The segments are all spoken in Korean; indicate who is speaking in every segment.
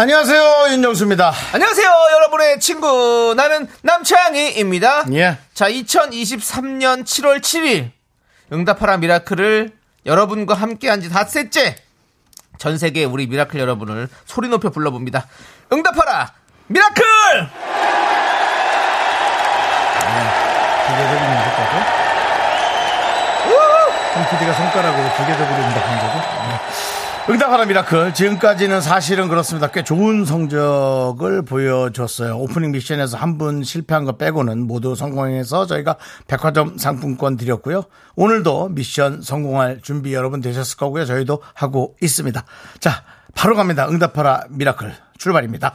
Speaker 1: 안녕하세요 윤정수입니다.
Speaker 2: 안녕하세요, 여러분의 친구. 나는 남창희입니다.
Speaker 1: 예.
Speaker 2: 자, 2023년 7월 7일. 응답하라 미라클을 여러분과 함께 한 지 닷새째. 전 세계 우리 미라클 여러분을 소리 높여 불러봅니다. 응답하라! 미라클!
Speaker 1: 기계적인 응답하고 PD가 손가락으로 기계적으로 응답한 거죠. 응답하라 미라클 지금까지는 사실은 그렇습니다. 꽤 좋은 성적을 보여줬어요. 오프닝 미션에서 한 분 실패한 거 빼고는 모두 성공해서 저희가 백화점 상품권 드렸고요. 오늘도 미션 성공할 준비 여러분 되셨을 거고요. 저희도 하고 있습니다. 자 바로 갑니다. 응답하라 미라클 출발입니다.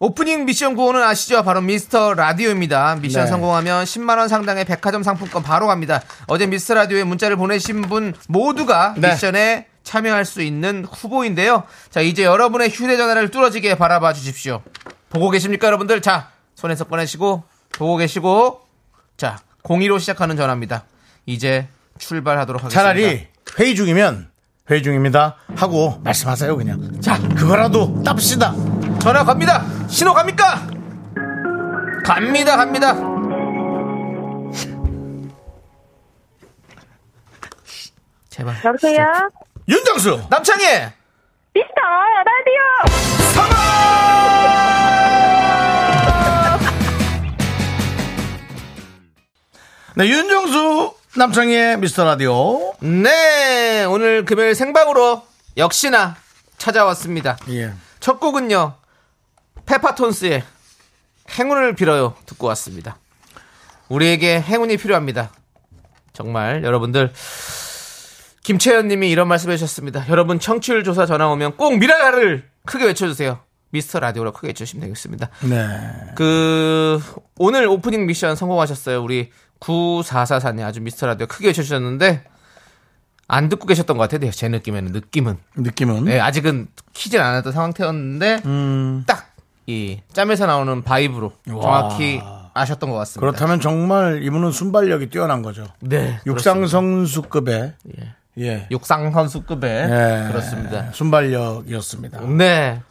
Speaker 2: 오프닝 미션 구호는 아시죠? 바로 미스터 라디오입니다. 미션
Speaker 1: 네.
Speaker 2: 성공하면 10만원 상당의 백화점 상품권 바로 갑니다. 어제 미스터 라디오에 문자를 보내신 분 모두가
Speaker 1: 네.
Speaker 2: 미션에 참여할 수 있는 후보인데요. 자, 이제 여러분의 휴대전화를 뚫어지게 바라봐 주십시오. 보고 계십니까, 여러분들? 자, 손에서 꺼내시고, 보고 계시고, 자, 02로 시작하는 전화입니다. 이제 출발하도록 하겠습니다.
Speaker 1: 차라리 회의 중이면 회의 중입니다 하고 말씀하세요 그냥 자 그거라도 땁시다
Speaker 2: 전화 갑니다. 신호 갑니까? 갑니다, 갑니다. 제발.
Speaker 3: 여보세요?
Speaker 1: 윤정수
Speaker 2: 남창희.
Speaker 3: 미스터 라디오!
Speaker 1: 네 윤정수 남창희의 미스터 라디오
Speaker 2: 네, 오늘 금요일 생방으로 역시나 찾아왔습니다.
Speaker 1: 예
Speaker 2: 첫 곡은요. 페파톤스의 행운을 빌어요 듣고 왔습니다. 우리에게 행운이 필요합니다. 정말 여러분들 김채연 님이 이런 말씀 해주셨습니다. 여러분 청취율 조사 전화 오면 꼭 미라를 크게 외쳐주세요. 미스터 라디오로 크게 외쳐주시면 되겠습니다.
Speaker 1: 네
Speaker 2: 그 오늘 오프닝 미션 성공하셨어요. 우리 9444님 아주 미스터 라디오 크게 외쳐주셨는데 안 듣고 계셨던 것 같아요. 제 느낌에는 느낌은
Speaker 1: 느낌은
Speaker 2: 네, 아직은 키진 않았던 상태였는데
Speaker 1: 음.
Speaker 2: 딱 이 짬에서 나오는 바이브로 정확히 아셨던 것 같습니다.
Speaker 1: 그렇다면 정말 이분은 순발력이 뛰어난 거죠
Speaker 2: 네,
Speaker 1: 육상 선수급의 예
Speaker 2: 육상 선수급의
Speaker 1: 예.
Speaker 2: 그렇습니다.
Speaker 1: 순발력이었습니다
Speaker 2: 네,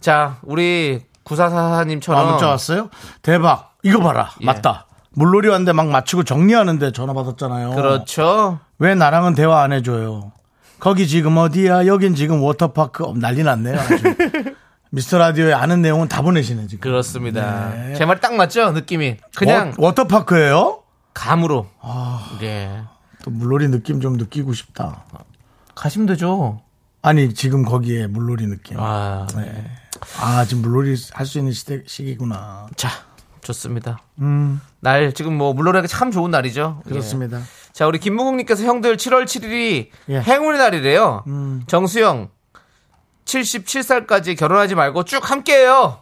Speaker 2: 자 우리
Speaker 1: 예. 아
Speaker 2: 구사사사님처럼
Speaker 1: 문자 왔어요 대박 이거 봐라
Speaker 2: 예.
Speaker 1: 맞다 물놀이 왔는데 막 마치고 정리하는데 전화 받았잖아요
Speaker 2: 그렇죠.
Speaker 1: 왜 나랑은 대화 안 해줘요? 거기 지금 어디야? 여긴 지금 워터파크 어, 난리 났네요. 아주. 미스터 라디오에 아는 내용은 다 보내시네 지금.
Speaker 2: 그렇습니다.
Speaker 1: 네. 뭐?
Speaker 2: 제 말 딱 맞죠? 느낌이. 그냥
Speaker 1: 워, 터파크예요
Speaker 2: 감으로.
Speaker 1: 아.
Speaker 2: 네.
Speaker 1: 또 물놀이 느낌 좀 느끼고 싶다.
Speaker 2: 가시면 되죠.
Speaker 1: 아니 지금 거기에 물놀이 느낌. 아,
Speaker 2: 아,
Speaker 1: 지금 물놀이 할 수 있는 시대, 시기구나.
Speaker 2: 자, 좋습니다. 음, 날 지금 뭐 물놀이하기 참 좋은 날이죠. 예.
Speaker 1: 그렇습니다.
Speaker 2: 자, 우리 김무국님께서 형들 7월 7일이
Speaker 1: 예. 음.
Speaker 2: 행운의 날이래요. 정수영, 77살까지 결혼하지 말고 쭉 함께해요.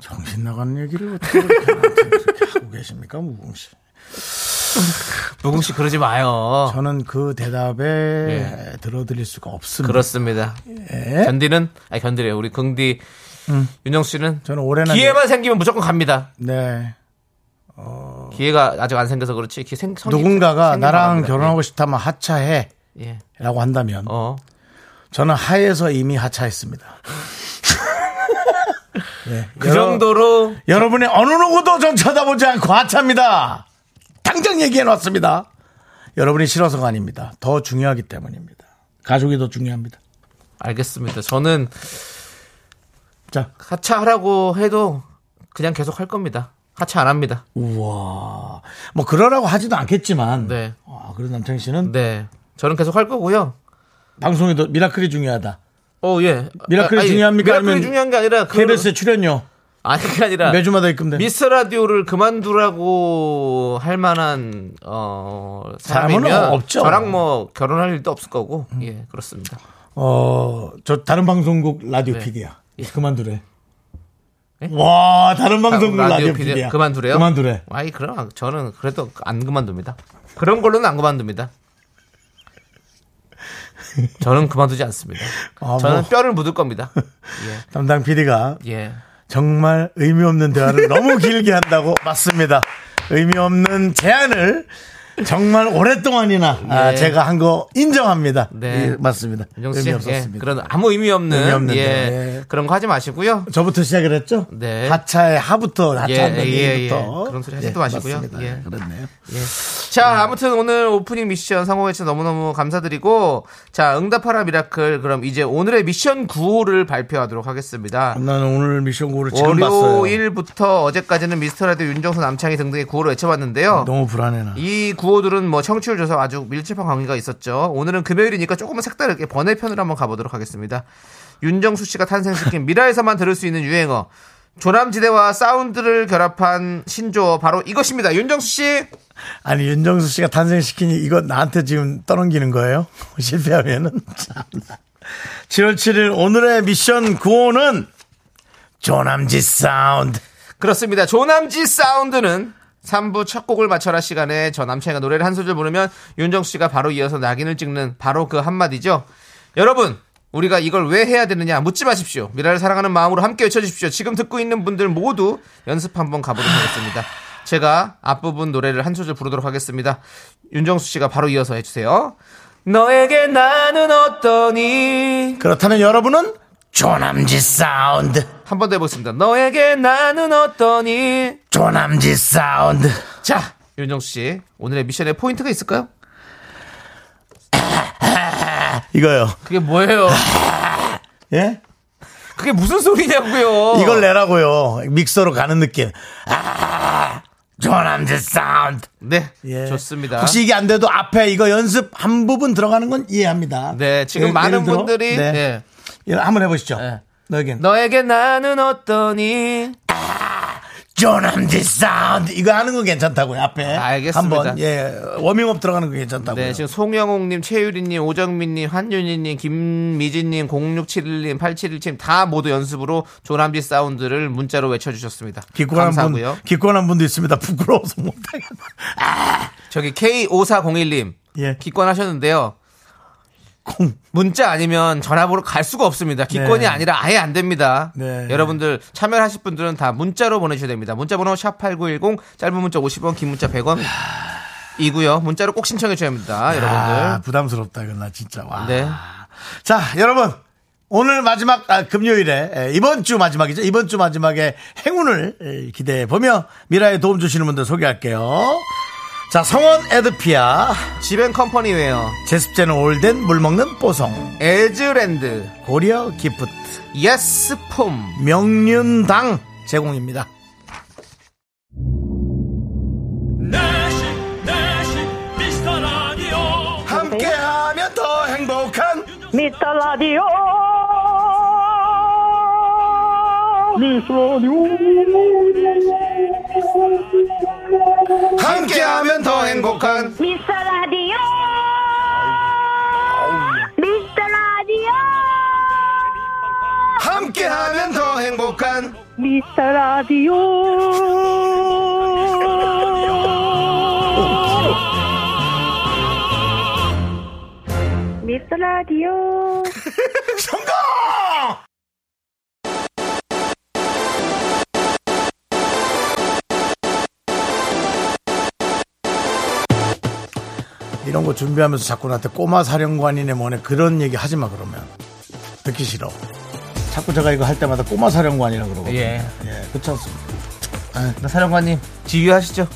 Speaker 1: 정신 나가는 얘기를 어떻게 그렇게 나한테 그렇게 하고 계십니까 무궁 씨?
Speaker 2: 무궁 씨 그러지 마요.
Speaker 1: 저는 그 대답에 들어드릴 수가 없습니다.
Speaker 2: 예. 그렇습니다.
Speaker 1: 예.
Speaker 2: 견디는 아 견디래요. 우리 긍디 윤정 씨는
Speaker 1: 음. 저는 올해는
Speaker 2: 기회만 생기면 무조건 갑니다.
Speaker 1: 네
Speaker 2: 기회가 아직 안 생겨서 그렇지. 기- 생, 성이-
Speaker 1: 어. 누군가가
Speaker 2: 생긴
Speaker 1: 나랑
Speaker 2: 바랍니다.
Speaker 1: 결혼하고 싶다면 하차해.
Speaker 2: 예. 예.
Speaker 1: 라고 한다면
Speaker 2: 어.
Speaker 1: 저는 하에서 이미 하차했습니다. 예,
Speaker 2: 그
Speaker 1: 여러-
Speaker 2: 정도로
Speaker 1: 여러분의 어느 누구도 전 쳐다보지 않고 하차입니다. 당장 얘기해 놨습니다. 여러분이 싫어서가 아닙니다. 더 중요하기 때문입니다. 가족이 더 중요합니다.
Speaker 2: 알겠습니다. 저는
Speaker 1: 자,
Speaker 2: 하차하라고 해도 그냥 계속 할 겁니다. 하차 안 합니다.
Speaker 1: 우와. 뭐 그러라고 하지도 않겠지만.
Speaker 2: 네.
Speaker 1: 아, 그래서 남창희 씨는
Speaker 2: 네. 저는 계속 할 거고요.
Speaker 1: 방송이 더 미라클이 중요하다.
Speaker 2: 어, 예.
Speaker 1: 미라클이
Speaker 2: 아, 아니,
Speaker 1: 중요합니까?
Speaker 2: 미라클이
Speaker 1: 아니면
Speaker 2: 중요한 게 아니라 그
Speaker 1: KBS의 출연료
Speaker 2: 아니 그게 아니라
Speaker 1: 매주마다 입금돼.
Speaker 2: 미스 라디오를 그만두라고 할 만한 어 사람이면
Speaker 1: 사람은 없죠.
Speaker 2: 저랑 뭐 결혼할 일도 없을 거고. 예, 그렇습니다. 네.
Speaker 1: 어, 저 다른 방송국 라디오 PD야. 그만두래.
Speaker 2: 예?
Speaker 1: 와, 다른 방송 라디오
Speaker 2: PD.
Speaker 1: PD야.
Speaker 2: 아, 그만두래요?
Speaker 1: 그만두래.
Speaker 2: 아이 그럼 저는 그래도 안 그만둡니다. 그런 걸로는 안 그만둡니다. 저는 그만두지 않습니다.
Speaker 1: 아,
Speaker 2: 저는
Speaker 1: 뭐.
Speaker 2: 뼈를 묻을 겁니다.
Speaker 1: 담당 PD가
Speaker 2: 예. 예.
Speaker 1: 정말 의미 없는 대화를 너무 길게 한다고 맞습니다. 의미 없는 제안을 정말 오랫동안이나 아,
Speaker 2: 네.
Speaker 1: 제가 한 거 인정합니다.
Speaker 2: 네.
Speaker 1: 예, 맞습니다.
Speaker 2: 윤정수 씨,
Speaker 1: 의미
Speaker 2: 예,
Speaker 1: 없었습니다.
Speaker 2: 그런 아무 의미 없는,
Speaker 1: 의미 없는
Speaker 2: 예,
Speaker 1: 대화, 예.
Speaker 2: 그런 거 하지 마시고요.
Speaker 1: 저부터 시작을 했죠?
Speaker 2: 네.
Speaker 1: 하차의 하부터 하차
Speaker 2: 예,
Speaker 1: 한
Speaker 2: 예, 예.
Speaker 1: 얘기부터
Speaker 2: 그런 소리 하지도 마시고요.
Speaker 1: 맞습니다.
Speaker 2: 예.
Speaker 1: 그렇네요.
Speaker 2: 자, 아무튼 오늘 오프닝 미션 성공해서 너무너무 감사드리고, 자, 응답하라 미라클. 그럼 이제 오늘의 미션 9호를 발표하도록 하겠습니다.
Speaker 1: 나는 오늘 미션 구를 음, 지금 봤어요.
Speaker 2: 월요일부터 어제까지는 미스터라디오 윤정수 남창희 등등의 구호를 외쳐봤는데요.
Speaker 1: 음, 너무 불안해 나.
Speaker 2: 이 구호들은 뭐 청취율 조사 아주 밀접한 관계가 있었죠. 오늘은 금요일이니까 조금은 색다르게 번외편으로 한번 가보도록 하겠습니다. 윤정수 씨가 탄생시킨 미라에서만 들을 수 있는 유행어. 조남지대와 사운드를 결합한 신조어 바로 이것입니다. 윤정수 씨.
Speaker 1: 아니 윤정수 씨가 탄생시키니 이거 나한테 지금 떠넘기는 거예요? 실패하면은 참. 7월 7일 오늘의 미션 9호는 조남지 사운드.
Speaker 2: 그렇습니다. 조남지 사운드는 3부 첫 곡을 맞춰라 시간에 저 남창이가 노래를 한 소절 부르면 윤정수 씨가 바로 이어서 낙인을 찍는 바로 그 한마디죠. 여러분, 우리가 이걸 왜 해야 되느냐 묻지 마십시오. 미라를 사랑하는 마음으로 함께 외쳐주십시오. 지금 듣고 있는 분들 모두 연습 한번 가보도록 하겠습니다. 제가 앞부분 노래를 한 소절 부르도록 하겠습니다. 윤정수 씨가 바로 이어서 해주세요. 너에게 나는 어떠니?
Speaker 1: 그렇다면 여러분은 조남지 사운드.
Speaker 2: 한 번 더 해보겠습니다. 너에게 나는 어떠니?
Speaker 1: 조남지 사운드.
Speaker 2: 자, 윤정수 씨, 오늘의 미션에 포인트가 있을까요?
Speaker 1: 이거요.
Speaker 2: 그게 뭐예요?
Speaker 1: 예?
Speaker 2: 아, 그게 무슨 소리냐고요?
Speaker 1: 이걸 내라고요. 믹서로 가는 느낌. 아, 조남지 사운드.
Speaker 2: 네,
Speaker 1: 예.
Speaker 2: 좋습니다.
Speaker 1: 혹시 이게 안 돼도 앞에 이거 연습 한 부분 들어가는 건 이해합니다.
Speaker 2: 네, 지금
Speaker 1: 예,
Speaker 2: 많은
Speaker 1: 예를 들어,
Speaker 2: 분들이
Speaker 1: 네.
Speaker 2: 예.
Speaker 1: 예, 한번 해보시죠.
Speaker 2: 예.
Speaker 1: 너에겐
Speaker 2: 너에게 나는 어떠니?
Speaker 1: 조남지 사운드 이거 하는 건 괜찮다고요. 앞에
Speaker 2: 아, 알겠습니다.
Speaker 1: 한번 예 워밍업 들어가는 거 괜찮다고요.
Speaker 2: 네, 지금 송영웅님, 최유리님, 오정민님, 한윤희님, 김미진님, 0671님, 8717님 다 모두 연습으로 조남지 사운드를 문자로 외쳐주셨습니다.
Speaker 1: 기권한
Speaker 2: 감사하고요.
Speaker 1: 분 기권한 분도 있습니다. 부끄러워서 못하겠다.
Speaker 2: 저기 K5401님
Speaker 1: 예.
Speaker 2: 기권하셨는데요.
Speaker 1: 콩.
Speaker 2: 문자 아니면 전화번호 갈 수가 없습니다. 기권이
Speaker 1: 네.
Speaker 2: 아니라 아예 안 됩니다.
Speaker 1: 네.
Speaker 2: 여러분들 참여하실 분들은 다 문자로 보내주셔야 됩니다. 문자번호 샵 #8910 짧은 문자 50원, 긴 문자 100원 이고요. 문자로 꼭 신청해 주셔야 합니다,
Speaker 1: 아,
Speaker 2: 여러분들.
Speaker 1: 부담스럽다 이건 나 진짜 와.
Speaker 2: 네.
Speaker 1: 자 여러분 오늘 마지막 아, 금요일에 에, 이번 주 마지막이죠. 이번 주 마지막에 행운을 에, 기대해 보며 미라에 도움 주시는 분들 소개할게요. 자 성원 에드피아
Speaker 2: 지벤컴퍼니웨어,
Speaker 1: 제습제는 올덴 물 먹는 뽀송
Speaker 2: 에즈랜드,
Speaker 1: 고려 기프트.
Speaker 2: 예스폼,
Speaker 1: 명륜당 제공입니다.
Speaker 4: 내시 내시 미스터 라디오
Speaker 1: 함께하면 더 행복한
Speaker 3: 미스터 라디오.
Speaker 2: 함께하면 더 행복한
Speaker 3: 미스터 라디오. 미스터 라디오.
Speaker 2: 함께하면 더 행복한
Speaker 3: 미스터 라디오. 미스터 라디오.
Speaker 1: 성공! 이런 거 준비하면서 자꾸 나한테 꼬마 사령관이네 뭐네 그런 얘기 하지 마 그러면 듣기 싫어. 자꾸 제가 이거 할 때마다 꼬마 사령관이라 그러고.
Speaker 2: 예.
Speaker 1: 예, 그렇지 않습니까?
Speaker 2: 나 사령관님 지휘하시죠.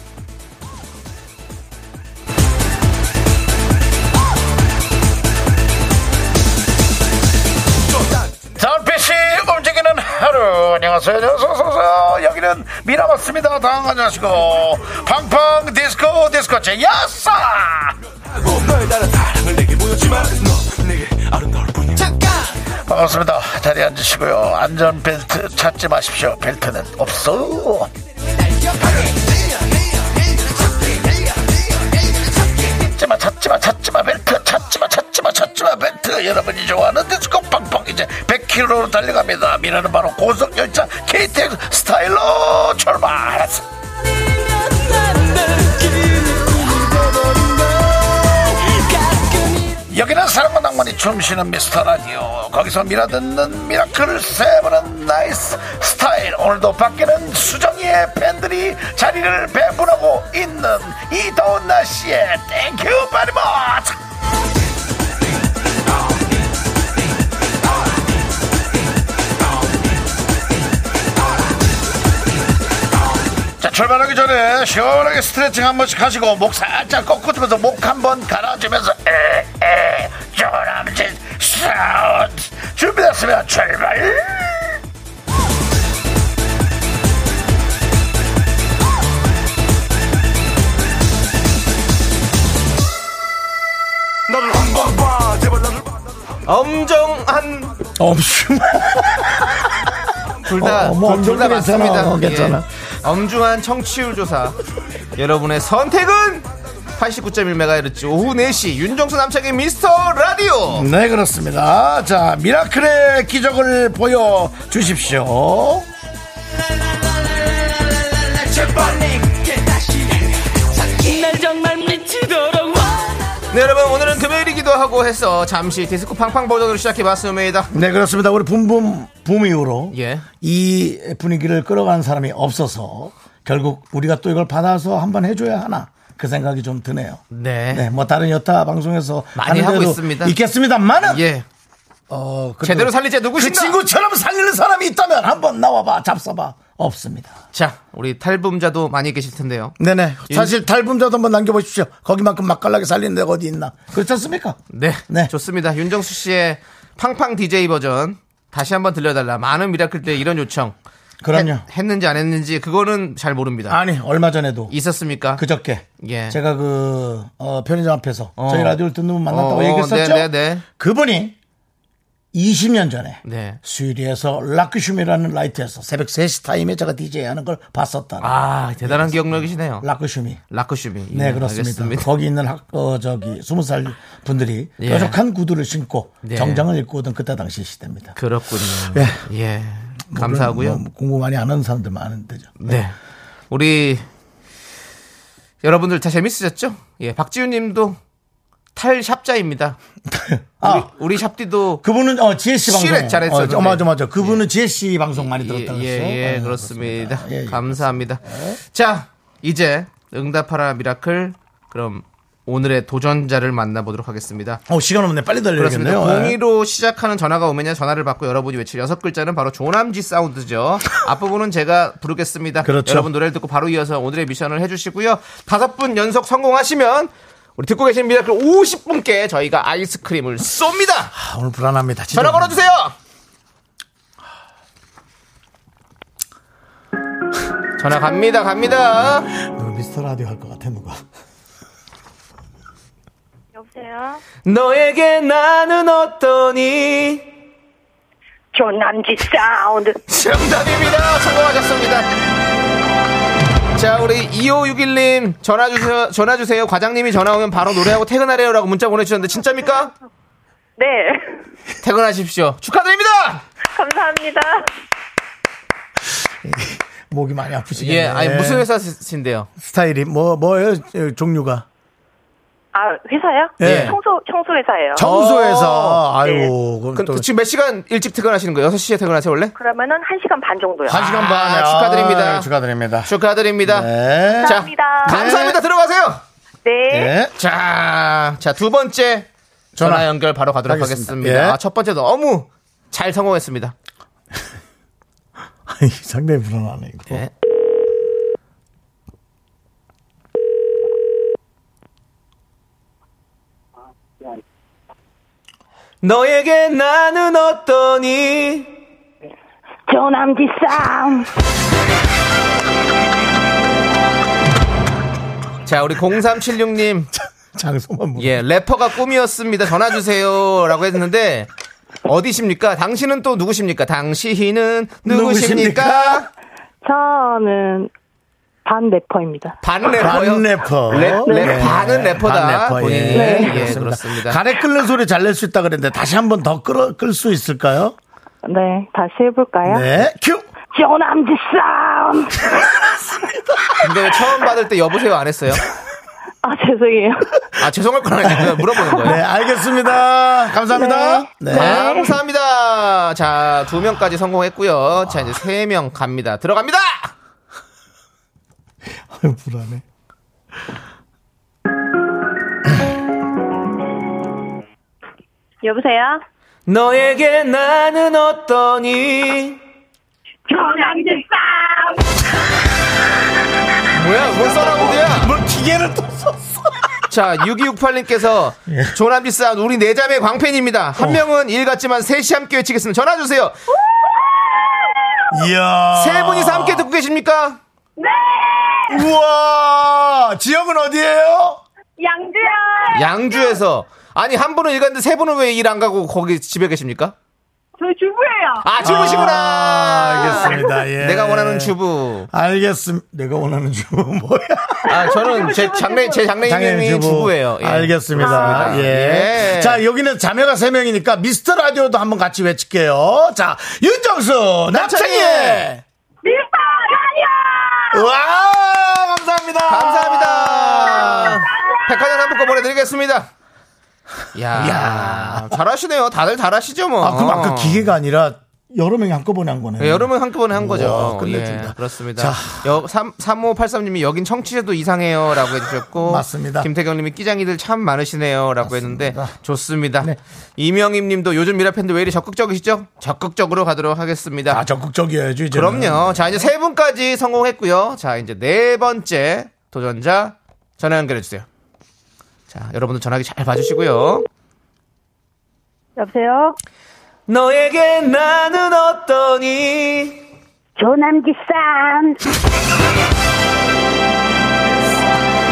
Speaker 1: 달빛이 움직이는 하루 안녕하세요 어서오세요 여기는 미라박스입니다 당황하지 마시고 팡팡 디스코 디스코체 야싸 반갑습니다 자리에 앉으시고요 안전벨트 찾지 마십시오 벨트는 없어 찾지마 찾지마 찾지마 벨트 찾지마 찾지마 찾지마 벨트 여러분이 좋아하는 디스코 팡팡 이제 100km로 달려갑니다 미라는 바로 고속열차 KTX 스타일로 출발! 여기는 사랑과 낭만이 춤추는 미스터 라디오. 거기서 미라 듣는 미라클 세븐은 나이스 스타일. 오늘도 밖에는 수정이의 팬들이 자리를 배분하고 있는 이 더운 날씨에 땡큐 바리머치! 자 출발하기 전에 시원하게 스트레칭 한 번씩 하시고 목 살짝 꺾어주면서 목 한 번 가라앉으면서 에에 조남진 사우트 준비됐으면 출발
Speaker 2: 엄정한
Speaker 1: 엄청
Speaker 2: 둘다
Speaker 1: 어, 뭐
Speaker 2: 둘다
Speaker 1: 엄정도 괜찮아.
Speaker 2: 맞습니다.
Speaker 1: 어, 괜찮아.
Speaker 2: 예. 엄중한 청취율 조사 여러분의 선택은 89.1MHz 오후 4시 윤정수 남창의 미스터 라디오
Speaker 1: 네 그렇습니다 자 미라클의 기적을 보여주십시오
Speaker 2: 네 여러분 오늘은 금요일이기도 하고 해서 잠시 디스코 팡팡 버전으로 시작해봤습니다.
Speaker 1: 네 그렇습니다 우리 붐붐 붐 이후로
Speaker 2: 예.
Speaker 1: 이 분위기를 끌어가는 사람이 없어서 결국 우리가 또 이걸 받아서 한번 해줘야 하나 그 생각이 좀 드네요
Speaker 2: 네.
Speaker 1: 네, 뭐 다른 여타 방송에서
Speaker 2: 많이
Speaker 1: 하는
Speaker 2: 하고
Speaker 1: 데도
Speaker 2: 있습니다.
Speaker 1: 있겠습니다만은
Speaker 2: 예.
Speaker 1: 어, 그래도
Speaker 2: 제대로 살리자
Speaker 1: 그
Speaker 2: 누구신가?
Speaker 1: 친구처럼 살리는 사람이 있다면 한번 나와봐 잡숴봐 없습니다.
Speaker 2: 자 우리 탈붐자도 많이 계실 텐데요.
Speaker 1: 네네 예. 사실 탈북자도 한번 남겨보십시오. 거기만큼 맛깔나게 살리는 데가 어디 있나? 그렇지 않습니까?
Speaker 2: 네,
Speaker 1: 네.
Speaker 2: 좋습니다. 윤정수 씨의 팡팡 DJ 버전 다시 한번 들려달라. 많은 미라클들의 이런 요청
Speaker 1: 그럼요.
Speaker 2: 했, 는지안 했는지 그거는 잘 모릅니다.
Speaker 1: 아니 얼마 전에도
Speaker 2: 있었습니까?
Speaker 1: 그저께
Speaker 2: 예.
Speaker 1: 제가 그 어, 편의점 앞에서
Speaker 2: 어.
Speaker 1: 저희 라디오를 듣는 분 만났다고
Speaker 2: 어,
Speaker 1: 얘기했었죠.
Speaker 2: 네, 네, 네.
Speaker 1: 그분이 20년 전에
Speaker 2: 네.
Speaker 1: 수유리에서 라크슈미라는 라이트에서 새벽 3시 타임에 제가 DJ 하는 걸 봤었다.
Speaker 2: 아 대단한 기억력이시네요.
Speaker 1: 라크슈미.
Speaker 2: 라크슈미.
Speaker 1: 네,
Speaker 2: 예,
Speaker 1: 그렇습니다.
Speaker 2: 알겠습니다.
Speaker 1: 거기 있는 학, 어, 저기, 스무 살 분들이
Speaker 2: 예.
Speaker 1: 뾰족한 구두를 신고
Speaker 2: 네.
Speaker 1: 정장을 입고 오던 그때 당시 시대입니다.
Speaker 2: 그렇군요.
Speaker 1: 예.
Speaker 2: 예. 감사하고요.
Speaker 1: 물론 뭐 공부 많이 안 하는 사람들 많은데죠.
Speaker 2: 네. 우리 여러분들 다 재밌으셨죠? 예. 박지훈 님도 탈샵자입니다.
Speaker 1: 아,
Speaker 2: 우리, 우리 샵디도
Speaker 1: 그분은, 어, GSC 방송.
Speaker 2: 실에 잘했었는데.
Speaker 1: 어, 맞아, 맞아. 그분은 GSC 방송 많이
Speaker 2: 예,
Speaker 1: 들었다고 했어요.
Speaker 2: 예, 예,
Speaker 1: 아,
Speaker 2: 그렇습니다.
Speaker 1: 예, 예.
Speaker 2: 감사합니다. 자, 이제 응답하라 미라클 그럼 오늘의 도전자를 만나보도록 하겠습니다.
Speaker 1: 어, 시간 없네. 빨리
Speaker 2: 그렇습니다.
Speaker 1: 달려야겠네요. 예.
Speaker 2: 공의로 시작하는 전화가 오면요 전화를 받고 여러분이 외칠 여섯 글자는 바로 조남지 사운드죠. 앞부분은 제가 부르겠습니다.
Speaker 1: 그렇죠.
Speaker 2: 여러분 노래를 듣고 바로 이어서 오늘의 미션을 해주시고요. 다섯 분 연속 성공하시면 우리 듣고 계신 미라클 50분께 저희가 아이스크림을 쏩니다.
Speaker 1: 아, 오늘 불안합니다. 진짜.
Speaker 2: 전화 걸어주세요. 전화 갑니다, 갑니다.
Speaker 1: 누구 어, 미스터 라디오 할 것 같아, 누가.
Speaker 3: 여보세요?
Speaker 2: 너에게 나는 어떠니?
Speaker 3: 조남지 사운드.
Speaker 2: 정답입니다. 성공하셨습니다. 자, 우리 2561님 전화 주세요. 전화 주세요. 과장님이 전화 오면 바로 노래하고 퇴근하래요라고 문자 보내주셨는데 진짜입니까?
Speaker 3: 네.
Speaker 2: 퇴근하십시오. 축하드립니다.
Speaker 3: 감사합니다.
Speaker 1: 목이 많이 아프시겠네.
Speaker 2: 예, 아니 무슨 회사신데요?
Speaker 1: 스타일이, 뭐, 뭐예요, 예, 종류가.
Speaker 3: 아, 회사요?
Speaker 1: 예.
Speaker 3: 청소, 청소회사예요.
Speaker 1: 청소회사. 아이고, 그럼
Speaker 2: 예. 그럼
Speaker 1: 또.
Speaker 2: 지금 몇 시간 일찍 퇴근하시는 거예요? 6시에 퇴근하세요 원래?
Speaker 3: 그러면은 한시간반 정도요.
Speaker 1: 한 시간
Speaker 2: 아,
Speaker 1: 반. 아,
Speaker 2: 축하드립니다.
Speaker 1: 축하드립니다.
Speaker 2: 축하드립니다.
Speaker 1: 네.
Speaker 2: 자,
Speaker 3: 감사합니다.
Speaker 2: 감사합니다. 들어가세요.
Speaker 3: 네.
Speaker 1: 예.
Speaker 2: 자, 자, 두 번째 전화,
Speaker 1: 전화
Speaker 2: 연결 바로 가도록
Speaker 1: 하겠습니다.
Speaker 2: 하겠습니다.
Speaker 1: 예.
Speaker 2: 아, 첫 번째 너무 잘 성공했습니다.
Speaker 1: 아니, 상당히 불안하네, 이거.
Speaker 2: 예. 어? 너에게 나는 어떠니?
Speaker 3: 조남지 사운드.
Speaker 2: 자, 우리 0376님.
Speaker 1: 장소만 물어.
Speaker 2: 예, 래퍼가 꿈이었습니다. 전화 주세요. 라고 했는데, 어디십니까? 당신은 또 누구십니까? 당신은 누구십니까?
Speaker 3: 저는 반 래퍼입니다.
Speaker 2: 반 래퍼요?
Speaker 1: 반 래퍼.
Speaker 2: 랩, 랩, 반은 래퍼다. 본인이.
Speaker 1: 예.
Speaker 2: 예,
Speaker 1: 그렇습니다.
Speaker 2: 그렇습니다.
Speaker 1: 간에 끓는 소리 잘 낼 수 있다 그랬는데 다시 한 번 더 끌어 끌 수 있을까요?
Speaker 3: 네, 다시 해볼까요?
Speaker 1: 네. 큐.
Speaker 3: 조남지 싸움.
Speaker 2: 근데 왜 처음 받을 때 여보세요 안 했어요?
Speaker 3: 아, 죄송해요.
Speaker 2: 아 죄송할 건 아니고요. 물어보는 거예요.
Speaker 1: 네, 알겠습니다. 감사합니다. 네.
Speaker 2: 감사합니다. 아, 자, 두 명까지 성공했고요. 자, 이제 세 명 갑니다. 들어갑니다!
Speaker 1: 아유, 불안해.
Speaker 3: 여보세요?
Speaker 2: 너에게 나는 어떠니?
Speaker 3: 조남지 싸움.
Speaker 2: 뭐야, 뭔 사람인데야?
Speaker 1: 뭘 기계를 또 썼어.
Speaker 2: 자, 6268님께서
Speaker 1: 예.
Speaker 2: 조남지 싸운 우리 네 자매 광팬입니다.
Speaker 1: 어.
Speaker 2: 한 명은 일 같지만 셋이 함께 외치겠습니다. 전화주세요.
Speaker 1: 이야.
Speaker 2: 세 분이서 함께 듣고 계십니까?
Speaker 3: 네.
Speaker 1: 우와. 지역은 어디예요?
Speaker 3: 양주야.
Speaker 2: 양주에서. 아니, 한 분은 일 갔는데 세 분은 왜 일 안 가고 거기 집에 계십니까?
Speaker 3: 저 주부예요.
Speaker 2: 아, 주부시구나!
Speaker 1: 아, 알겠습니다. 예.
Speaker 2: 내가 원하는 주부.
Speaker 1: 알겠습니다. 내가 원하는 주부 뭐야?
Speaker 2: 아, 저는 제 장래, 제 네, 장래인이
Speaker 1: 장애인
Speaker 2: 주부예요. 예.
Speaker 1: 알겠습니다.
Speaker 2: 그렇습니다.
Speaker 1: 예.
Speaker 2: 예.
Speaker 1: 자, 여기는 자매가 세명이니까 미스터 라디오도 한번 같이 외칠게요. 자, 윤정수, 남창희!
Speaker 3: 미스터 라디오.
Speaker 1: 와 감사합니다.
Speaker 2: 감사합니다. 백화점 한번권 보내드리겠습니다. 야,
Speaker 1: 야.
Speaker 2: 잘하시네요. 다들 잘하시죠, 뭐.
Speaker 1: 아, 그럼 아까 기계가 아니라 여러 명이 한꺼번에 한 거네.
Speaker 2: 예, 여름은 한꺼번에 한 거죠.
Speaker 1: 우와, 끝내준다.
Speaker 2: 예, 그렇습니다.
Speaker 1: 자.
Speaker 2: 여, 3, 3583님이 여긴 청취자도 이상해요. 라고 해주셨고.
Speaker 1: 맞습니다.
Speaker 2: 김태경님이 끼장이들 참 많으시네요. 라고 했는데. 좋습니다.
Speaker 1: 네.
Speaker 2: 이명임 님도 요즘 미라팬들 왜 이리 적극적이시죠? 적극적으로 가도록 하겠습니다.
Speaker 1: 아, 적극적이어야죠, 이제.
Speaker 2: 그럼요. 자, 이제 세 분까지 성공했고요. 자, 이제 네 번째 도전자 전화 연결해 주세요. 자, 여러분들 전화기 잘 봐주시고요.
Speaker 3: 여보세요?
Speaker 2: 너에게 나는 어떠니?
Speaker 3: 조남지 싸움.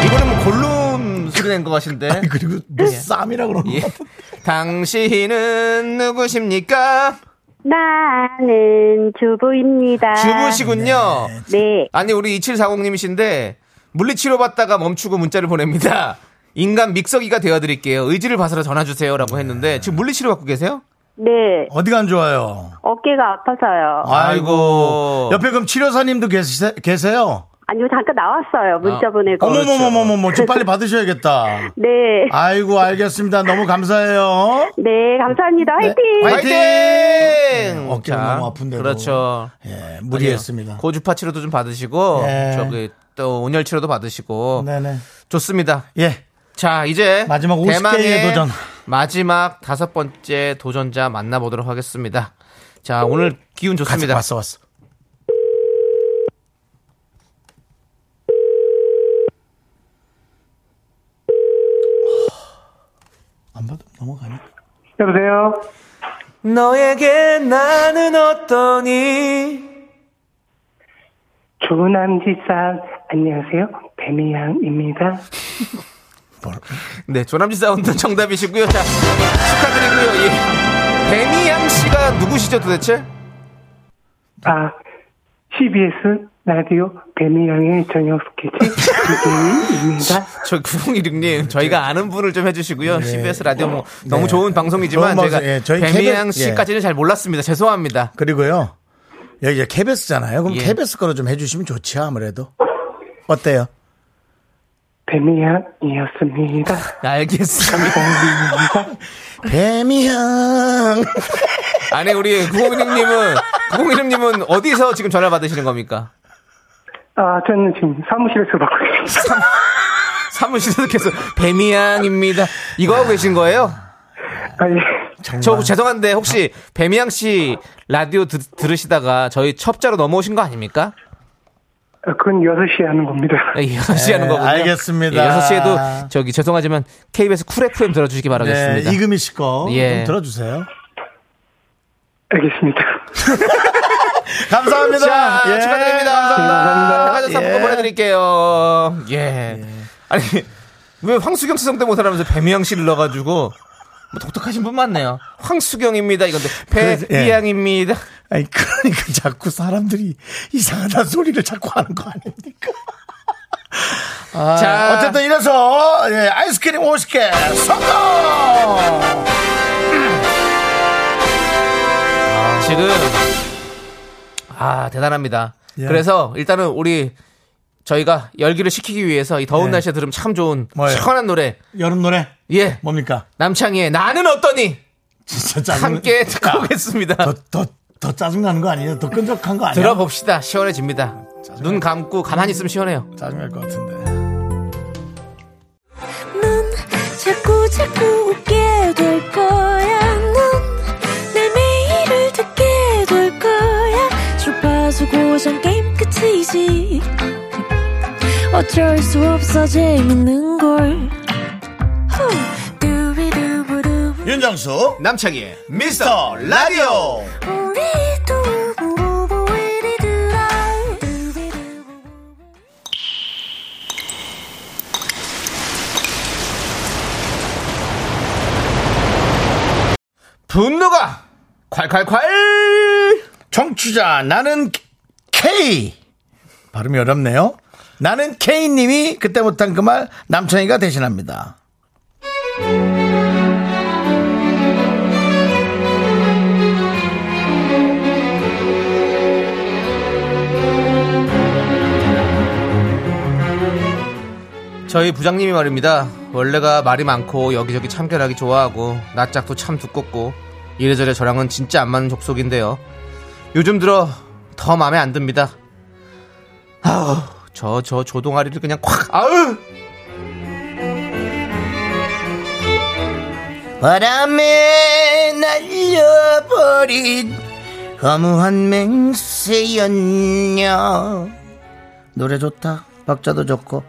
Speaker 2: 이번엔 뭐 골룸 소리 낸것 같은데.
Speaker 1: 그리고 뭐 쌈이라 그러는
Speaker 2: 예.
Speaker 1: 것 같아.
Speaker 2: 당신은 누구십니까?
Speaker 3: 나는 주부입니다.
Speaker 2: 주부시군요.
Speaker 3: 네.
Speaker 2: 아니, 우리 2740님이신데, 물리치료 받다가 멈추고 문자를 보냅니다. 인간 믹서기가 되어드릴게요. 의지를 봐서라 전화주세요. 라고 했는데, 지금 물리치료 받고 계세요?
Speaker 3: 네.
Speaker 1: 어디가 안 좋아요?
Speaker 3: 어깨가 아파서요.
Speaker 1: 아이고.
Speaker 2: 아이고.
Speaker 1: 옆에 그럼 치료사님도 계세, 계세요?
Speaker 3: 아니요, 잠깐 나왔어요. 문자
Speaker 2: 아,
Speaker 3: 보내고.
Speaker 1: 그렇죠. 어머머머머머, 좀 빨리 받으셔야겠다.
Speaker 3: 네.
Speaker 1: 아이고, 알겠습니다. 너무 감사해요.
Speaker 3: 네, 감사합니다. 화이팅!
Speaker 1: 화이팅! 네,
Speaker 2: 화이팅!
Speaker 1: 어깨가
Speaker 2: 자,
Speaker 1: 너무 아픈데도.
Speaker 2: 그렇죠.
Speaker 1: 예, 무리했습니다.
Speaker 2: 고주파 치료도 좀 받으시고,
Speaker 1: 예.
Speaker 2: 저기 또 온열 치료도 받으시고,
Speaker 1: 네네.
Speaker 2: 좋습니다.
Speaker 1: 예.
Speaker 2: 자, 이제
Speaker 1: 마지막 50 개의
Speaker 2: 대망의
Speaker 1: 도전.
Speaker 2: 마지막 다섯 번째 도전자 만나보도록 하겠습니다. 자, 오늘 기운 좋습니다.
Speaker 1: 왔어, 왔어. 안 받으면 넘어가네.
Speaker 5: 여보세요?
Speaker 2: 너에게 나는 어떠니?
Speaker 5: 조남지상 안녕하세요. 배미양입니다.
Speaker 1: 뭘.
Speaker 2: 네, 조남지 사운드 정답이시고요. 자, 축하드리고요. 예. 데미양 씨가 누구시죠 도대체?
Speaker 5: 아, CBS 라디오 배미양의 저녁 스케치 BJ입니다.
Speaker 2: 저 9016님 저희가 아는 분을 좀 해주시고요. CBS 라디오 뭐 너무
Speaker 1: 음, 네.
Speaker 2: 좋은 방송이지만
Speaker 1: 너무
Speaker 2: 제가
Speaker 1: 방송- 예, 저희
Speaker 2: 배미양
Speaker 1: KBS
Speaker 2: 씨까지는 잘 몰랐습니다. 죄송합니다.
Speaker 1: 그리고요. 여기 이제 KBS잖아요. 그럼
Speaker 2: 예.
Speaker 1: KBS 거로 좀 해주시면 좋지, 아무래도. 어때요?
Speaker 5: 배미양이었습니다.
Speaker 2: 네, 알겠습니다.
Speaker 5: 감사합니다.
Speaker 1: 뱀이형.
Speaker 2: 아니 우리 9016님은 9016님은 어디서 지금 전화 받으시는 겁니까?
Speaker 5: 아, 저는 지금 사무실에서 받고 있습니다.
Speaker 2: 사무실에서 계속 배미양입니다. 이거 하고 계신 거예요?
Speaker 5: 아, 예.
Speaker 2: 저 죄송한데 혹시 배미양 씨 라디오 드- 들으시다가 저희 첩자로 넘어오신 거 아닙니까?
Speaker 5: 아, 그건 6시에 하는 겁니다.
Speaker 2: 네, 6시 하는
Speaker 1: 네,
Speaker 2: 거군요.
Speaker 1: 알겠습니다.
Speaker 2: 예, 6시에도 저기 죄송하지만 KBS 쿨 FM 들어주시기
Speaker 1: 네,
Speaker 2: 바라겠습니다.
Speaker 1: 이금희 씨 거.
Speaker 2: 예.
Speaker 1: 좀 들어주세요.
Speaker 5: 알겠습니다.
Speaker 1: 감사합니다.
Speaker 2: 자,
Speaker 1: 예,
Speaker 2: 축하드립니다.
Speaker 1: 감사합니다.
Speaker 2: 백화점 상품권
Speaker 1: 예.
Speaker 2: 보내드릴게요. 예. 아니, 왜 황수경 수성대 못하면서 배미양 씨를 넣어가지고, 뭐 독특하신 분 많네요. 황수경입니다. 이건데,
Speaker 1: 그래서, 예.
Speaker 2: 배미양입니다.
Speaker 1: 아니, 그러니까 자꾸 사람들이 이상하다 소리를 자꾸 하는 거 아닙니까? 아,
Speaker 2: 자.
Speaker 1: 어쨌든 이래서 예, 아이스크림 50개 성공!
Speaker 2: 지금, 아, 대단합니다.
Speaker 1: 예.
Speaker 2: 그래서 일단은 우리 저희가 열기를 식히기 위해서 이 더운
Speaker 1: 예.
Speaker 2: 날씨에 들으면 참 좋은
Speaker 1: 뭐예요?
Speaker 2: 시원한 노래.
Speaker 1: 여름 노래
Speaker 2: 예.
Speaker 1: 뭡니까?
Speaker 2: 남창희의 나는 어떠니
Speaker 1: 진짜 짜증 아,
Speaker 2: 함께 듣고 오겠습니다.
Speaker 1: 더더 더 짜증 나는 거 아니에요? 더 끈적한 거 아니에요?
Speaker 2: 들어봅시다. 시원해집니다. 눈 감고 가만히 있으면 시원해요.
Speaker 1: 짜증 날것 같은데.
Speaker 6: 넌 자꾸 자꾸 웃게 될 거야. 넌내 매일을 듣게 될 거야. 주파수 고정 게임 끝이지. 어쩔 수 없어 재밌는 걸. 후. 두비두부두부.
Speaker 1: 윤정수
Speaker 2: 남창희의 미스터 라디오.
Speaker 6: 우리 두부부부 우리 두라. 두비두부부.
Speaker 2: 분노가 콸콸콸!
Speaker 1: 정취자 나는 K 발음이 어렵네요. 나는 K님이 그때 못한 그 말 남창희가 대신합니다.
Speaker 2: 저희 부장님이 말입니다. 원래가 말이 많고 여기저기 참견하기 좋아하고 낯짝도 참 두껍고 이래저래 저랑은 진짜 안 맞는 족속인데요. 요즘 들어 더 마음에 안 듭니다. 아우 저 저 조동아리를 그냥 콱 아우
Speaker 1: 바람에 날려버린 허무한 맹세였냐 노래 좋다 박자도 좋고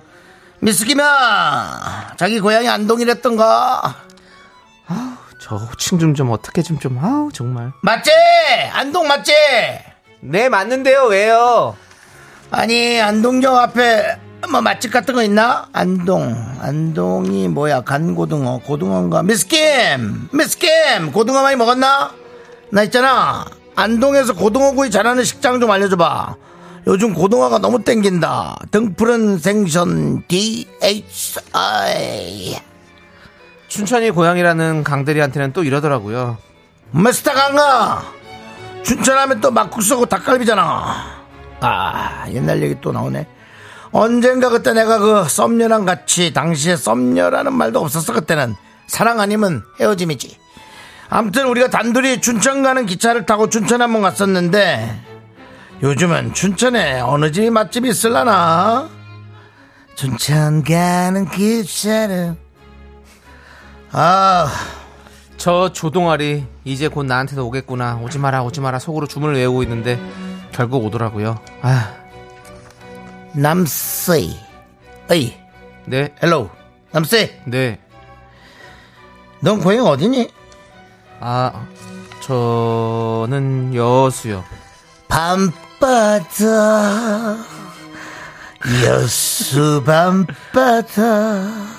Speaker 1: 미스김아 자기 고향이 안동이랬던가
Speaker 2: 저 호칭 좀 좀 어떻게 좀 좀 아우 정말
Speaker 1: 맞지 안동 맞지
Speaker 2: 네 맞는데요 왜요
Speaker 1: 아니 안동역 앞에 뭐 맛집 같은 거 있나 안동 안동이 뭐야 간고등어 고등어인가 미스김 미스김 고등어 많이 먹었나 나 있잖아 안동에서 고등어구이 잘하는 식당 좀 알려줘봐 요즘 고등어가 너무 땡긴다 등푸른 생선 DHI
Speaker 2: 춘천이 고향이라는 강대리한테는 또 이러더라고요
Speaker 1: 미스터 강아 춘천하면 또 막국수고 닭갈비잖아 아 옛날 얘기 또 나오네 언젠가 그때 내가 그 썸녀랑 같이 당시에 썸녀라는 말도 없었어 그때는 사랑 아니면 헤어짐이지 암튼 우리가 단둘이 춘천 가는 기차를 타고 춘천 한번 갔었는데 요즘은 춘천에 어느 집이 맛집이 있을라나 춘천 가는 기차를 아
Speaker 2: 저 조동아리 이제 곧 나한테도 오겠구나 오지 마라 오지 마라 속으로 주문을 외우고 있는데 결국 오더라고요 아
Speaker 1: 남세이 어이
Speaker 2: 네
Speaker 1: 헬로우 남세이
Speaker 2: 네.
Speaker 1: 넌 고향 어디니?
Speaker 2: 아, 저는 여수요.
Speaker 1: 밤바다 여수 밤바다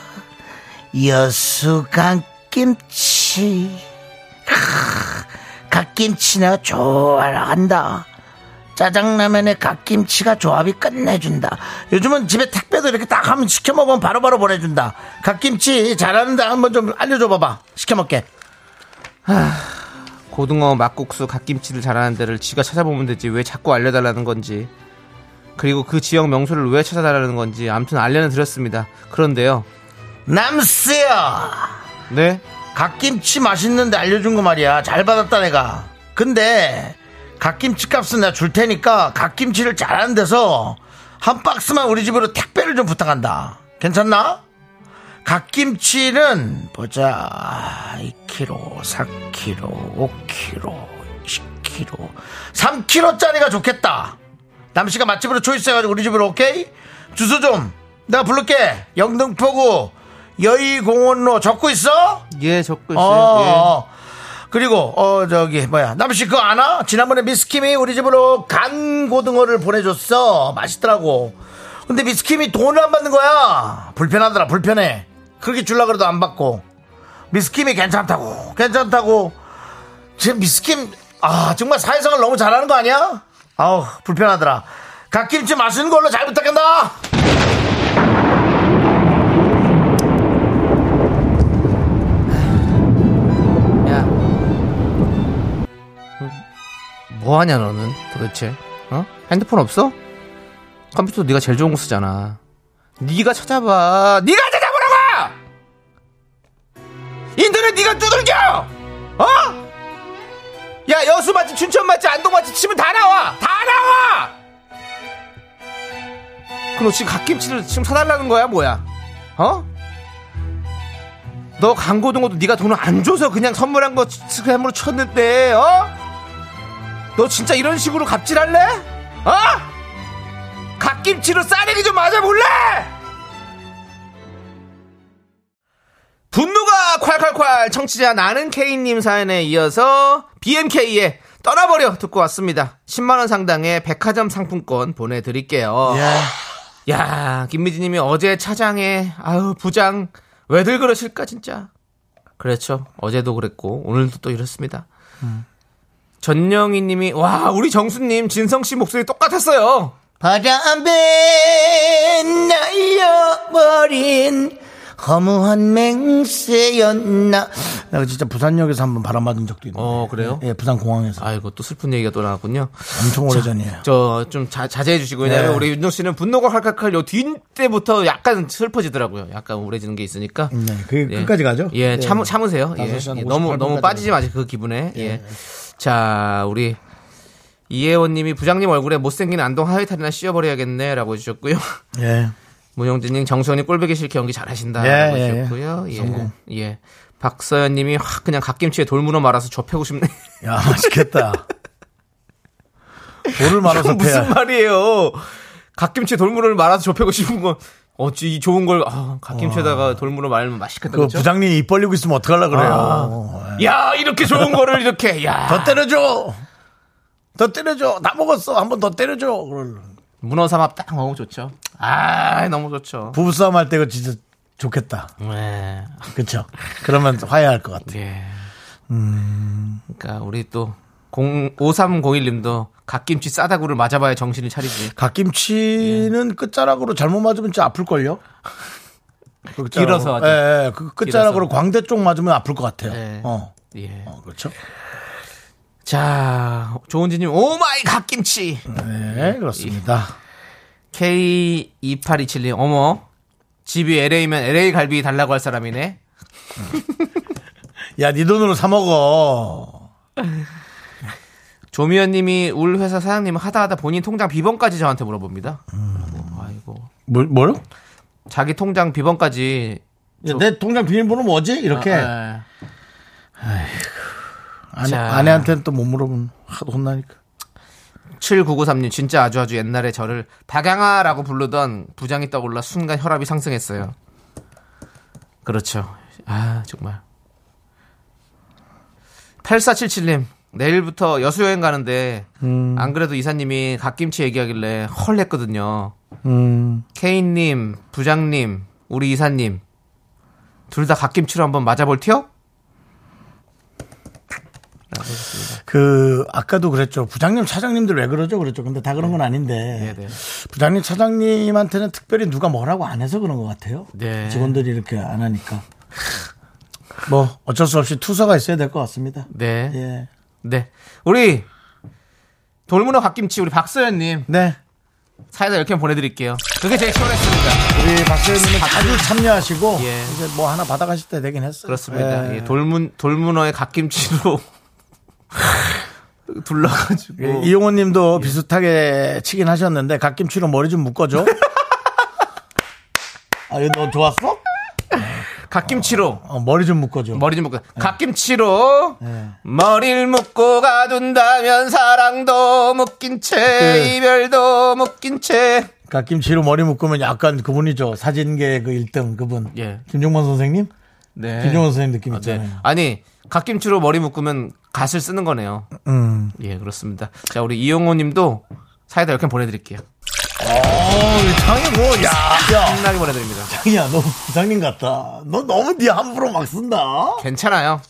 Speaker 1: 여수 간김치 크, 갓김치 내가 좋아한다 짜장라면에 갓김치가 조합이 끝내준다 요즘은 집에 택배도 이렇게 딱 하면 시켜 먹으면 바로바로 보내준다 갓김치 잘한다 한번 좀 알려줘 봐봐 시켜 먹게
Speaker 2: 고등어, 막국수, 갓김치를 잘하는 데를 지가 찾아보면 되지 왜 자꾸 알려달라는 건지 그리고 그 지역 명소를 왜 찾아달라는 건지 아무튼 알려는 드렸습니다. 그런데요.
Speaker 1: 남수야
Speaker 2: 네?
Speaker 1: 갓김치 맛있는데 알려준 거 말이야. 잘 받았다 내가. 근데 갓김치 값은 내가 줄 테니까 갓김치를 잘하는 데서 한 박스만 우리 집으로 택배를 좀 부탁한다. 괜찮나? 갓김치는 보자 2kg, 4kg, 5kg, 10kg, 3kg짜리가 좋겠다. 남씨가 맛집으로 초이스해가지고 우리 집으로 오케이? 주소 좀 내가 부를게. 영등포구 여의공원로 적고 있어?
Speaker 2: 예, 적고 있어요.
Speaker 1: 어, 어. 그리고 어 저기 뭐야 남씨 그거 아나? 지난번에 미스킴이 우리 집으로 간 고등어를 보내줬어 맛있더라고 근데 미스킴이 돈을 안 받는 거야 불편하더라 불편해 그렇게 줄라 그래도 안 받고 미스킴이 괜찮다고 괜찮다고 지금 미스킴 아 정말 사회생활 너무 잘하는 거 아니야? 아우 불편하더라 갓김치 맛있는 걸로 잘 부탁한다
Speaker 2: 예. 야. 뭐 하냐 너는 도대체? 어? 핸드폰 없어? 컴퓨터 네가 제일 좋은 거 쓰잖아. 네가 찾아봐. 네가 찾아보라고! 인터넷 네가 두들겨! 어? 야 여수 맛집, 춘천 맛집, 안동 맛집 치면 다 나와. 다 나와. 그럼 너 지금 갓김치를 지금 사달라는 거야 뭐야? 어? 너 강고등어도 네가 돈을 안 줘서 그냥 선물한 거 스크램으로 쳤는데 어? 너 진짜 이런 식으로 갑질할래? 어? 갓김치로 싸내기 좀 맞아볼래? 분노가 콸콸콸 청취자 나는 케이님 사연에 이어서 BMK의 떠나버려 듣고 왔습니다. 10만원 상당의 백화점 상품권 보내드릴게요. 야, 김미지 님이 어제 차장에, 아유, 부장, 왜들 그러실까, 진짜. 그렇죠. 어제도 그랬고, 오늘도 또 이렇습니다. 전영희 님이, 와, 우리 정수님, 진성 씨 목소리 똑같았어요.
Speaker 1: 바람에 날려버린 허무한 맹세였나. 내가 진짜 부산역에서 한번 바람 맞은 적도 있는데.
Speaker 2: 어, 그래요?
Speaker 1: 예, 부산공항에서.
Speaker 2: 아이고, 또 슬픈 얘기가 또 나왔군요.
Speaker 1: 엄청 오래전이에요.
Speaker 2: 저 좀 자제해 주시고 왜냐면
Speaker 1: 네.
Speaker 2: 우리 윤종 씨는 분노가 칼칼칼 요 뒷때부터 약간 슬퍼지더라고요. 약간 우울해지는 게 있으니까.
Speaker 1: 네, 그 끝까지 가죠?
Speaker 2: 예,
Speaker 1: 예.
Speaker 2: 참, 참으세요. 예.
Speaker 1: 다섯 시간
Speaker 2: 예, 너무
Speaker 1: 58
Speaker 2: 너무
Speaker 1: 분까지
Speaker 2: 빠지지 마세요 그 기분에. 예. 자, 우리 이혜원님이 부장님 얼굴에 못생긴 안동 하회탈이나 씌워버려야겠네라고 해주셨고요.
Speaker 1: 예.
Speaker 2: 문영진님 정수현이 꼴보기 싫게 연기 잘하신다
Speaker 1: 예,
Speaker 2: 라고
Speaker 1: 예, 예.
Speaker 2: 해주셨고요. 예, 예. 박서연님이 확 그냥 갓김치에 돌문어 말아서 접해고 싶네.
Speaker 1: 야, 맛있겠다. 볼을 말아서
Speaker 2: 이건 무슨
Speaker 1: 패야.
Speaker 2: 말이에요? 갓김치 돌무를 말아서 접해고 싶은 건 어찌 이 좋은 걸 아, 갓김치에다가 돌무를 말면 맛있겠다.
Speaker 1: 그
Speaker 2: 그렇죠?
Speaker 1: 부장님 입 벌리고 있으면 어떡하려고 그래요. 어, 예.
Speaker 2: 야 이렇게 좋은 거를 이렇게 야
Speaker 1: 더 때려줘! 더 때려줘! 다 먹었어! 한 번 더 때려줘! 그걸.
Speaker 2: 문어 삼합 딱 너무 좋죠. 아 너무 좋죠.
Speaker 1: 부부싸움 할 때가 진짜 좋겠다.
Speaker 2: 네.
Speaker 1: 그쵸? 그러면 화해할 것 같아.
Speaker 2: 예. 그러니까 우리 또 0, 5301님도 갓김치 싸다구를 맞아봐야 정신이 차리지.
Speaker 1: 갓김치는 끝자락으로 잘못 맞으면 진짜 아플걸요? 그 끝자락으로.
Speaker 2: 길어서 아주.
Speaker 1: 예, 예. 그 끝자락으로
Speaker 2: 길어서.
Speaker 1: 광대 쪽 맞으면 아플 것 같아요.
Speaker 2: 예.
Speaker 1: 어.
Speaker 2: 예.
Speaker 1: 어, 그렇죠?
Speaker 2: 자 조은지님 오마이 갓김치.
Speaker 1: 네, 그렇습니다.
Speaker 2: K2827님, 어머. 집이 LA면 LA 갈비 달라고 할 사람이네.
Speaker 1: 야, 네 돈으로 사먹어.
Speaker 2: 조미연 님이 울 회사 사장님은 하다 하다 본인 통장 비번까지 저한테 물어봅니다. 음. 아이고, 아이고.
Speaker 1: 뭘, 뭘?
Speaker 2: 자기 통장 비번까지.
Speaker 1: 야, 내 통장 비밀번호 뭐지? 이렇게.
Speaker 2: 아, 예.
Speaker 1: 아내,
Speaker 2: 자.
Speaker 1: 아내한테는 또 못 물어보면 하도 혼나니까.
Speaker 2: 7993님, 진짜 아주 아주 옛날에 저를 박양아라고 부르던 부장이 떠올라 순간 혈압이 상승했어요. 그렇죠. 아, 정말. 8477님, 내일부터 여수 여행 가는데, 안 그래도 이사님이 갓김치 얘기하길래 헐 했거든요. 케인님, 부장님, 우리 이사님, 둘 다 갓김치로 한번 맞아볼 티요?
Speaker 1: 그, 아까도 그랬죠. 부장님, 차장님들 왜 그러죠? 그랬죠. 근데 다 그런 건 아닌데.
Speaker 2: 네.
Speaker 1: 부장님, 차장님한테는 특별히 누가 뭐라고 안 해서 그런 것 같아요.
Speaker 2: 네.
Speaker 1: 직원들이 이렇게 안 하니까. 뭐, 어쩔 수 없이 투서가 있어야 될 것 같습니다.
Speaker 2: 네.
Speaker 1: 예.
Speaker 2: 네. 우리 돌문어 갓김치 우리 박서연님
Speaker 1: 네.
Speaker 2: 사이다 이렇게 보내드릴게요. 그게 제일 시원했습니다.
Speaker 1: 우리 박사님은 자주 참여하시고,
Speaker 2: 예.
Speaker 1: 이제 뭐 하나 받아가실 때 되긴 했어요. 네.
Speaker 2: 그렇습니다. 예, 돌문 돌문어의 갓김치로 둘러가지고
Speaker 1: 예, 이용호 님도 비슷하게 치긴 하셨는데, 갓김치로 머리 좀 묶어줘. 아, 이거 너 좋았어?
Speaker 2: 갓김치로
Speaker 1: 어, 머리 좀 묶어줘.
Speaker 2: 머리 좀 묶고 갓김치로
Speaker 1: 네.
Speaker 2: 머리를 묶고 가둔다면 사랑도 묶인 채
Speaker 1: 그-
Speaker 2: 이별도 묶인 채
Speaker 1: 그러니까 갓김치로 머리 묶으면 약간 그분이죠. 사진계 그 1등 그분.
Speaker 2: 예.
Speaker 1: 김종만 선생님?
Speaker 2: 네.
Speaker 1: 김종만 선생님 느낌
Speaker 2: 아, 네.
Speaker 1: 있잖아요.
Speaker 2: 아니 갓김치로 머리 묶으면 갓을 쓰는 거네요.
Speaker 1: 음.
Speaker 2: 예, 그렇습니다. 자, 우리 이용호님도 사이다 이렇게 보내드릴게요.
Speaker 1: 어, 창이 뭐, 야, 야.
Speaker 2: 신나게 보내드립니다.
Speaker 1: 창이야, 너 부장님 같다. 너 너무 네 함부로 막 쓴다.
Speaker 2: 괜찮아요.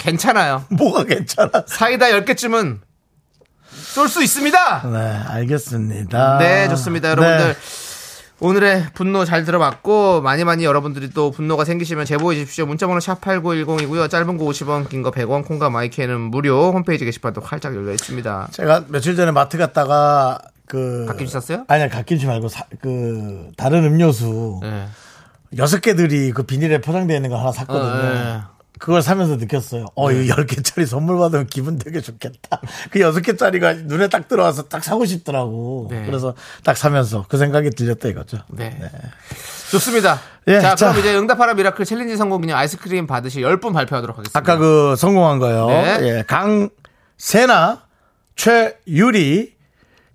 Speaker 2: 괜찮아요.
Speaker 1: 뭐가 괜찮아.
Speaker 2: 사이다 10개쯤은 쏠 수 있습니다.
Speaker 1: 네, 알겠습니다. 네.
Speaker 2: 네, 좋습니다. 여러분들. 오늘의 분노 잘 들어봤고 많이 많이 여러분들이 또 분노가 생기시면 제보해 주십시오. 문자번호 샵 8910이고요. 짧은 거 50원, 긴 거 100원, 콩과 마이크는 무료. 홈페이지 게시판도 활짝 열려 있습니다.
Speaker 1: 제가 며칠 전에 마트 갔다가 그
Speaker 2: 갓김치 샀어요?
Speaker 1: 아니요, 갓김치 말고 사- 그 다른 음료수
Speaker 2: 네.
Speaker 1: 여섯 개들이 그 비닐에 포장되어 있는 거 하나 샀거든요.
Speaker 2: 어, 네.
Speaker 1: 그걸 사면서 느꼈어요. 어, 이 10개짜리 선물 받으면 기분 되게 좋겠다. 그 6개짜리가 눈에 딱 들어와서 딱 사고 싶더라고.
Speaker 2: 네.
Speaker 1: 그래서 딱 사면서 그 생각이 들렸다 이거죠.
Speaker 2: 네. 좋습니다.
Speaker 1: 예,
Speaker 2: 자,
Speaker 1: 자.
Speaker 2: 그럼 이제 응답하라 미라클 챌린지 성공기념 아이스크림 받으실 10분 발표하도록 하겠습니다.
Speaker 1: 아까 그 성공한 거요.
Speaker 2: 네.
Speaker 1: 예, 강세나, 최유리,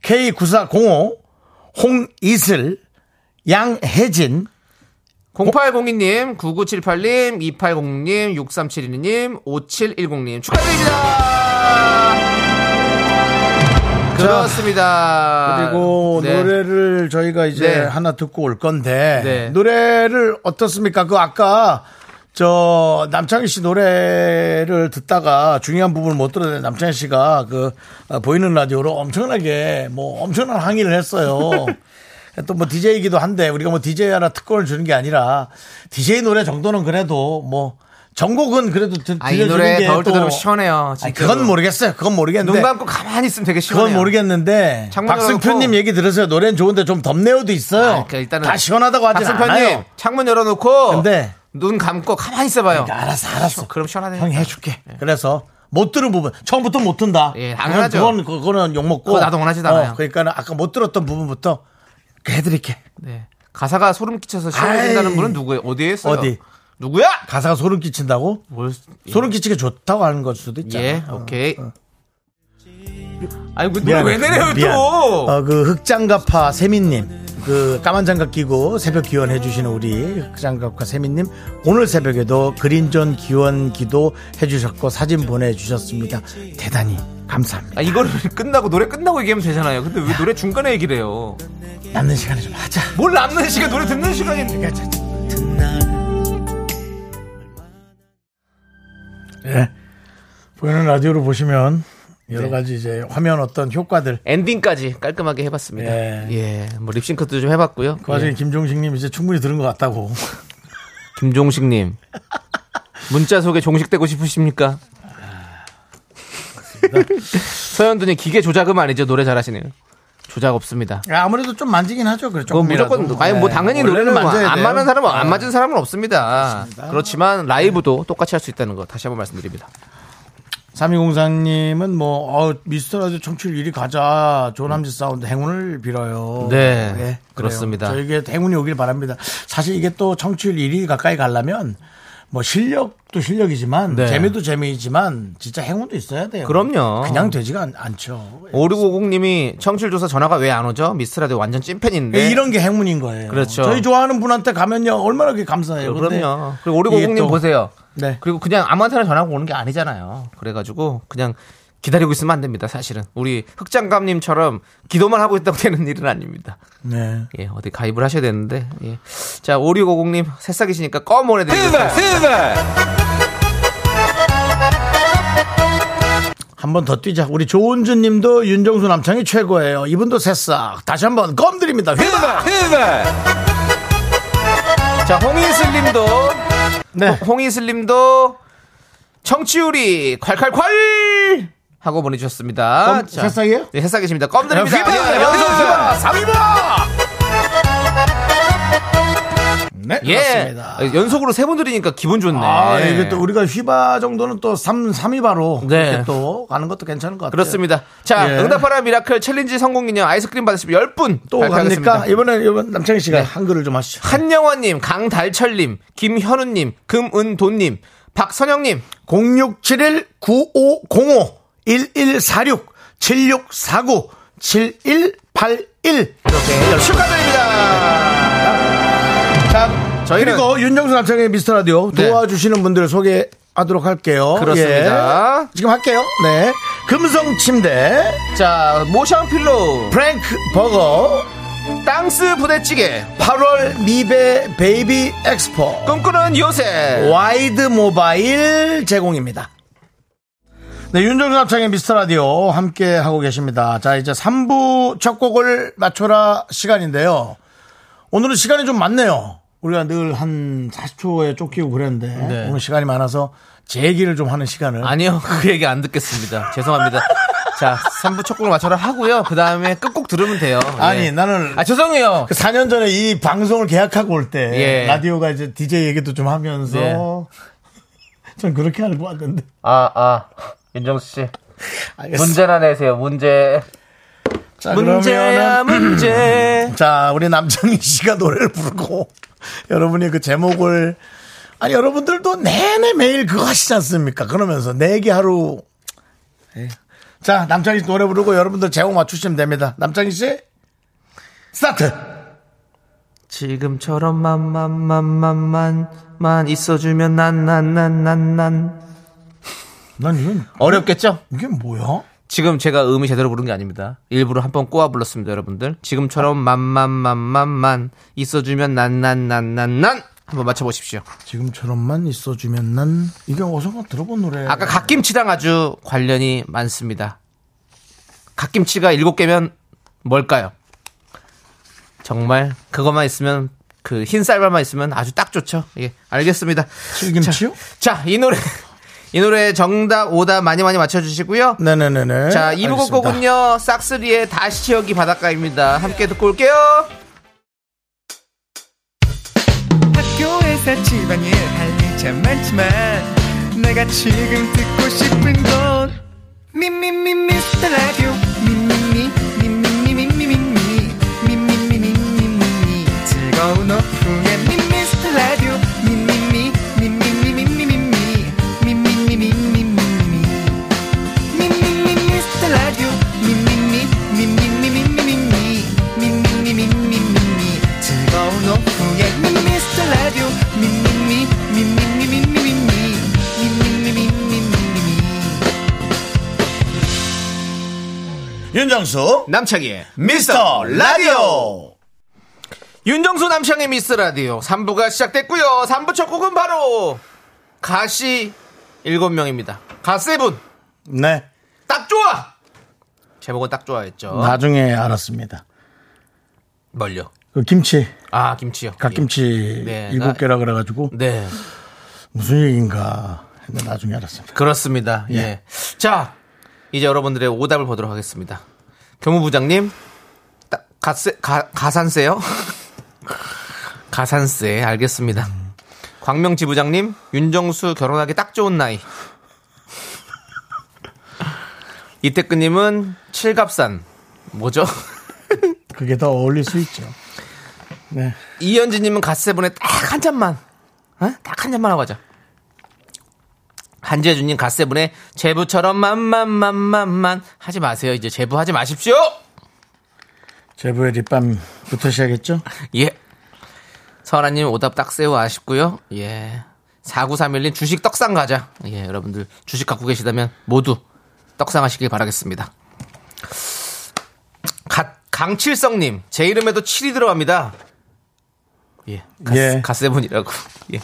Speaker 1: K9405, 홍이슬, 양혜진,
Speaker 2: 0802님, 9978님, 2806님, 6372님, 5710님 축하드립니다. 그렇습니다.
Speaker 1: 그리고
Speaker 2: 네.
Speaker 1: 노래를 저희가 이제
Speaker 2: 네.
Speaker 1: 하나 듣고 올 건데
Speaker 2: 네.
Speaker 1: 노래를 어떻습니까? 그 아까 저 남창희 씨 노래를 듣다가 중요한 부분을 못 들었는데 남창희 씨가 그 어, 보이는 라디오로 엄청나게 뭐 엄청난 항의를 했어요. 또 뭐 DJ이기도 한데 우리가 뭐 DJ 하나 특권을 주는 게 아니라 DJ 노래 정도는 그래도 뭐 전곡은 그래도 들-
Speaker 2: 아, 이
Speaker 1: 들려주는
Speaker 2: 노래
Speaker 1: 게
Speaker 2: 더울 때
Speaker 1: 또-
Speaker 2: 들으면 시원해요,
Speaker 1: 아니,
Speaker 2: 진짜로.
Speaker 1: 그건 모르겠어요. 그건 모르겠는데.
Speaker 2: 눈 감고 가만히 있으면 되게 시원해요.
Speaker 1: 그건 모르겠는데
Speaker 2: 창문
Speaker 1: 박승표님
Speaker 2: 열어놓고.
Speaker 1: 얘기 들으세요. 노래는 좋은데 좀 덥네요도 있어요.
Speaker 2: 아, 그러니까 일단은
Speaker 1: 다 시원하다고 하진
Speaker 2: 박승편님
Speaker 1: 않아요.
Speaker 2: 창문 열어놓고
Speaker 1: 근데-
Speaker 2: 눈 감고 가만히 있어봐요.
Speaker 1: 그러니까 알았어, 알았어.
Speaker 2: 그럼 시원하네요.
Speaker 1: 형이 해줄게. 그래서 못 들은 부분 처음부터 못 든다.
Speaker 2: 예, 당연하죠.
Speaker 1: 그건 그거는 욕 먹고. 어,
Speaker 2: 그거 나도 원하지도 않아요.
Speaker 1: 그러니까는 아까 못 들었던 부분부터 해드릴게.
Speaker 2: 네. 가사가 소름 끼쳐서 시원해진다는
Speaker 1: 아이.
Speaker 2: 분은 누구예요? 어디에 있어요?
Speaker 1: 어디?
Speaker 2: 누구야?
Speaker 1: 가사가 소름 끼친다고?
Speaker 2: 뭘?
Speaker 1: 소름 끼치게 좋다고 하는 걸 수도 있잖아.
Speaker 2: 예,
Speaker 1: 어.
Speaker 2: 오케이. 아니, 그 노래
Speaker 1: 미안해.
Speaker 2: 왜 내려요,
Speaker 1: 미안.
Speaker 2: 또?
Speaker 1: 어, 그 흑장갑파 세민님. 그 까만 장갑 끼고 새벽 기원해 주시는 우리 흑장갑파 세민님 오늘 새벽에도 그린존 기원 기도 해주셨고 사진 보내주셨습니다 대단히 감사합니다
Speaker 2: 아, 이거를 끝나고, 노래 끝나고 얘기하면 되잖아요. 근데 왜 노래 중간에 얘기를 해요?
Speaker 1: 남는 시간에 좀 하자
Speaker 2: 뭘 남는 시간, 노래 듣는 시간이.
Speaker 1: 예. 보이는 라디오로 보시면 여러 가지 이제 화면 어떤 효과들
Speaker 2: 엔딩까지 깔끔하게 해봤습니다.
Speaker 1: 예.
Speaker 2: 예. 뭐, 립싱크도 좀 해봤고요.
Speaker 1: 그 와중에
Speaker 2: 예.
Speaker 1: 김종식님 이제 충분히 들은 것 같다고
Speaker 2: 김종식님. 문자 소개 종식되고 싶으십니까? 서현두님, 기계 조작음 아니죠? 노래 잘하시네요. 조작 없습니다.
Speaker 1: 아무래도 좀 만지긴 하죠 그렇죠
Speaker 2: 그건 무조건 아니 뭐 당연히 노래는 안 맞는 사람은 안 맞은 사람은 없습니다. 네. 그렇지만 라이브도 똑같이 할 수 있다는 거 다시 한번 말씀드립니다.
Speaker 1: 3204님은 뭐, 어, 미스터 라디오 청취율 1위 가자. 조남지 사운드 행운을 빌어요.
Speaker 2: 음.
Speaker 1: 예,
Speaker 2: 네,
Speaker 1: 그래요.
Speaker 2: 그렇습니다.
Speaker 1: 저에게 행운이 오길 바랍니다. 사실 이게 또 청취율 1위 가까이 가려면 뭐 실력도 실력이지만
Speaker 2: 네.
Speaker 1: 재미도 재미이지만 진짜 행운도 있어야 돼요.
Speaker 2: 그럼요.
Speaker 1: 그냥 되지가 않, 죠
Speaker 2: 5650님이 청취율 조사 전화가 왜 안 오죠? 미스라디오 완전 찐팬인데.
Speaker 1: 네, 이런 게 행운인 거예요.
Speaker 2: 네. 그렇죠.
Speaker 1: 저희 좋아하는 분한테 가면요. 얼마나 그게 감사해요. 근데
Speaker 2: 네, 그럼요. 그리고
Speaker 1: 이게
Speaker 2: 5650님
Speaker 1: 또-
Speaker 2: 보세요.
Speaker 1: 네.
Speaker 2: 그리고 그냥 아무한테나 전화가 오는 게 아니잖아요. 그래가지고 그냥 기다리고 있으면 안 됩니다. 사실은 우리 흑장감님처럼 기도만 하고 있다고 되는 일은 아닙니다.
Speaker 1: 네.
Speaker 2: 예, 어디 가입을 하셔야 되는데. 예. 자, 5650님 새싹이시니까 껌 보내드리겠습니다.
Speaker 1: 한 번 더 뛰자. 우리 조은주 님도 윤정수 남창이 최고예요. 이분도 새싹. 다시 한 번 껌 드립니다. 휘바!
Speaker 2: 자, 홍인슬님도
Speaker 1: 네.
Speaker 2: 홍인슬님도 청취율이 콸콸콸 하고 보내주셨습니다.
Speaker 1: 껌 새싹이에요? 아,
Speaker 2: 네, 새싹이십니다. 껌 드립니다.
Speaker 1: 휘바!
Speaker 2: 예, 여기서 휘바!
Speaker 1: 네,
Speaker 2: 예,
Speaker 1: 그렇습니다.
Speaker 2: 연속으로 세 번 드리니까 기분 좋네.
Speaker 1: 아, 이게 또 우리가 휘바 정도는 또 3, 삼위바로
Speaker 2: 네.
Speaker 1: 이렇게 또 가는 것도 괜찮을 것 같아요.
Speaker 2: 그렇습니다. 자,
Speaker 1: 예.
Speaker 2: 응답하라 미라클 챌린지 성공 기념 아이스크림 받으시면 10분
Speaker 1: 또
Speaker 2: 발표하겠습니다. 네.
Speaker 1: 갑니까? 이번에 이번 남창희 씨가 한글을 좀 하시죠.
Speaker 2: 한영원님, 강달철님, 김현우님, 금은돈님, 박선영님,
Speaker 1: 0671-9505-1146-7649-7181.
Speaker 2: 이렇게 축하드립니다.
Speaker 1: 자,
Speaker 2: 저희는-
Speaker 1: 그리고 윤정수 남창의 미스터 라디오
Speaker 2: 네.
Speaker 1: 도와주시는 분들을 소개하도록 할게요.
Speaker 2: 그렇습니다.
Speaker 1: 예. 지금 할게요. 네. 금성 침대,
Speaker 2: 자, 모션 필로우,
Speaker 1: 프랭크 버거,
Speaker 2: 땅스 부대찌개,
Speaker 1: 8월 미베 베이비 엑스포.
Speaker 2: 꿈꾸는 요새.
Speaker 1: 와이드 모바일 제공입니다. 네, 윤정수 합창의 미스터 라디오 함께 하고 계십니다. 자, 이제 3부 첫 곡을 맞춰라 시간인데요. 오늘은 시간이 좀 많네요. 우리가 늘 한 40초에 쫓기고 그랬는데
Speaker 2: 네.
Speaker 1: 오늘 시간이 많아서 제 얘기를 좀 하는 시간을
Speaker 2: 아니요, 그 얘기 안 듣겠습니다. 죄송합니다. 자, 3부 첫 곡을 맞춰라 하고요. 그 다음에 끝곡 들으면 돼요. 예.
Speaker 1: 네. 아니, 나는
Speaker 2: 아, 죄송해요.
Speaker 1: 그 4년 전에 이 방송을 계약하고 올 때
Speaker 2: 예.
Speaker 1: 라디오가 이제 DJ 얘기도 좀 하면서
Speaker 2: 네.
Speaker 1: 전 그렇게 알고 왔는데
Speaker 7: 아, 아. 윤정수 씨.
Speaker 2: 예.
Speaker 1: 알겠어.
Speaker 7: 문제나 내세요, 문제.
Speaker 1: 자,
Speaker 2: 문제야,
Speaker 1: 그러면은
Speaker 2: 문제.
Speaker 1: 자 우리 남창희 씨가 노래를 부르고 여러분이 그 제목을 아니 여러분들도 내내 매일 그거 하시지 않습니까? 그러면서 내기 하루 에이. 자 남창희 씨 노래 부르고 여러분들 제목 맞추시면 됩니다. 남창희 씨 스타트.
Speaker 2: 지금처럼 만만만만만 만 있어주면 난 난 난 난 난
Speaker 1: 난 이건
Speaker 2: 어렵겠죠?
Speaker 1: 이게 뭐야?
Speaker 2: 지금 제가 음이 제대로 부른 게 아닙니다. 일부러 한 번 꼬아 불렀습니다, 여러분들. 지금처럼 만만만만만 있어주면 난 난 난 난 난 한번 맞춰보십시오.
Speaker 1: 지금처럼만 있어주면 난 이게 어서만 들어본 노래.
Speaker 2: 네. 아까 갓김치랑 아주 관련이 많습니다. 갓김치가 일곱 개면 뭘까요? 정말 그것만 있으면 그 흰 쌀밥만 있으면 아주 딱 좋죠. 예, 알겠습니다.
Speaker 1: 칠김치요?
Speaker 2: 자, 이 노래 이 노래 정답 오답 많이 많이 맞춰주시고요.
Speaker 1: 네네네네.
Speaker 2: 자, 이부
Speaker 1: 알겠습니다.
Speaker 2: 곡은요 싹스리의 다시 여기 바닷가입니다. 함께 듣고 올게요.
Speaker 8: 학교에서 집안일 할 일 참 많지만 내가 지금 듣고 싶은 건 미미미 미스터 라디오 미미미 미미미 미미미 미미미 미미미 미미미 즐거운 오후에 미스터 라디오 미미미 미미미 미미미 미미미 미미미 미미미
Speaker 1: 윤정수
Speaker 2: 남창희의
Speaker 1: 미스터 라디오.
Speaker 2: 윤정수 남창의 미스 라디오 3부가 시작됐고요. 3부 첫 곡은 바로 가시 7명입니다. 가세븐
Speaker 1: 네.
Speaker 2: 딱 좋아. 제목은 딱 좋아했죠.
Speaker 1: 나중에 알았습니다.
Speaker 2: 멀려.
Speaker 1: 그 김치
Speaker 2: 아 김치요.
Speaker 1: 갓김치
Speaker 2: 네,
Speaker 1: 일곱
Speaker 2: 나-
Speaker 1: 개라 그래가지고
Speaker 2: 예. 네
Speaker 1: 무슨 얘기인가 했는데 나중에 알았습니다.
Speaker 2: 그렇습니다. 예.
Speaker 1: 예.
Speaker 2: 자 이제 여러분들의 오답을 보도록 하겠습니다. 교무부장님 딱 가세 가 가산세요? 가산세 알겠습니다. 광명지 부장님 윤정수 결혼하기 딱 좋은 나이. 이태근님은 칠갑산 뭐죠?
Speaker 1: 그게 더 어울릴 수 있죠.
Speaker 2: 이현진님은 갓세븐에 딱 한 잔만, 어? 딱 한 잔만 하고 가자. 한재준님 갓세븐에 제부처럼 만만만만만 하지 마세요. 이제 제부 하지 마십시오.
Speaker 1: 제부의 립밤부터 시작했죠?
Speaker 2: 예. 설아님 오답 딱 세워 아쉽고요. 예. 4931님 주식 떡상 가자. 예, 여러분들 주식 갖고 계시다면 모두 떡상 하시길 바라겠습니다. 갓, 강칠성님 제 이름에도 7이 들어갑니다. 예. 갓,
Speaker 1: 예.
Speaker 2: 갓세븐이라고. 예.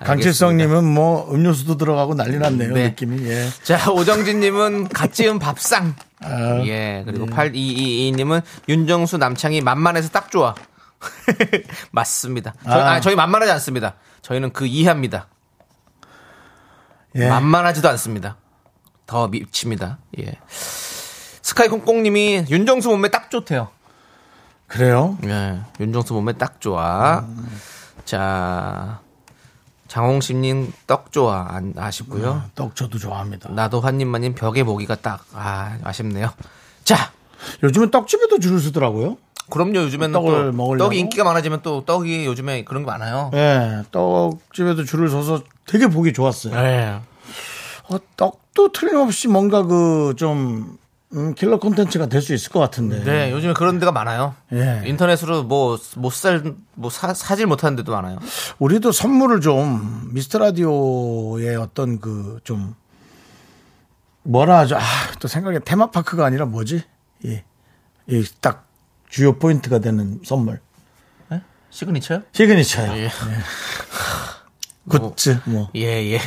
Speaker 2: 알겠습니다.
Speaker 1: 강칠성님은 뭐 음료수도 들어가고 난리 났네요.
Speaker 2: 네.
Speaker 1: 느낌이. 예.
Speaker 2: 자, 오정진님은 갓 지은 밥상.
Speaker 1: 아,
Speaker 2: 예, 그리고 8222님은 윤정수 남창이 만만해서 딱 좋아. 맞습니다. 저희,
Speaker 1: 아.
Speaker 2: 아, 저희 만만하지 않습니다. 저희는 그 이해합니다.
Speaker 1: 예.
Speaker 2: 만만하지도 않습니다. 더 미칩니다. 예. 스카이콩콩님이 윤정수 몸매 딱 좋대요.
Speaker 1: 그래요?
Speaker 2: 예, 윤정수 몸매 딱 좋아.
Speaker 1: 음.
Speaker 2: 자, 장홍심님 떡 좋아. 안, 아쉽고요.
Speaker 1: 떡 저도 좋아합니다.
Speaker 2: 나도 환님만님 벽에 모기가 딱. 아, 아쉽네요. 자,
Speaker 1: 요즘은 떡집에도 줄을 서더라고요.
Speaker 2: 그럼요. 요즘에는
Speaker 1: 떡을
Speaker 2: 또
Speaker 1: 먹으려고?
Speaker 2: 떡이 인기가 많아지면 또 떡이 요즘에 그런 거 많아요.
Speaker 1: 예, 떡집에도 줄을 서서 되게 보기 좋았어요.
Speaker 2: 예.
Speaker 1: 어, 떡도 틀림없이 뭔가 그 좀 음, 킬러 콘텐츠가 될 수 있을 것 같은데.
Speaker 2: 네, 요즘에 그런 데가 많아요.
Speaker 1: 예.
Speaker 2: 인터넷으로 뭐 못 살, 뭐 사, 사질 못하는 데도 많아요.
Speaker 1: 우리도 선물을 좀 미스터 라디오의 어떤 그 좀 뭐라 하죠? 아, 또 생각에 테마파크가 아니라 뭐지? 예. 예, 딱 주요 포인트가 되는 선물.
Speaker 2: 시그니처요?
Speaker 1: 시그니처요. 예. 굿즈 뭐.
Speaker 2: 예, 예.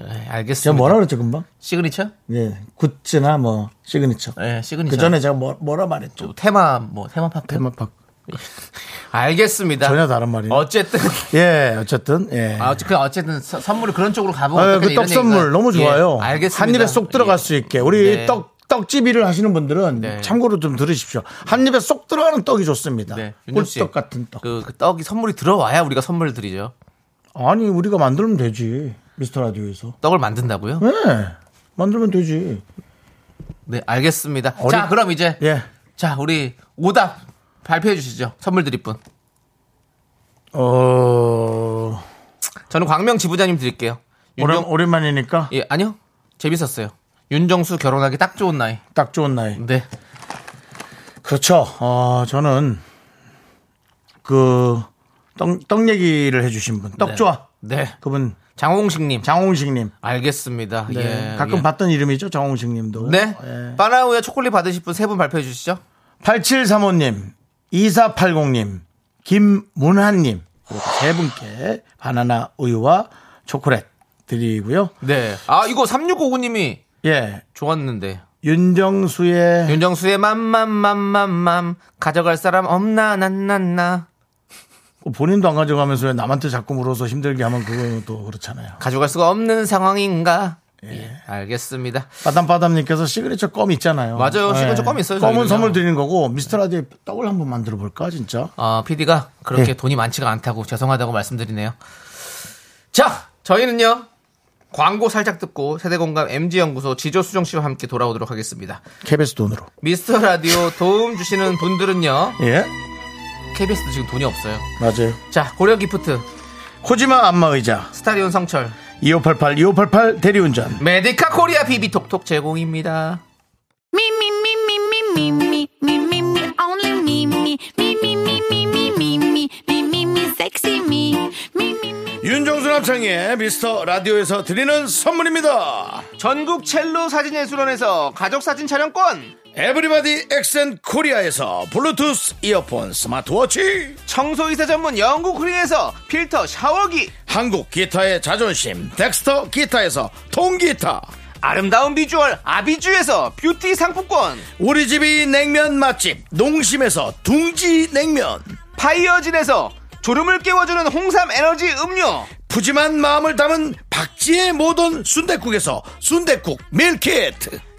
Speaker 2: 예, 알겠습니다.
Speaker 1: 제가 뭐라 그랬죠, 금방?
Speaker 2: 시그니처?
Speaker 1: 예. 굿즈나 뭐 시그니처.
Speaker 2: 예, 시그니처.
Speaker 1: 그 전에 제가 뭐, 뭐라 말했죠?
Speaker 2: 또 테마, 뭐, 테마파크.
Speaker 1: 테마파크.
Speaker 2: 알겠습니다.
Speaker 1: 전혀 다른 말이에요.
Speaker 2: 어쨌든
Speaker 1: 예, 어쨌든 예.
Speaker 2: 아, 어쨌든, 어쨌든 서- 선물을 그런 쪽으로 가보고
Speaker 1: 아,
Speaker 2: 어떻게
Speaker 1: 그떡
Speaker 2: 이런
Speaker 1: 선물
Speaker 2: 얘기가-
Speaker 1: 너무 좋아요.
Speaker 2: 예, 알겠습니다.
Speaker 1: 한 입에 쏙 들어갈 수 있게 우리
Speaker 2: 네.
Speaker 1: 떡 떡집 일을 하시는 분들은
Speaker 2: 네.
Speaker 1: 참고로 좀 들으십시오. 한 입에 쏙 들어가는 떡이 좋습니다.
Speaker 2: 네, 윤정 씨.
Speaker 1: 꿀떡 같은 떡.
Speaker 2: 그, 그 떡이 선물이 들어와야 우리가 선물을 드리죠.
Speaker 1: 아니 우리가 만들면 되지 미스터 라디오에서.
Speaker 2: 떡을 만든다고요?
Speaker 1: 네, 만들면 되지.
Speaker 2: 네, 알겠습니다.
Speaker 1: 어리-
Speaker 2: 자, 그럼 이제
Speaker 1: 예,
Speaker 2: 자, 우리 오답 발표해 주시죠. 선물 드릴 분.
Speaker 1: 어
Speaker 2: 저는 광명 지부장님 드릴게요.
Speaker 1: 오랜,
Speaker 2: 윤정-
Speaker 1: 오랜만이니까
Speaker 2: 예, 아니요. 재밌었어요. 윤정수 결혼하기 딱 좋은 나이.
Speaker 1: 딱 좋은 나이.
Speaker 2: 네.
Speaker 1: 그렇죠. 어, 저는 그 떡 떡 얘기를 해주신 분, 떡 좋아
Speaker 2: 네.
Speaker 1: 그분
Speaker 2: 장홍식님.
Speaker 1: 장홍식님.
Speaker 2: 알겠습니다. 예.
Speaker 1: 네, 가끔
Speaker 2: 예.
Speaker 1: 봤던 이름이죠 정홍식님도.
Speaker 2: 네.
Speaker 1: 예.
Speaker 2: 바나우야 초콜릿 받으실 분 세 분 발표해 주시죠.
Speaker 1: 8735님, 2480님, 김문환님 이렇게 세 분께 바나나 우유와 초콜릿 드리고요.
Speaker 2: 네. 아, 이거 3659님이
Speaker 1: 예,
Speaker 2: 좋았는데.
Speaker 1: 윤정수의
Speaker 2: 윤정수의 맘맘맘맘맘 가져갈 사람 없나 난난나
Speaker 1: 본인도 안 가져가면서 왜 남한테 자꾸 물어서 힘들게 하면 그건 또 그렇잖아요.
Speaker 2: 가져갈 수가 없는 상황인가? 예, 알겠습니다.
Speaker 1: 빠담빠담님께서 시그니처 껌 있잖아요. 예.
Speaker 2: 맞아요. 시그니처 껌 있어요,
Speaker 1: 껌은
Speaker 2: 저희는요.
Speaker 1: 선물 드리는 거고 미스터 라디오 떡을 한번 만들어 볼까 진짜.
Speaker 2: 어, PD가 그렇게
Speaker 1: 예.
Speaker 2: 돈이 많지가 않다고 죄송하다고 말씀드리네요. 자, 저희는요. 광고 살짝 듣고 세대공감 MG연구소 지조수정 씨와 함께 돌아오도록 하겠습니다.
Speaker 1: KBS 돈으로.
Speaker 2: 미스터 라디오 도움 주시는 분들은요.
Speaker 1: 예,
Speaker 2: KBS도 지금 돈이 없어요.
Speaker 1: 맞아요.
Speaker 2: 자, 고려 기프트,
Speaker 1: 코지마 안마의자
Speaker 2: 스타리온 성철,
Speaker 1: 2588 2588 대리운전.
Speaker 2: 메디카 코리아 비비톡톡 제공입니다.
Speaker 6: Me, me, me, me, me, me, me, me, me, me, only me, me, me, me, me, me, me, me, me, me, me, me, sexy me, me, me, me.
Speaker 1: 윤정수 남창의 미스터 라디오에서 드리는 선물입니다.
Speaker 2: 전국 첼로 사진예술원에서 가족사진 촬영권
Speaker 1: 에브리바디 엑센 코리아에서 블루투스 이어폰 스마트워치
Speaker 2: 청소이사 전문 영국 크린에서 필터 샤워기
Speaker 1: 한국 기타의 자존심 덱스터 기타에서 통기타
Speaker 2: 아름다운 비주얼 아비주에서 뷰티 상품권
Speaker 1: 우리 집이 냉면 맛집 농심에서 둥지 냉면
Speaker 2: 파이어진에서 졸음을 깨워주는 홍삼 에너지 음료
Speaker 1: 푸짐한 마음을 담은 박지의 모던 순댓국에서순댓국 밀키트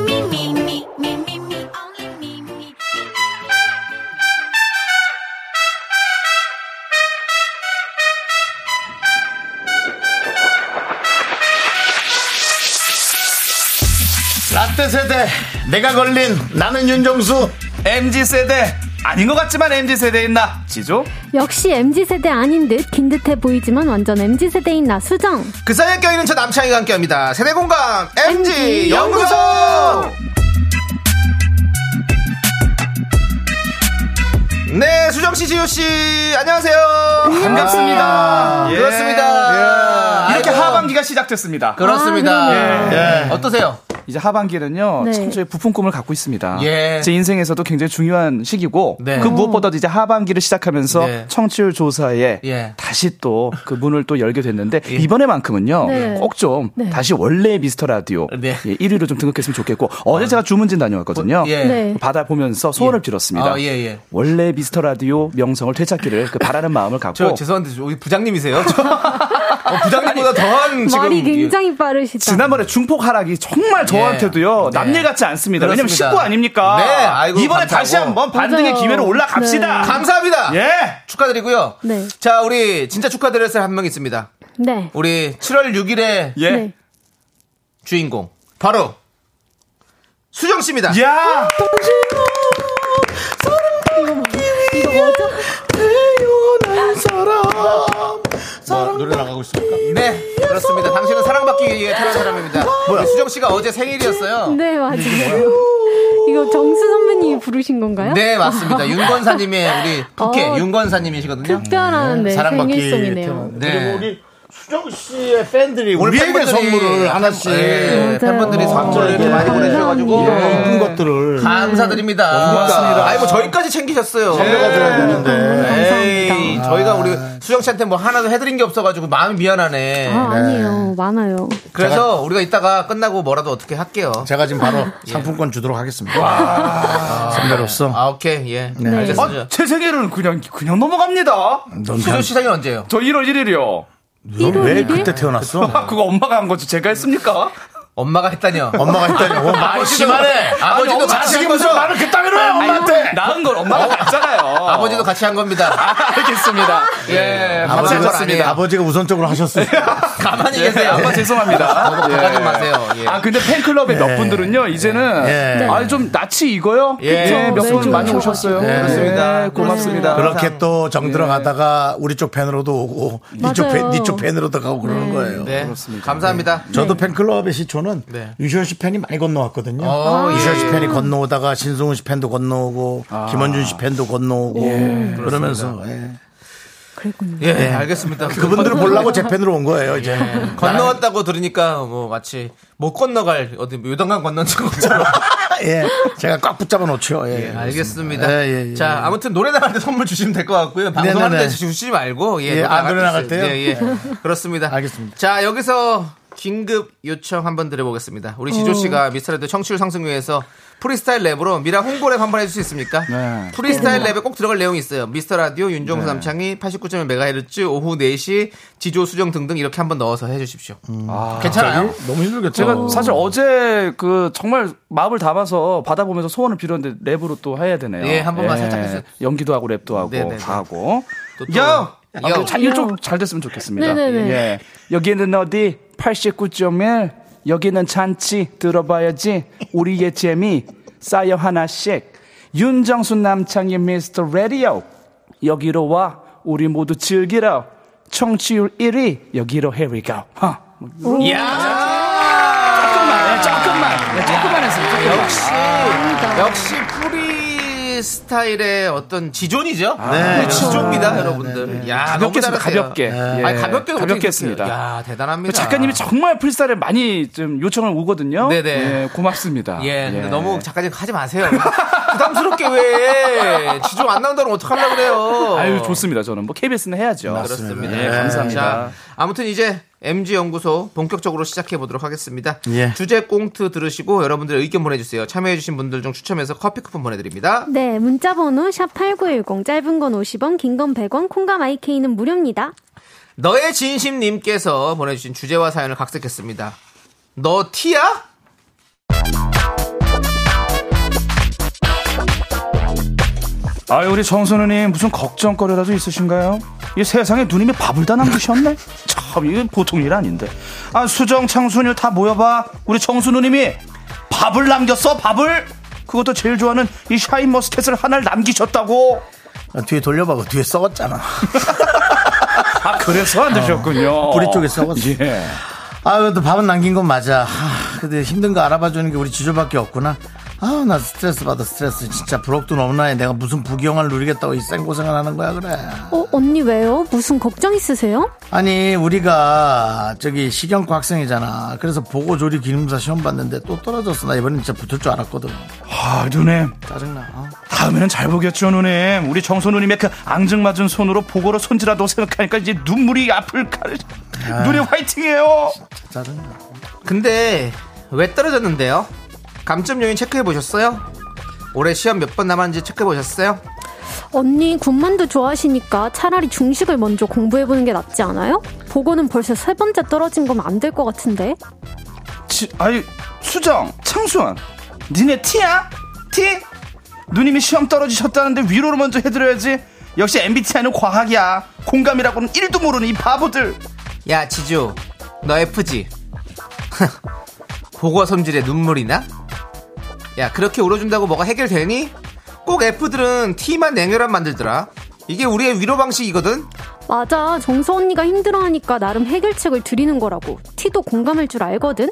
Speaker 6: me, me, me, me, me, only me, me.
Speaker 1: 라떼 세대, 내가 걸린 나는 윤정수.
Speaker 8: MZ 세대 아닌 것 같지만 MZ 세대인 나 지조.
Speaker 9: 역시 MZ세대 아닌 듯 긴 듯해 보이지만 완전 MZ세대인 나 수정
Speaker 2: 그 사이에 껴있는 저 남창희가 함께합니다. 세대공감 MG 연구소. 네, 수정 씨, 지효 씨, 안녕하세요. 반갑습니다.
Speaker 8: 예.
Speaker 2: 그렇습니다.
Speaker 8: 이렇게
Speaker 2: 아이고.
Speaker 8: 하반기가 시작됐습니다.
Speaker 2: 그렇습니다.
Speaker 9: 아,
Speaker 1: 예.
Speaker 2: 어떠세요?
Speaker 8: 이제 하반기는요
Speaker 9: 네.
Speaker 8: 참 저의 부푼 꿈을 갖고 있습니다.
Speaker 2: 예.
Speaker 8: 제 인생에서도 굉장히 중요한 시기고
Speaker 2: 네.
Speaker 8: 그 무엇보다도 이제 하반기를 시작하면서
Speaker 2: 네.
Speaker 8: 청취율 조사에
Speaker 2: 예.
Speaker 8: 다시 또 그 문을 또 열게 됐는데 이번에만큼은요
Speaker 9: 네.
Speaker 8: 꼭 좀
Speaker 9: 네.
Speaker 8: 다시 원래의 미스터 라디오
Speaker 2: 네. 아.
Speaker 8: 예, 1위로 좀 등극했으면 좋겠고 어제 제가 주문진 다녀왔거든요.
Speaker 2: 예.
Speaker 9: 네.
Speaker 8: 바다 보면서 소원을
Speaker 2: 예.
Speaker 8: 빌었습니다.
Speaker 2: 아, 예, 예.
Speaker 8: 원래 의 미스터 라디오 명성을 되찾기를 그 바라는 마음을 갖고
Speaker 2: 저 죄송한데 우리 부장님이세요? 저- 어, 부장님보다 더한 지금 예.
Speaker 9: 말이 굉장히 빠르시다
Speaker 8: 지난번에 중폭 하락이 정말 저한테도요
Speaker 2: 네.
Speaker 8: 남일 같지 않습니다. 왜냐면
Speaker 2: 그렇습니다.
Speaker 8: 19 아닙니까?
Speaker 2: 네, 아이고,
Speaker 8: 이번에
Speaker 2: 감사하고.
Speaker 8: 다시 한번 반등의
Speaker 9: 맞아요.
Speaker 8: 기회로 올라갑시다.
Speaker 9: 네.
Speaker 2: 감사합니다.
Speaker 8: 예.
Speaker 2: 축하드리고요.
Speaker 9: 네.
Speaker 2: 자, 우리 진짜 축하드릴 사람 한 명 있습니다.
Speaker 9: 네.
Speaker 2: 우리 7월 6일에
Speaker 8: 예.
Speaker 9: 네.
Speaker 2: 주인공 바로 수정 씨입니다.
Speaker 1: 예.
Speaker 8: 야.
Speaker 9: 이거 뭐죠?
Speaker 1: 뭐 노래 나가고 있습니까?
Speaker 2: 네,
Speaker 1: 네. 음.
Speaker 2: 그렇습니다. 당신은 사랑받기 위해 태어난 사람입니다. 우리 수정 씨가 어제 생일이었어요.
Speaker 9: 네 맞아요 이거 정수 선배님이 부르신 건가요?
Speaker 2: 네,
Speaker 1: 아.
Speaker 2: 맞습니다. 윤건사님의 우리 부캐
Speaker 9: 어,
Speaker 2: 윤건사님이시거든요.
Speaker 9: 특별한 네,
Speaker 1: 사랑받기
Speaker 9: 생일송이네요.
Speaker 2: 네.
Speaker 1: 그 그리고 우리 수정 씨의 팬들이 우리에게
Speaker 2: 팬분들이
Speaker 1: 선물을 하나씩
Speaker 2: 팬- 예,
Speaker 1: 네.
Speaker 9: 맞아요.
Speaker 2: 팬분들이 선물을 이렇게
Speaker 1: 예.
Speaker 2: 많이 보내주셔가지고 네.
Speaker 1: 예쁜 것들을
Speaker 2: 감사드립니다.
Speaker 1: 고맙습니다. 네.
Speaker 2: 아이고 뭐 저희까지 챙기셨어요.
Speaker 1: 선배가 줘야 되는데.
Speaker 2: 에이, 저희가 우리 수정 씨한테 뭐 하나도 해드린 게 없어가지고 마음이 미안하네.
Speaker 9: 아, 아니에요. 많아요.
Speaker 2: 그래서 우리가 이따가 끝나고 뭐라도 어떻게 할게요.
Speaker 1: 제가 지금 바로 상품권 주도록 하겠습니다. 선배로서
Speaker 2: 아 오케이 예.
Speaker 1: 네.
Speaker 2: 알겠습니다.
Speaker 8: 아, 제 생일은 그냥 그냥 넘어갑니다.
Speaker 1: 넌
Speaker 2: 수정 씨 생일 언제요?
Speaker 8: 저 1월 1일이요. 아,
Speaker 1: 넌왜
Speaker 9: 일요일에?
Speaker 1: 그때 태어났어?
Speaker 8: 그거 엄마가 한 거지 제가 했습니까?
Speaker 2: 엄마가 했다뇨.
Speaker 1: 엄마가 했다니. 어, 말이 심하네.
Speaker 2: 아버지도
Speaker 8: 아니, 엄마
Speaker 2: 같이
Speaker 1: 자식이
Speaker 2: 한
Speaker 1: 무슨
Speaker 2: 거죠?
Speaker 1: 말을 그따위로 해, 엄마한테.
Speaker 8: 낳은 걸 엄마가 했잖아요.
Speaker 2: 어. 아버지도 같이 한 겁니다.
Speaker 8: 알겠습니다. 예, 같이
Speaker 2: 아버지는 걸
Speaker 8: 하셨습니다.
Speaker 1: 아버지가 우선적으로 하셨어요.
Speaker 2: 가만히
Speaker 8: 네,
Speaker 2: 계세요.
Speaker 8: 아빠 죄송합니다.
Speaker 2: 저도 가가지 마세요. 예.
Speaker 8: 아 근데 팬클럽의
Speaker 1: 예.
Speaker 8: 몇 분들은요 이제는
Speaker 1: 예.
Speaker 8: 아좀 낯이 익어요.
Speaker 2: 예.
Speaker 8: 예, 몇
Speaker 9: 그쵸,
Speaker 8: 분 많이
Speaker 9: 매주
Speaker 8: 오셨어요. 네.
Speaker 9: 오셔가지고.
Speaker 2: 그렇습니다.
Speaker 8: 고맙습니다.
Speaker 1: 그렇게 또 정 들어가다가 우리 쪽 팬으로도 오고 이쪽
Speaker 9: 예.
Speaker 1: 팬,
Speaker 9: 맞아요.
Speaker 1: 니쪽 팬으로도 가고 그러는 거예요.
Speaker 2: 네. 감사합니다.
Speaker 1: 저도
Speaker 9: 네.
Speaker 1: 팬클럽의 시초는
Speaker 2: 네.
Speaker 1: 유시원 씨 팬이 많이 건너왔거든요.
Speaker 9: 아,
Speaker 2: 어,
Speaker 1: 유시원 씨 팬이 건너오다가 신승훈 씨 팬도 건너오고 김원준 씨 팬도 건너오고 아.
Speaker 9: 예.
Speaker 1: 그러면서 예.
Speaker 9: 그랬군요.
Speaker 2: 예, 알겠습니다. 네.
Speaker 1: 그분들을 보려고 제 팬으로 온 거예요. 이제
Speaker 2: 건너왔다고 들으니까 뭐 마치 못 건너갈 어디 뭐 요단강 건넌 것처럼.
Speaker 1: 예, 제가 꽉 붙잡아 놓죠. 예.
Speaker 2: 알겠습니다.
Speaker 1: 예, 예, 예.
Speaker 2: 자, 아무튼 노래 나갈 때 선물 주시면 될 것 같고요. 방송할
Speaker 1: 네네네.
Speaker 2: 때 주시지 말고
Speaker 1: 예, 아, 노래 나갈
Speaker 2: 때 있어요.
Speaker 1: 때요?
Speaker 2: 예, 예. 그렇습니다.
Speaker 1: 알겠습니다.
Speaker 2: 자, 여기서 긴급 요청 한번 드려보겠습니다. 우리
Speaker 1: 어.
Speaker 2: 지조 씨가 미스터라도 청취율 상승 위해서 프리스타일 랩으로 미라 홍보랩 한번 해줄 수 있습니까? 프리스타일
Speaker 1: 네.
Speaker 2: 랩에 꼭 들어갈 내용이 있어요. 미스터 라디오 윤종수 남창이 89.1MHz 오후 4시 지조 수정 등등 이렇게 한번 넣어서 해주십시오.
Speaker 1: 음.
Speaker 2: 괜찮아요?
Speaker 1: 너무 힘들겠죠.
Speaker 2: 어.
Speaker 8: 제가 사실 어제 그 정말 마음을 담아서 받아보면서 소원을 빌었는데 랩으로 또 해야 되네요.
Speaker 2: 예, 한 번만 살짝 해주세요.
Speaker 8: 연기도 하고 랩도 하고
Speaker 2: 네네네.
Speaker 8: 다 하고.
Speaker 2: 또, 또.
Speaker 8: 야,
Speaker 1: 아,
Speaker 2: 요!
Speaker 8: 잘 일쪽 잘 됐으면 좋겠습니다.
Speaker 9: 네네네.
Speaker 8: 예. 여기는 어디? 89.1. 여기는 잔치 들어봐야지. 우리의 재미 쌓여 하나씩. 윤정수 남창희 미스터 라디오. 여기로 와. 우리 모두 즐기러. 청취율 1위. 여기로 here we go. 어. 하.
Speaker 2: 아,
Speaker 8: 조금만, 예, 조금만, 예, 조금만 했으면 조금만.
Speaker 2: 역시 역시 프리 스타일의 어떤 지존이죠. 네, 지존입니다, 여러분들. 야, 너무
Speaker 8: 가볍게 했습니다,
Speaker 2: 잘하세요. 네.
Speaker 8: 가볍게. 예.
Speaker 2: 아니, 가볍게
Speaker 8: 가볍게 했습니다.
Speaker 2: 야, 대단합니다.
Speaker 8: 작가님이 정말 프리스타를 많이 좀 요청을 오거든요.
Speaker 2: 네네.
Speaker 8: 예, 고맙습니다.
Speaker 2: 예, 근데 너무 작가님 하지 마세요. 부담스럽게 왜 지존 안 나온다면 어떡하려고 그래요.
Speaker 8: 아유 좋습니다. 저는 뭐 KBS는 해야죠.
Speaker 2: 그렇습니다.
Speaker 8: 예, 감사합니다.
Speaker 2: 자, 아무튼 이제 MG 연구소 본격적으로 시작해 보도록 하겠습니다.
Speaker 1: 예.
Speaker 2: 주제 꽁트 들으시고 여러분들 의견 보내주세요. 참여해주신 분들 중 추첨해서 커피 쿠폰 보내드립니다.
Speaker 9: 네, 문자번호 샵8910, 짧은 건 50원, 긴 건 100원, 콩감 IK는 무료입니다.
Speaker 2: 너의 진심님께서 보내주신 주제와 사연을 각색했습니다. 너 티야?
Speaker 8: 아유 우리 정선우님 무슨 걱정거리라도 있으신가요? 이 세상에 누님이 밥을 다 남기셨네. 참 이건 보통 일 아닌데. 아 수정 창순이 다 모여봐. 우리 정순우님이 밥을 남겼어 밥을. 그것도 제일 좋아하는 이 샤인 머스켓을 하나를 남기셨다고.
Speaker 1: 뒤에 돌려봐. 그 뒤에 썩었잖아.
Speaker 8: 아 그래서 안 드셨군요.
Speaker 1: 뿌리 쪽에 썩었어.
Speaker 8: 예.
Speaker 1: 아, 그래도 밥은 남긴 건 맞아. 아, 근데 힘든 거 알아봐 주는 게 우리 지조밖에 없구나. 아, 나 스트레스 받아, 스트레스. 진짜 부럽도 너무나 해. 내가 무슨 부귀영화를 누리겠다고 이생 고생을 하는 거야, 그래.
Speaker 9: 어, 언니 왜요? 무슨 걱정 있으세요?
Speaker 1: 아니, 우리가 저기 식영과 학생이잖아. 그래서 보고조리 기능사 시험 봤는데 또 떨어졌어. 나 이번엔 진짜 붙을 줄 알았거든.
Speaker 8: 아 누님
Speaker 1: 짜증나. 아.
Speaker 8: 다음에는 잘 보겠죠 누님. 우리 정소 누님의 그 앙증맞은 손으로 보고로 손질하다고 생각하니까 이제 눈물이 아플 칼. 누님 화이팅해요.
Speaker 1: 짜증나.
Speaker 2: 근데 왜 떨어졌는데요? 감점 요인 체크해 보셨어요? 올해 시험 몇 번 남았는지 체크해 보셨어요?
Speaker 9: 언니 군만두 좋아하시니까 차라리 중식을 먼저 공부해보는 게 낫지 않아요? 보고는 벌써 세 번째 떨어진 거면 안 될 것 같은데.
Speaker 8: 지, 아유 수정 창수원 니네 티야 티 누님이 시험 떨어지셨다는데 위로를 먼저 해드려야지 역시 MBTI는 과학이야 공감이라고는 1도 모르는 이 바보들
Speaker 2: 야 지주 너 F지? 보고 손질에 눈물이 나? 야 그렇게 울어준다고 뭐가 해결되니? 꼭 F들은 T만 냉혈한 만들더라 이게 우리의 위로 방식이거든
Speaker 9: 맞아. 정서 언니가 힘들어하니까 나름 해결책을 드리는 거라고. 티도 공감할 줄 알거든.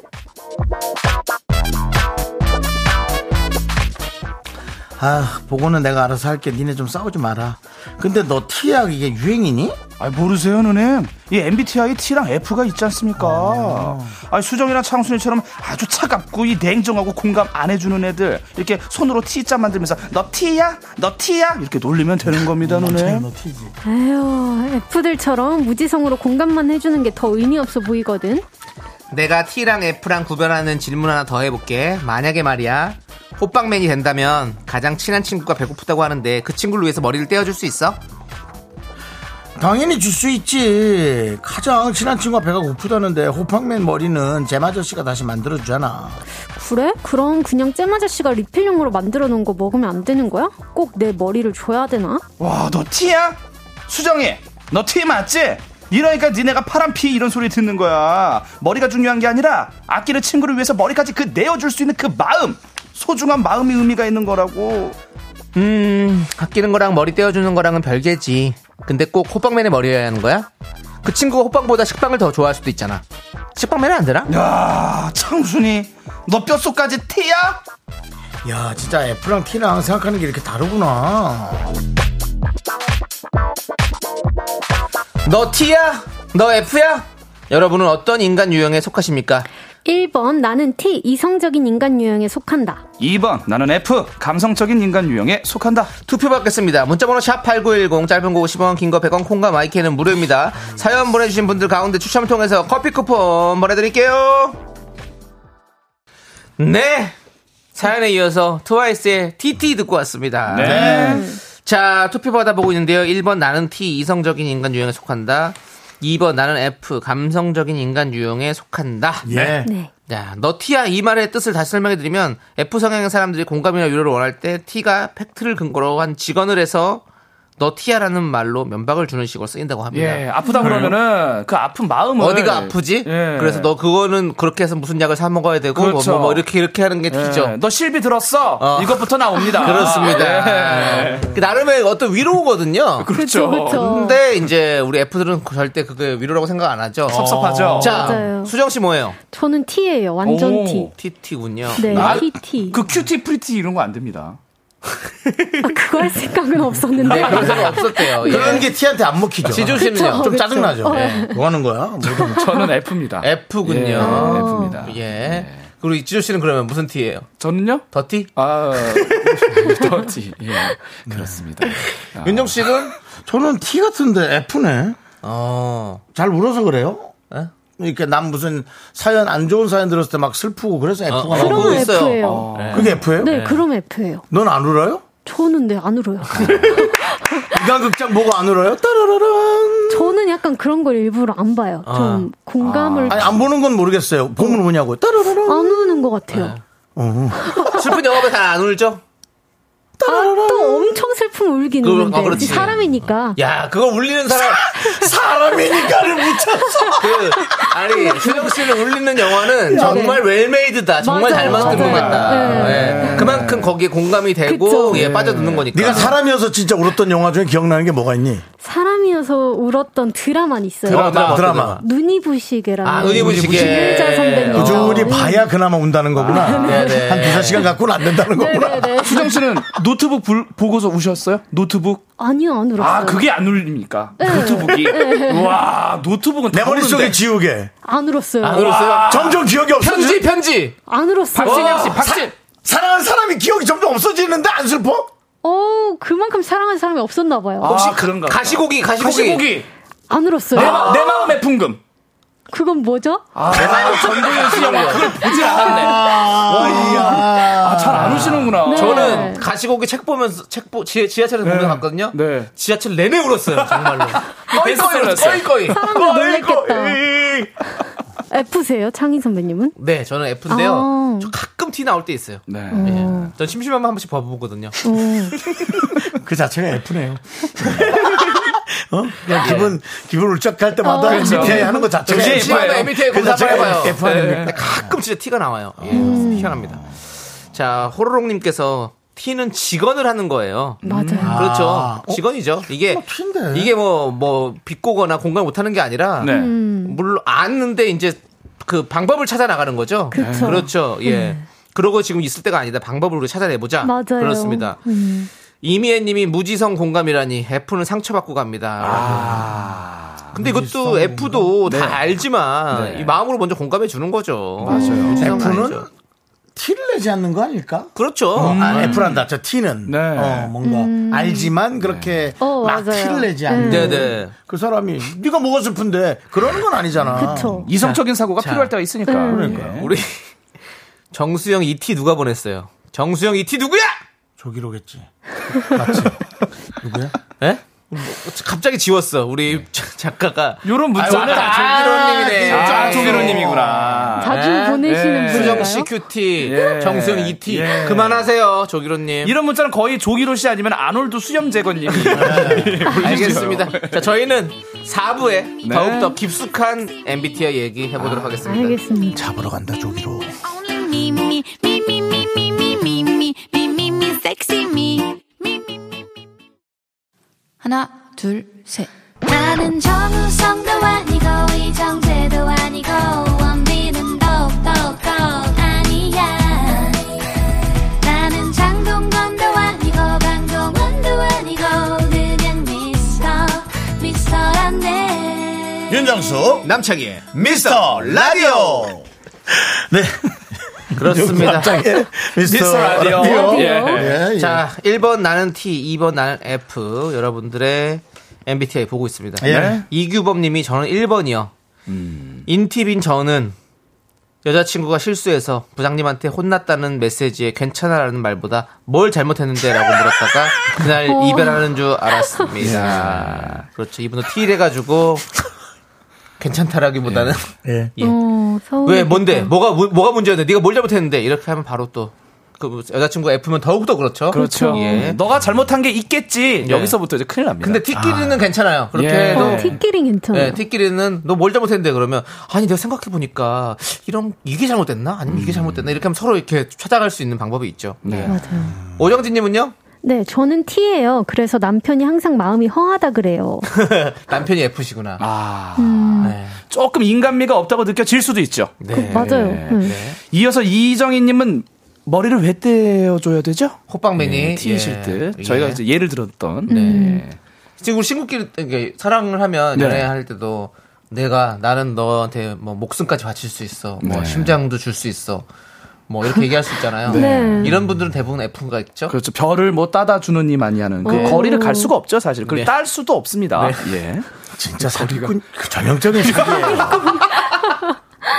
Speaker 1: 아 보고는 내가 알아서 할게 니네 좀 싸우지 마라 근데 너 T약 이게 유행이니?
Speaker 8: 아 모르세요 누님 이 MBTI T랑 F가 있지 않습니까 아 수정이랑 창순이처럼 아주 차갑고 이 냉정하고 공감 안 해주는 애들 이렇게 손으로 T자 만들면서 너 T야 너 T야 이렇게 놀리면 되는 겁니다 누님
Speaker 1: 너 T지
Speaker 9: 에휴, F들처럼 무지성으로 공감만 해주는 게 더 의미 없어 보이거든.
Speaker 2: 내가 T랑 F랑 구별하는 질문 하나 더 해볼게. 만약에 말이야, 호빵맨이 된다면 가장 친한 친구가 배고프다고 하는데 그 친구를 위해서 머리를 떼어줄 수 있어?
Speaker 1: 당연히 줄 수 있지 가장 친한 친구가 배가 고프다는데 호팡맨 머리는 제마저씨가 다시 만들어주잖아
Speaker 9: 그래? 그럼 그냥 잼 아저씨가 리필용으로 만들어 놓은 거 먹으면 안 되는 거야? 꼭 내 머리를 줘야 되나?
Speaker 8: 와 너 T야 수정이 너 T 맞지 이러니까 니네가 파란 피 이런 소리 듣는 거야 머리가 중요한 게 아니라 아끼는 친구를 위해서 머리까지 그 내어줄 수 있는 그 마음 소중한 마음이 의미가 있는 거라고
Speaker 2: 음, 아끼는 거랑 머리 떼어주는 거랑은 별개지. 근데 꼭 호빵맨의 머리여야 하는 거야? 그 친구가 호빵보다 식빵을 더 좋아할 수도 있잖아. 식빵맨은 안 되나?
Speaker 8: 야 창순이 너 뼛속까지 T야
Speaker 1: 야 진짜 F랑 T랑 생각하는 게 이렇게 다르구나
Speaker 2: 너 T야? 너 F야? 여러분은 어떤 인간 유형에 속하십니까?
Speaker 9: 1번, 나는 T, 이성적인 인간 유형에 속한다.
Speaker 8: 2번 나는 F 감성적인 인간 유형에 속한다
Speaker 2: 투표 받겠습니다. 문자번호 샵8910 짧은 거 50원 긴 거 100원 콩과 마이크는 무료입니다. 사연 보내주신 분들 가운데 추첨을 통해서 커피 쿠폰 보내드릴게요. 네. 사연에 이어서 트와이스의 TT 듣고 왔습니다.
Speaker 8: 네.
Speaker 7: 네.
Speaker 2: 자, 투표 받아보고 있는데요. 1번 나는 T 이성적인 인간 유형에 속한다. 2번 나는 F 감성적인 인간 유형에 속한다.
Speaker 1: 예
Speaker 9: 네.
Speaker 2: 자, 너티야 이 말의 뜻을 다시 설명해드리면 F 성향의 사람들이 공감이나 위로를 원할 때 T가 팩트를 근거로 한 직언을 해서 너티야라는 말로 면박을 주는 식으로 쓰인다고 합니다.
Speaker 7: 예, 아프다 그러면은 그 아픈 마음을
Speaker 2: 어디가
Speaker 8: 네.
Speaker 2: 아프지?
Speaker 7: 예.
Speaker 2: 그래서 너 그거는 그렇게 해서 무슨 약을 사 먹어야 되고 뭐,
Speaker 7: 그렇죠.
Speaker 2: 뭐, 뭐 이렇게 이렇게 하는 게 T죠.
Speaker 7: 예, 너 실비 들었어.
Speaker 2: 어.
Speaker 7: 이것부터 나옵니다.
Speaker 2: 그렇습니다.
Speaker 7: 예.
Speaker 2: 그 나름의 어떤 위로거든요.
Speaker 7: 그렇죠.
Speaker 9: 그렇죠.
Speaker 2: 근데 이제 우리 F들은 절대 그게 위로라고 생각 안 하죠. 어.
Speaker 7: 섭섭하죠.
Speaker 2: 자,
Speaker 9: 맞아요.
Speaker 2: 수정 씨 뭐예요?
Speaker 9: 저는 T예요. 완전
Speaker 7: 오.
Speaker 9: T.
Speaker 2: TT군요.
Speaker 9: 네,
Speaker 7: 나-
Speaker 9: T, T.
Speaker 7: 그 큐티 프리티 이런 거 안 됩니다.
Speaker 9: 아, 그거 할 생각은
Speaker 2: 네,
Speaker 9: 없었는데.
Speaker 2: 그런 생각 없었대요. 예.
Speaker 1: 그런 게 T한테 안 먹히죠
Speaker 2: 지조 씨는요?
Speaker 9: 그쵸.
Speaker 1: 좀 짜증나죠
Speaker 9: 어.
Speaker 1: 예. 뭐 하는 거야 모르겠네.
Speaker 7: 저는 F입니다.
Speaker 2: F군요.
Speaker 7: 예, F입니다.
Speaker 2: 예. 그리고 이지조 씨는 그러면 무슨 티예요?
Speaker 7: 저는요?
Speaker 2: 더티?
Speaker 7: 아, 더티. 예, 그렇습니다. 아.
Speaker 2: 윤정 씨는?
Speaker 1: 저는 T 같은데 F네.
Speaker 2: 어. 예?
Speaker 1: 잘 울어서 그래요?
Speaker 2: 에?
Speaker 1: 그러니까 난 무슨 사연 안 좋은 사연 들었을 때 막 슬프고 그래서 F가
Speaker 2: 어,
Speaker 1: 나오고
Speaker 2: 그러고
Speaker 9: 그럼
Speaker 2: 있어요. 아,
Speaker 9: F예요.
Speaker 1: 그게 F예요?
Speaker 9: 네, 그럼 F예요.
Speaker 1: 넌 안 울어요?
Speaker 9: 저는 네, 안 울어요.
Speaker 1: 인간극장 보고 안 울어요? 따라라란.
Speaker 9: 저는 약간 그런 걸 일부러 안 봐요.
Speaker 2: 아.
Speaker 9: 좀 공감을
Speaker 1: 아니 안 보는 건 모르겠어요. 보면 뭐냐고. 따라라란.
Speaker 9: 안 우는 것 같아요.
Speaker 2: 네. 슬픈 영화가 잘안 울죠?
Speaker 9: 아, 또 엄청 슬픔 울긴
Speaker 2: 그거-
Speaker 9: 우는데
Speaker 2: 아, 예. 그렇지.
Speaker 9: 사람이니까
Speaker 2: 야, 그거 울리는 사람.
Speaker 1: 사람이니까를 못 참았어.
Speaker 2: 그, 아니, 수정 씨를 울리는 영화는 정말 웰메이드다. 정말
Speaker 9: 네.
Speaker 2: 잘
Speaker 9: 맞아요.
Speaker 2: 만든 것
Speaker 9: 맞아요. 네.
Speaker 2: 같다. 예. 그만큼 거기에 공감이 되고,
Speaker 9: 그쵸.
Speaker 2: 예, 빠져드는 거니까.
Speaker 1: 네가 사람이어서 진짜 울었던 영화 중에 기억나는 게 뭐가 있니?
Speaker 9: 사람이어서 울었던 드라마는 있어요.
Speaker 2: 드라마, 드라마.
Speaker 1: 드라마.
Speaker 9: 눈이 부시게라는
Speaker 2: 아, 눈이 부시게. 어.
Speaker 9: 김일자 선배님.
Speaker 1: 꾸준히 그 봐야 그나마 운다는 거구나.
Speaker 2: 네네.
Speaker 1: 한 두세 시간 갖고는 안 된다는 거구나.
Speaker 9: 네네네.
Speaker 7: 수정 씨는 노트북 불- 보고서 우셨어요? 노트북?
Speaker 9: 아니요 안 울었어요.
Speaker 7: 아, 네. 그게 안 울립니까? 노트북이. 와, 노트북은
Speaker 1: 내
Speaker 7: 다
Speaker 1: 머릿속에
Speaker 7: 우는데.
Speaker 1: 지우개.
Speaker 9: 안 울었어요.
Speaker 2: 안 울었어요?
Speaker 1: 점점 기억이 없어.
Speaker 2: 아, 편지, 편지!
Speaker 9: 안 울었어요.
Speaker 7: 박진영 씨, 박진.
Speaker 1: 사랑하는 사람이 기억이 점점 없어지는데 안 슬퍼?
Speaker 9: 어 그만큼 사랑하는 사람이 없었나 봐요.
Speaker 7: 아,
Speaker 2: 아.
Speaker 7: 혹시 그런가? 보다.
Speaker 2: 가시고기, 가시고기.
Speaker 7: 가시고기.
Speaker 9: 안 울었어요.
Speaker 7: 내,
Speaker 2: 아.
Speaker 7: 마, 내 마음의 풍금.
Speaker 9: 그건 뭐죠?
Speaker 7: 전도연 씨
Speaker 2: 아,
Speaker 7: 영화 그걸 보질 않았네. 아, 잘 안 오시는구나.
Speaker 9: 네.
Speaker 2: 저는 가시고기 책 보면서, 책, 보, 지, 지하철에서 보면서 갔거든요?
Speaker 7: 네.
Speaker 2: 지하철 내내 울었어요, 정말로.
Speaker 7: 베스트셀러였어요.
Speaker 2: 꺼이꺼이.
Speaker 9: 사람을 놀랬겠다. F세요 창희 선배님은?
Speaker 2: 네, 저는 F인데요.
Speaker 9: 아.
Speaker 2: 저 가끔 티 나올 때 있어요.
Speaker 7: 네.
Speaker 2: 예. 전 심심하면 한 번씩 봐보거든요.
Speaker 1: 그 자체가 예쁘네요. 어? 그냥 기분, 기분 울적할
Speaker 9: 어.
Speaker 1: 때마다 MBTI 하는 것 자체가
Speaker 7: 그게
Speaker 1: 예뻐요.
Speaker 2: 심심하면
Speaker 7: F예요.
Speaker 2: MBTI
Speaker 1: 그
Speaker 2: 검사
Speaker 1: 자체가
Speaker 2: 해봐요.
Speaker 1: F 아닙니까?
Speaker 2: 네. 가끔 진짜 티가 나와요. 예, 그래서 희한합니다. 자, 호로록님께서 티는 직언을 하는 거예요.
Speaker 9: 음. 맞아요.
Speaker 2: 그렇죠.
Speaker 1: 아, 어?
Speaker 2: 직언이죠. 이게
Speaker 1: 티인데.
Speaker 2: 이게 뭐 뭐 비꼬거나 공감 못하는 게 아니라
Speaker 7: 네.
Speaker 2: 물론 아는데 이제 그 방법을 찾아 나가는 거죠.
Speaker 9: 그쵸.
Speaker 2: 그렇죠. 예. 그러고 지금 있을 때가 아니다. 방법을 우리 찾아내보자.
Speaker 9: 맞아요.
Speaker 2: 그렇습니다.
Speaker 9: 음.
Speaker 2: 이미애님이 무지성 공감이라니 F는 상처받고 갑니다. 근데 이것도 F도 다 알지만 이 마음으로 먼저 공감해 주는 거죠. 맞아요.
Speaker 1: F는 티를 내지 않는 거 아닐까?
Speaker 2: 그렇죠.
Speaker 1: 아, F란다. 저 T는
Speaker 8: 네.
Speaker 1: 어, 뭔가 알지만 그렇게
Speaker 9: 음. 어,
Speaker 1: 막
Speaker 9: 맞아요.
Speaker 1: 티를 내지 않는
Speaker 2: 네네.
Speaker 1: 그 사람이 네가 뭐가 슬픈데 그러는 건 아니잖아.
Speaker 9: 그쵸.
Speaker 8: 이성적인 사고가 필요할 때가 있으니까.
Speaker 7: 음.
Speaker 1: 그러니까요.
Speaker 8: 예.
Speaker 2: 우리 정수영 ET 누가 보냈어요? 정수영 ET 누구야?
Speaker 1: 저기로겠지. 맞지. 누구야?
Speaker 2: 예? 뭐, 갑자기 지웠어. 우리 작가가
Speaker 8: 요런 문자.
Speaker 2: 아, 맞다. 조기로님이네.
Speaker 8: 아,
Speaker 2: 아,
Speaker 8: 조기로님이구나.
Speaker 9: 자주
Speaker 2: 네.
Speaker 9: 보내시는
Speaker 8: 네.
Speaker 9: 분인가요?
Speaker 2: 수정 씨 그- 큐티,
Speaker 8: 예.
Speaker 2: 정수영 ET
Speaker 8: 예.
Speaker 2: 그만하세요, 조기로님.
Speaker 8: 이런 문자는 거의 조기로 씨 아니면 아놀드 수염제거님이.
Speaker 2: 알겠습니다. 자, 저희는 4부에
Speaker 8: 네.
Speaker 2: 더욱더 깊숙한 MBTI 얘기 해보도록 하겠습니다.
Speaker 9: 알겠습니다.
Speaker 1: 잡으러 간다 저기로.
Speaker 6: Only me, me, me, me, me, me, me, me, me, me, me, me, sexy me.
Speaker 10: 하나, 둘, 셋.
Speaker 6: 나는 정우성도 아니고 이정재도 아니고 원빈은 더욱더 아니야 나는 장동건도 아니고 방종원도 아니고 그냥 미스터 미스터란데
Speaker 1: 윤정수
Speaker 2: 남창희의
Speaker 1: 미스터 라디오. 네.
Speaker 2: 그렇습니다.
Speaker 1: 갑자기 미스터 라디오.
Speaker 9: 예.
Speaker 1: 예, 예.
Speaker 2: 자, 1번 나는 T, 2번 나는 F. 여러분들의 MBTI 보고 있습니다. 네.
Speaker 1: 예.
Speaker 2: 이규범 님이 저는 1번이요. 음. 인팁인 저는 여자친구가 실수해서 부장님한테 혼났다는 메시지에 괜찮아라는 말보다 뭘 잘못했는데 라고 물었다가 그날
Speaker 9: 어.
Speaker 2: 이별하는 줄 알았습니다. 그렇죠. 이분은 T를 해가지고 괜찮다라기보다는
Speaker 1: 예.
Speaker 2: 예.
Speaker 9: 어, 서운해.
Speaker 2: 왜 뭔데 뭐가 문- 뭐가 문제였는데 네가 뭘 잘못했는데 이렇게 하면 바로 또그 여자친구가 F면 더욱더 그렇죠.
Speaker 8: 그렇죠.
Speaker 2: 예.
Speaker 7: 너가 잘못한 게 있겠지.
Speaker 2: 예.
Speaker 7: 여기서부터 이제 큰일 납니다.
Speaker 8: 아.
Speaker 2: 근데 티끼리는 괜찮아요. 그렇게
Speaker 7: 예.
Speaker 2: 해도
Speaker 9: 어, 티끼리 괜찮아요.
Speaker 2: 예, 네. 티끼리는 너 뭘 잘못했는데 그러면 아니 내가 생각해 보니까 이런 이게 잘못됐나 아니면
Speaker 8: 음.
Speaker 2: 이게 잘못됐나 이렇게 하면 서로 이렇게 찾아갈 수 있는 방법이 있죠.
Speaker 8: 네.
Speaker 9: 네,
Speaker 2: 음.
Speaker 9: 맞아요.
Speaker 2: 오정진님은요
Speaker 9: 네, 저는 T예요. 그래서 남편이 항상 마음이 허하다 그래요.
Speaker 2: 남편이 F시구나.
Speaker 8: 아,
Speaker 2: 네.
Speaker 8: 조금 인간미가 없다고 느껴질 수도 있죠.
Speaker 2: 네.
Speaker 9: 맞아요. 네.
Speaker 8: 이어서 이정희님은 머리를 왜 떼어줘야 되죠?
Speaker 2: 호빵맨이
Speaker 8: 예, 티이실 듯. 저희가 이제 예를 들었던. 네.
Speaker 2: 지금 우리 친구끼리 이렇게 사랑을 하면
Speaker 8: 네.
Speaker 2: 연애할 때도 내가 나는 너한테 뭐 목숨까지 바칠 수 있어. 뭐
Speaker 8: 네.
Speaker 2: 심장도 줄 수 있어. 뭐 이렇게 얘기할 수 있잖아요.
Speaker 9: 네.
Speaker 2: 이런 분들은 대부분 F가 있죠.
Speaker 8: 그렇죠. 별을 뭐 따다 주는 이 많이 하는 그
Speaker 9: 네.
Speaker 8: 거리를 갈 수가 없죠, 사실. 그걸
Speaker 2: 네.
Speaker 8: 딸 수도 없습니다. 예.
Speaker 1: 진짜 사기꾼 그 전형적인 사기예요.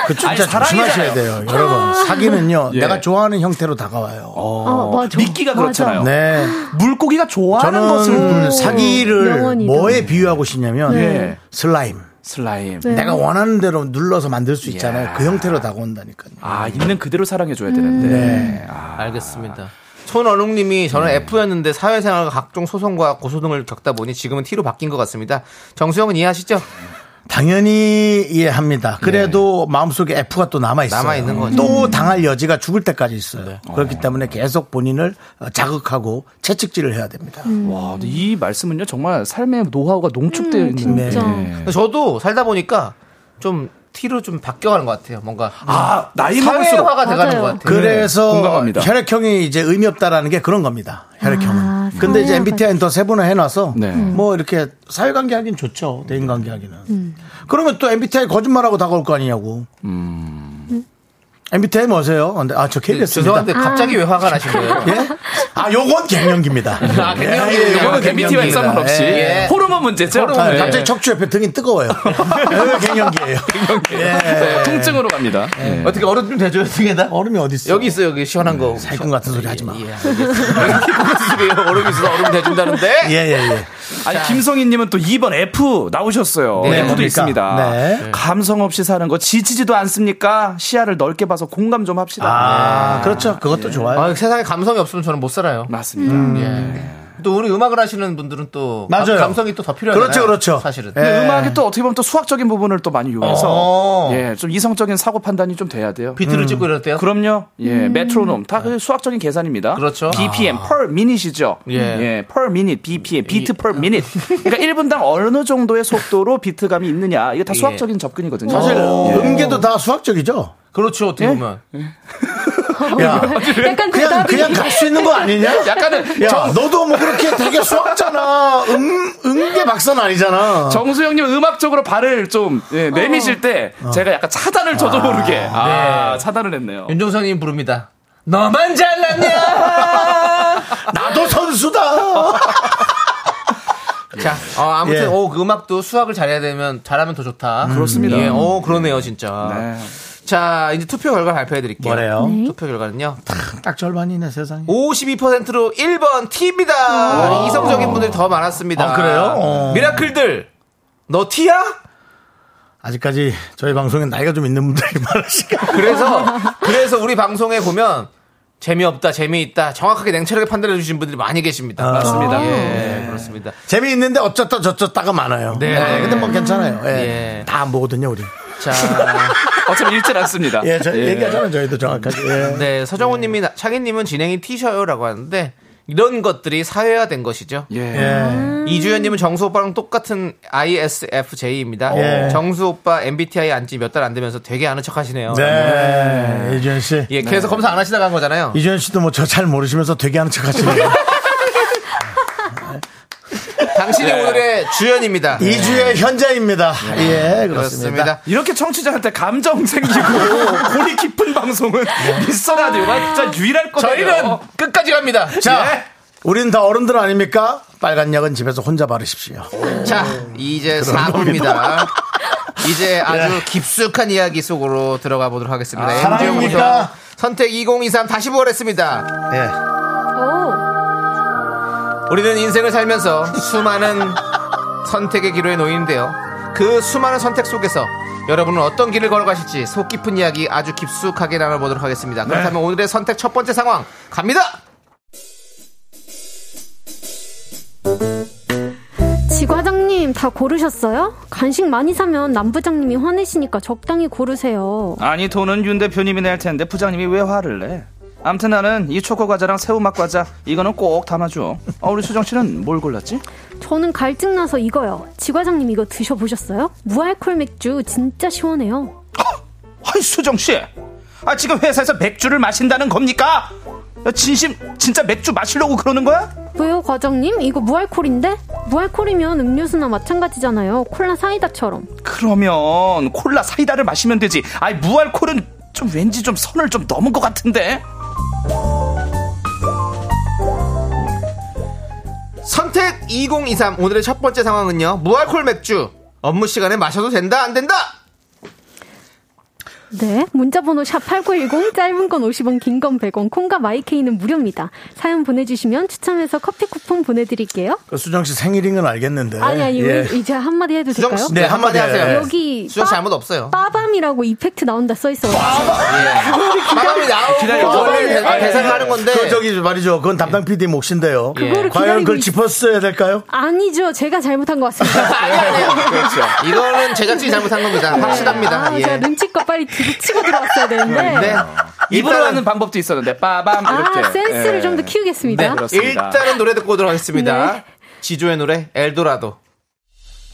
Speaker 1: 그 진짜 조심하셔야 돼요, 여러분. 사기는요,
Speaker 8: 예.
Speaker 1: 내가 좋아하는 형태로 다가와요.
Speaker 9: 아, 맞아.
Speaker 8: 미끼가 그렇잖아요.
Speaker 1: 네.
Speaker 8: 물고기가 좋아하는
Speaker 1: 저는
Speaker 8: 것을
Speaker 1: 음, 사기를
Speaker 9: 명언이다.
Speaker 1: 뭐에 비유하고 싶냐면
Speaker 8: 네.
Speaker 1: 슬라임.
Speaker 8: 슬라임.
Speaker 9: 네.
Speaker 1: 내가 원하는 대로 눌러서 만들 수 있잖아요.
Speaker 8: 예.
Speaker 1: 그 형태로 다가온다니까요.
Speaker 8: 아, 있는 그대로 사랑해줘야 되는데. 네. 아,
Speaker 2: 알겠습니다. 손어룩님이 저는 F였는데 사회생활과 각종 소송과 고소등을 겪다 보니 지금은 T로 바뀐 것 같습니다. 정수영은 이해하시죠?
Speaker 1: 당연히 이해합니다. 그래도 마음속에 F가 또 남아 있어요.
Speaker 2: 예. 남아 있는 거죠. 네.
Speaker 1: 또 당할 여지가 죽을 때까지 있어요. 그렇기 때문에 계속 본인을 자극하고 채찍질을 해야 됩니다.
Speaker 8: 와, 근데 이 말씀은요, 정말 삶의 노하우가 농축되어 있는.
Speaker 1: 음, 진짜.
Speaker 8: 네.
Speaker 2: 저도 살다 보니까 좀 T로 좀 바뀌어가는 것 같아요. 뭔가
Speaker 8: 아, 나이 먹을수록.
Speaker 2: 사회화가 돼가는
Speaker 9: 맞아요.
Speaker 2: 것 같아요.
Speaker 1: 그래서
Speaker 8: 공감합니다.
Speaker 1: 혈액형이 이제 의미 없다라는 게 그런 겁니다. 혈액형은.
Speaker 9: 아, 음.
Speaker 1: 근데 이제
Speaker 9: 사회화가-
Speaker 1: MBTI는 더 세분화 해놔서
Speaker 8: 네.
Speaker 1: 뭐 이렇게 사회관계 하긴 좋죠. 대인관계 하기는.
Speaker 9: 음.
Speaker 1: 그러면 또 MBTI 거짓말하고 다가올 거 아니냐고. MBTI 뭐세요? 근데 아 저 KBS입니다.
Speaker 2: 죄송한데 갑자기 왜 화가 나신 거예요?
Speaker 1: 예? 아 요건 갱년기입니다. 예.
Speaker 2: 아, 갱년기군요.
Speaker 1: 요거는
Speaker 8: 이거는 MBTI
Speaker 1: 갱년기입니다.
Speaker 8: 상관없이.
Speaker 2: 예.
Speaker 8: 호르몬 문제죠?
Speaker 1: 아,
Speaker 8: 네.
Speaker 1: 갑자기 척추 옆에 등이 뜨거워요. 이거 갱년기예요.
Speaker 8: 네, 통증으로 갑니다. 예.
Speaker 2: 어떻게 얼음 좀 대줘요, 등에다?
Speaker 1: 얼음이 어디 있어?
Speaker 2: 여기 있어요, 여기 시원한 거.
Speaker 1: 살금 같은 소리 하지 마.
Speaker 2: 예, 알겠습니다. 무슨 소리예요? 얼음 있어서 얼음 대준다는데?
Speaker 1: 예, 예, 예.
Speaker 8: 아니 김성희님은 또 2번 F 나오셨어요.
Speaker 2: 네,
Speaker 8: F도
Speaker 1: 뭡니까?
Speaker 8: 있습니다.
Speaker 1: 네.
Speaker 8: 감성 없이 사는 거 지치지도 않습니까? 시야를 넓게 봐서 공감 좀 합시다.
Speaker 1: 아, 그렇죠. 그것도 좋아요.
Speaker 2: 아, 세상에 감성이 없으면 저는 못 살아요.
Speaker 8: 맞습니다.
Speaker 2: 예. 또 우리 음악을 하시는 분들은
Speaker 1: 음.
Speaker 2: 또
Speaker 1: 맞아요.
Speaker 2: 감성이 또 더 필요해요.
Speaker 1: 그렇죠, 그렇죠.
Speaker 2: 사실은.
Speaker 1: 예.
Speaker 8: 근데 음악이 또 어떻게 보면 또 수학적인 부분을 또 많이 이용해서
Speaker 2: 어.
Speaker 8: 예, 좀 이성적인 사고 판단이 좀 돼야 돼요.
Speaker 1: 음.
Speaker 2: 비트를 찍고 이럴 때요.
Speaker 8: 그럼요. 예, 메트로놈 다 그 수학적인 계산입니다.
Speaker 2: 그렇죠.
Speaker 8: BPM
Speaker 7: 아.
Speaker 8: per minute이죠.
Speaker 2: 예.
Speaker 8: 예. per minute, BPM, beat per minute. 그러니까 1분당 어느 정도의 속도로 비트감이 있느냐. 이게 다
Speaker 2: 예.
Speaker 8: 수학적인 접근이거든요. 어.
Speaker 1: 사실 음계도 다 수학적이죠.
Speaker 2: 그렇죠, 어떻게 보면.
Speaker 1: 야,
Speaker 9: 약간
Speaker 1: 그냥
Speaker 9: 대답이-
Speaker 1: 그냥 갈 수 있는 거 아니냐?
Speaker 7: 약간은
Speaker 1: 야,
Speaker 7: 정-
Speaker 1: 너도 뭐 그렇게 되게 수학자나 음 음계 박사는 아니잖아.
Speaker 7: 정수영님 음악적으로 발을 좀
Speaker 8: 어.
Speaker 7: 예, 내미실 때
Speaker 1: 어.
Speaker 7: 제가 약간 차단을 저도 모르게 아, 차단을 했네요.
Speaker 1: 예.
Speaker 2: 윤종선님 부릅니다. 너만 잘났냐?
Speaker 1: 나도 선수다.
Speaker 2: 자, 어, 아무튼
Speaker 1: 예. 음.
Speaker 2: 오, 그 음악도 수학을 잘해야 되면 잘하면 더 좋다.
Speaker 7: 그렇습니다.
Speaker 2: 예, 오, 그러네요, 진짜.
Speaker 7: 네.
Speaker 2: 자, 이제 투표 결과 발표해 드릴게요.
Speaker 1: 뭐래요?
Speaker 2: 투표 결과는요.
Speaker 1: 딱 절반이네 세상에.
Speaker 2: 52%로 1번 팁이다. 이성적인 분들이 더
Speaker 1: 아,
Speaker 2: 많았습니다.
Speaker 1: 그래요? 어.
Speaker 2: 미라클들, 너 티야?
Speaker 1: 아직까지 저희 방송엔 나이가 좀 있는 분들이 많으시니까.
Speaker 2: 그래서 그래서 우리 방송에 보면 재미없다, 재미있다 정확하게 냉철하게 판단해 주신 분들이 많이 계십니다.
Speaker 1: 아.
Speaker 2: 맞습니다. 예, 그렇습니다.
Speaker 1: 재미있는데 어쩌다 저쩌다가 많아요.
Speaker 2: 네.
Speaker 1: 예, 근데 뭐 괜찮아요. 예.
Speaker 2: 예.
Speaker 1: 다 안 보거든요, 우리.
Speaker 2: 자,
Speaker 7: 어차피 읽질 않습니다.
Speaker 1: 예, 저,
Speaker 7: 예.
Speaker 1: 얘기하자면 저희도 정확하게. 예.
Speaker 2: 네 서정우님이 나- 창희님은 진행이 티셔요라고 하는데 이런 것들이 사회화된 것이죠.
Speaker 7: 예.
Speaker 2: 아.
Speaker 1: 예.
Speaker 2: 음. 이주연님은 정수 오빠랑 똑같은 ISFJ입니다.
Speaker 1: 예.
Speaker 2: 정수 오빠 MBTI 안지 몇 달 안 되면서 되게 아는 척하시네요.
Speaker 1: 네. 이주연 씨.
Speaker 2: 예, 그래서 검사 안 하시다가 한 거잖아요.
Speaker 1: 이주연 씨도 뭐 저 잘 모르시면서 되게 하는 척 하시네요.
Speaker 2: 당신이 오늘의 주연입니다.
Speaker 1: 예. 이주의 현자입니다. 예, 그렇습니다.
Speaker 2: 그렇습니다.
Speaker 7: 이렇게 청취자한테 감정 생기고 골이 깊은 방송은
Speaker 1: 예.
Speaker 7: 미스터 라디오가 진짜 유일할 거예요.
Speaker 1: 어.
Speaker 7: 예.
Speaker 2: 저희는 끝까지 갑니다.
Speaker 1: 자, 우린 다 어른들 아닙니까? 빨간 약은 집에서 혼자 바르십시오.
Speaker 2: 자, 이제 사부입니다. 이제 아주 깊숙한 이야기 속으로 들어가 보도록 하겠습니다.
Speaker 1: 예. 아,
Speaker 2: MG
Speaker 1: 사랑입니까?
Speaker 2: 연구소 선택 2023 다시 부활했습니다.
Speaker 1: 예.
Speaker 9: 오,
Speaker 2: 우리는 인생을 살면서 수많은 선택의 기로에 놓이는데요. 그 수많은 선택 속에서 여러분은 어떤 길을 걸어가실지 속 깊은 이야기 아주 깊숙하게 나눠보도록
Speaker 1: 네.
Speaker 2: 하겠습니다. 그렇다면 오늘의 선택 첫 번째 상황 갑니다.
Speaker 9: 지과장님 다 고르셨어요? 간식 많이 사면 남부장님이 화내시니까 적당히 고르세요.
Speaker 8: 아니 돈은 윤 대표님이 낼 텐데 부장님이 왜 화를 내? 암튼 나는 이 초코 과자랑 새우 맛 과자 이거는 꼭 담아줘. 아, 우리 수정 씨는 뭘 골랐지?
Speaker 9: 저는 갈증 나서 이거요. 지과장님 이거 드셔보셨어요? 무알콜 맥주 진짜 시원해요.
Speaker 8: 아이 수정 씨, 아 지금 회사에서 맥주를 마신다는 겁니까? 야, 진심 진짜 맥주 마시려고 그러는 거야?
Speaker 9: 왜요, 과장님? 이거 무알콜인데? 무알콜이면 음료수나 마찬가지잖아요. 콜라 사이다처럼.
Speaker 8: 그러면 콜라 사이다를 마시면 되지. 아이 무알콜은 좀 왠지 좀 선을 좀 넘은 것 같은데.
Speaker 2: 선택 2023 오늘의 첫 번째 상황은요. 무알콜 맥주 업무 시간에 마셔도 된다 안 된다.
Speaker 9: 네. 문자번호 샵8910, 짧은 건 50원, 긴 건 100원, 콩과 마이케이는 무료입니다. 사연 보내주시면 추첨해서 커피 쿠폰 보내드릴게요.
Speaker 1: 그 수정 씨 생일인 건 알겠는데.
Speaker 9: 아니, 아니,
Speaker 1: 예.
Speaker 9: 우리 이제 한마디 해도
Speaker 2: 수정
Speaker 9: 될까요?
Speaker 2: 씨 네, 한마디
Speaker 1: 한마디
Speaker 2: 하세요.
Speaker 1: 해요.
Speaker 9: 여기
Speaker 2: 수정 씨
Speaker 9: 빠-
Speaker 2: 잘못 없어요.
Speaker 9: 빠밤이라고 이펙트 나온다 써있어요.
Speaker 2: 마감이
Speaker 8: 기다려.
Speaker 2: 나오고 원래
Speaker 1: 아니,
Speaker 2: 대사를 하는 건데
Speaker 1: 그 저기 말이죠. 그건 담당 PD 몫인데요. 과연
Speaker 9: 그거를 기다리고
Speaker 1: 그걸
Speaker 9: 있-
Speaker 1: 짚었어야 될까요?
Speaker 9: 아니죠. 제가 잘못한 것 같습니다.
Speaker 2: 아니 아니요. 이거는 제작진이 잘못한 겁니다. 확실합니다.
Speaker 9: 아,
Speaker 2: 예.
Speaker 9: 제가 눈치껏 빨리 뒤치고 들어왔어야 되는데.
Speaker 2: 네. 그렇죠.
Speaker 7: 입으로
Speaker 2: 일단은-
Speaker 7: 하는 방법도 있었는데 빠밤
Speaker 9: 아,
Speaker 7: 이렇게.
Speaker 9: 센스를
Speaker 7: 예.
Speaker 9: 좀 더
Speaker 7: 네,
Speaker 9: 키우겠습니다.
Speaker 7: 그렇습니다.
Speaker 2: 일단은 노래 듣고 오도록 하겠습니다.
Speaker 9: 네.
Speaker 2: 지조의 노래 엘도라도.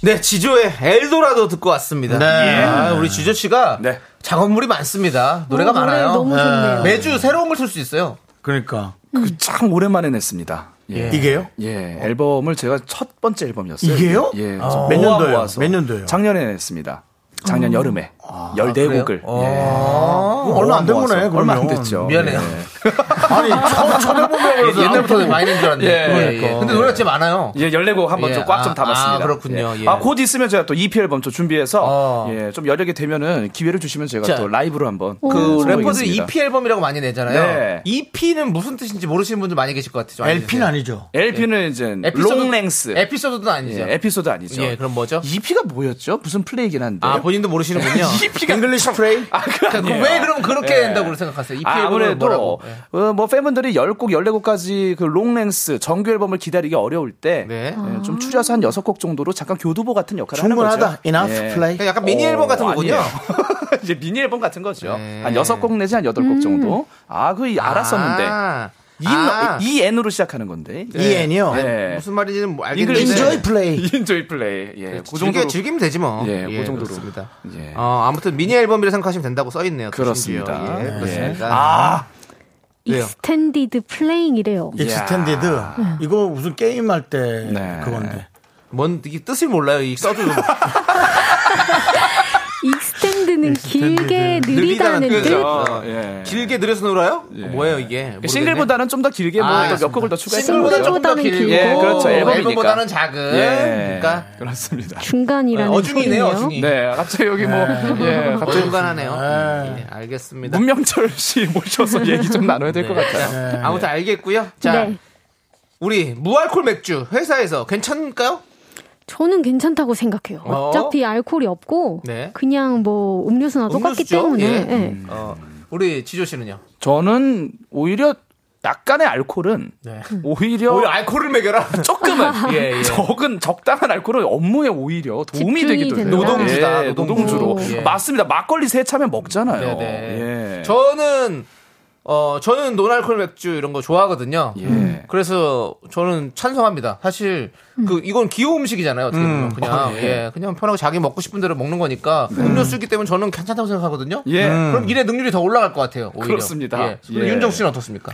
Speaker 2: 네, 지조의 엘도라도 듣고 왔습니다. 아, 우리 지조 씨가
Speaker 7: 네.
Speaker 2: 작업물이 많습니다. 노래가
Speaker 9: 오, 노래
Speaker 2: 많아요.
Speaker 9: 너무 좋네요.
Speaker 2: 매주 새로운 걸 쓸 수 있어요.
Speaker 1: 그러니까.
Speaker 7: 참 오랜만에 냈습니다. 예.
Speaker 1: 이게요?
Speaker 2: 어.
Speaker 7: 예, 앨범을 제가 첫 번째 앨범이었어요.
Speaker 1: 이게요?
Speaker 7: 예.
Speaker 1: 아.
Speaker 7: 모아
Speaker 1: 몇 년도예요?
Speaker 7: 모아서.
Speaker 1: 몇 년도예요?
Speaker 7: 작년에 냈습니다. 작년 여름에.
Speaker 2: 음. 아, 그래요? 어.
Speaker 7: 14곡을. 예.
Speaker 1: 얼마 안 된 거네,
Speaker 7: 얼마 안
Speaker 1: 그러면.
Speaker 7: 됐죠. 예.
Speaker 2: 미안해요.
Speaker 1: 아니, 처- 처음 보면
Speaker 2: 예, 옛날부터 많이 낸줄 알았는데.
Speaker 7: 예,
Speaker 2: 예, 예.
Speaker 7: 그러니까.
Speaker 2: 근데 노래가 진짜 많아요.
Speaker 7: 예, 14곡 한번
Speaker 2: 예,
Speaker 7: 좀 꽉 좀
Speaker 2: 아,
Speaker 7: 담았습니다.
Speaker 2: 아, 그렇군요. 예.
Speaker 7: 아, 곧 있으면 제가 또 EP 앨범 좀 준비해서
Speaker 2: 어.
Speaker 7: 예, 좀 여력이 되면은 기회를 주시면 제가
Speaker 2: 자,
Speaker 7: 또 라이브로 한번
Speaker 2: 그
Speaker 7: 선보이겠습니다.
Speaker 2: 래퍼들이 EP 앨범이라고 많이 내잖아요.
Speaker 7: 네.
Speaker 2: EP는 무슨 뜻인지 모르시는 분들 많이 계실 것 같아요. 좀
Speaker 1: LP는
Speaker 2: 알려주세요.
Speaker 1: 아니죠.
Speaker 7: LP는 이제 롱랭스.
Speaker 2: 예. 에피소드도 아니죠.
Speaker 7: 예, 에피소드 아니죠.
Speaker 2: 예, 그럼 뭐죠?
Speaker 7: EP가 뭐였죠? 무슨 플레이긴 한데.
Speaker 2: 아, E 본인도 모르시는군요.
Speaker 7: EP가
Speaker 1: 잉글리시 프레이?
Speaker 7: 아, 그럼
Speaker 2: 왜 그럼 그렇게 된다고 생각하세요? EP
Speaker 7: 예. 아,
Speaker 2: 앨범을
Speaker 7: 아무래도
Speaker 2: 뭐라고? 예.
Speaker 7: 어, 뭐 팬분들이 10곡, 14곡까지 그 롱랭스 정규 앨범을 기다리기 어려울 때 예, 좀
Speaker 2: 네.
Speaker 7: 추려서 한 6곡 정도로 잠깐 교두보 같은 역할을 하는
Speaker 1: 충분하다.
Speaker 7: 거죠.
Speaker 1: enough
Speaker 7: 예.
Speaker 1: play.
Speaker 2: 그러니까 약간 미니 앨범 같은 거군요.
Speaker 7: 아니에요. 이제 미니 앨범 같은 거죠.
Speaker 2: 네.
Speaker 7: 한 6곡 내지 한 8곡 정도. 아, 그 알았었는데.
Speaker 2: 아,
Speaker 7: 이
Speaker 2: 아.
Speaker 7: EN으로 시작하는 건데.
Speaker 1: EN이요?
Speaker 7: 네.
Speaker 2: 무슨 말인지는 뭐 알겠는데.
Speaker 7: 잉글리시.
Speaker 1: Enjoy play.
Speaker 7: 인조이 플레이. 예. 그
Speaker 2: 그렇죠. 즐겨,
Speaker 7: 정도로
Speaker 2: 즐기면 되지 뭐.
Speaker 7: 예, 그 정도로.
Speaker 2: 그렇습니다.
Speaker 7: 예.
Speaker 2: 어, 아무튼 미니 앨범이라 생각하시면 된다고 써 있네요.
Speaker 7: 그렇습니다.
Speaker 2: 예,
Speaker 7: 예.
Speaker 2: 그렇습니다.
Speaker 7: 아,
Speaker 2: 왜요?
Speaker 9: 익스텐디드 플레잉이래요.
Speaker 1: 익스텐디드 이거 무슨 게임 할 때 그건데.
Speaker 2: 뭔 이게 뜻을 몰라요. 이 써도
Speaker 9: 익스텐드는 길게
Speaker 2: 예. 느리다는
Speaker 9: 느리다는
Speaker 2: 뜻.
Speaker 9: 뜻.
Speaker 2: 어, 길게 느려서 놀아요? 뭐예요 이게?
Speaker 8: 싱글보다는 좀 더 길게 뭐또몇 곡을 더 추가했어요.
Speaker 2: 아, 싱글보다는 길고
Speaker 8: 예, 그렇죠. 앨범이니까.
Speaker 2: 앨범보다는 작은.
Speaker 8: 예.
Speaker 2: 그러니까
Speaker 8: 그렇습니다.
Speaker 9: 중간이라는
Speaker 2: 어중이네요,
Speaker 9: 소리네요.
Speaker 2: 어중이.
Speaker 8: 네, 갑자기 여기 뭐 예, 갑자기
Speaker 2: 어중간하네요. 예, 알겠습니다.
Speaker 8: 문명철 씨 모셔서 얘기 좀 나눠야 될 것
Speaker 2: 네,
Speaker 8: 같아요.
Speaker 2: 자, 아무튼 알겠고요. 자,
Speaker 9: 네.
Speaker 2: 우리 무알콜 맥주 회사에서 괜찮을까요?
Speaker 9: 저는 괜찮다고 생각해요.
Speaker 2: 어?
Speaker 9: 어차피 알코올이 없고
Speaker 2: 네.
Speaker 9: 그냥 뭐 음료수나 똑같기
Speaker 2: 음료수죠?
Speaker 9: 때문에
Speaker 2: 예.
Speaker 9: 예.
Speaker 2: 어, 우리 지조 씨는요?
Speaker 8: 저는 오히려 약간의 알코올은
Speaker 2: 네.
Speaker 9: 그
Speaker 8: 오히려,
Speaker 2: 오히려 알코올을 먹여라.
Speaker 8: 조금은
Speaker 2: 예, 예.
Speaker 8: 적은 적당한 알코올은 업무에 오히려 도움이
Speaker 9: 집중이
Speaker 8: 되기도 해요.
Speaker 9: 된다.
Speaker 2: 노동주다,
Speaker 8: 예,
Speaker 2: 노동주.
Speaker 8: 노동주로
Speaker 2: 예.
Speaker 8: 맞습니다. 막걸리 세 차면 먹잖아요.
Speaker 2: 네네.
Speaker 8: 예.
Speaker 2: 저는 어 저는 노알콜 맥주 이런 거 좋아하거든요.
Speaker 8: 예.
Speaker 2: 그래서 저는 찬성합니다. 사실
Speaker 9: 음.
Speaker 2: 그 이건 기호 음식이잖아요. 어떻게 보면 그냥 예. 그냥 편하고 자기 먹고 싶은 대로 먹는 거니까 음료수기 때문에 저는 괜찮다고 생각하거든요.
Speaker 8: 예.
Speaker 2: 음. 그럼 일의 능률이 더 올라갈 것 같아요. 오히려.
Speaker 8: 그렇습니다.
Speaker 2: 예. 그리고
Speaker 8: 예.
Speaker 2: 윤정 씨는 어떻습니까?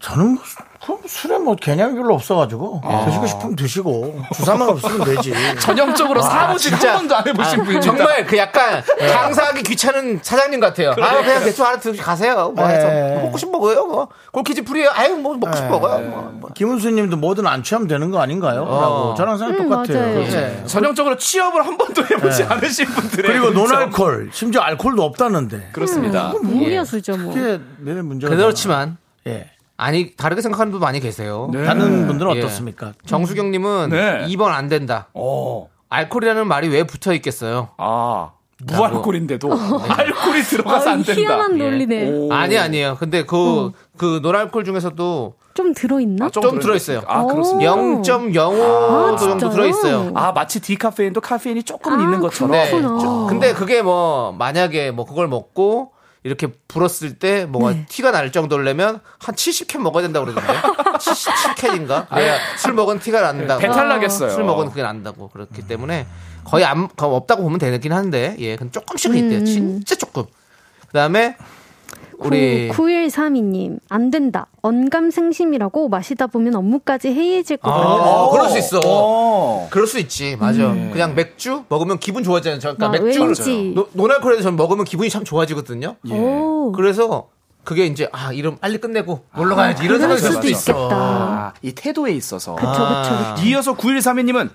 Speaker 1: 저는 뭐 수- 그 술에 뭐 개념이 별로 없어가지고 드시고 싶으면 드시고 주사만 없으면 되지.
Speaker 8: 전형적으로 사무직 한 번도 안 해보신 분이
Speaker 2: 정말 그 약간 장사하기 귀찮은 사장님 같아요. 아유 그냥 대충 하나 드시고 가세요.
Speaker 9: 네.
Speaker 2: 뭐 해서
Speaker 1: 예.
Speaker 2: 먹고 싶은 거 먹어요. 뭐 골키지 프리에요. 아유 뭐 먹고 싶은 거 먹어요. 뭐, 뭐.
Speaker 1: 김은수님도 뭐든 안 취하면 되는 거 아닌가요? 라고 저랑 생각
Speaker 9: 음,
Speaker 1: 똑같아요. 네.
Speaker 9: 맞아요.
Speaker 1: 어. 그래서
Speaker 2: 예.
Speaker 8: 전형적으로 취업을 한 번도 해보지
Speaker 1: 예.
Speaker 8: 않으신 분들의
Speaker 1: 그렇죠. 네, 그리고
Speaker 8: 그렇죠.
Speaker 1: 논알콜 심지어 알콜도 없다는데.
Speaker 8: 그렇습니다.
Speaker 9: 음료수죠 뭐.
Speaker 1: 그게 내 문제가.
Speaker 2: 그렇지만
Speaker 1: 예.
Speaker 2: 아니 다르게 생각하는 분 많이 계세요.
Speaker 9: 네.
Speaker 1: 다른 분들은
Speaker 2: 예.
Speaker 1: 어떻습니까?
Speaker 2: 정수경님은
Speaker 8: 네.
Speaker 2: 2번 안 된다.
Speaker 8: 어.
Speaker 2: 알콜이라는 말이 왜 붙어 있겠어요?
Speaker 8: 아 무알콜인데도 알콜이 들어가서
Speaker 9: 어. 아,
Speaker 8: 안 된다.
Speaker 9: 희한한 논리네.
Speaker 8: 오.
Speaker 2: 아니 아니에요. 근데 그
Speaker 9: 음.
Speaker 2: 그 노랄콜 중에서도
Speaker 9: 좀 들어있나?
Speaker 8: 아,
Speaker 2: 좀, 들어있어요.
Speaker 8: 아 그렇습니다.
Speaker 9: 영-
Speaker 2: 0.05
Speaker 9: 음. 아,
Speaker 2: 정도
Speaker 9: 진짜요?
Speaker 2: 들어 있어요.
Speaker 8: 아 마치 디카페인도 카페인이 조금
Speaker 9: 아,
Speaker 8: 있는 것처럼.
Speaker 2: 네.
Speaker 9: 그렇구나.
Speaker 2: 좀- 근데 그게 뭐 만약에 뭐 그걸 먹고 이렇게 불었을 때 뭐가
Speaker 9: 네.
Speaker 2: 티가 날 정도려면 한 70캔 먹어야 된다고 그러던데. 77캔인가? 술 먹은 티가 난다고.
Speaker 8: 배탈 나겠어요.
Speaker 2: 술 먹은 그게 난다고 그렇기 때문에 거의 안 거의 없다고 보면 되긴 한데 예, 근데
Speaker 9: 음.
Speaker 2: 조금씩은 있대요. 진짜 조금. 그다음에 우리
Speaker 9: 9132님 안 된다. 언감생심이라고 마시다 보면 업무까지 해이해질 것 같아요.
Speaker 2: 어, 그럴 수 있어.
Speaker 8: 어.
Speaker 2: 그럴 수 있지, 맞아. 그냥 맥주 먹으면 기분 좋아지잖아요. 저 그러니까
Speaker 9: 음. 아,
Speaker 2: 맥주
Speaker 9: 왠지.
Speaker 2: 노- 노날콜에도 전 먹으면 기분이 참 좋아지거든요.
Speaker 1: 어.
Speaker 9: 오,
Speaker 2: 그래서 그게 이제 아 이름 빨리 끝내고
Speaker 1: 아,
Speaker 2: 놀러 가야지 이런
Speaker 9: 그럴
Speaker 2: 생각이 들
Speaker 9: 수도
Speaker 2: 수도 있어. 아.
Speaker 9: 있겠다.
Speaker 8: 아, 이 태도에 있어서. 아.
Speaker 9: 그쵸 그쵸 그쵸.
Speaker 8: 이어서 9132님은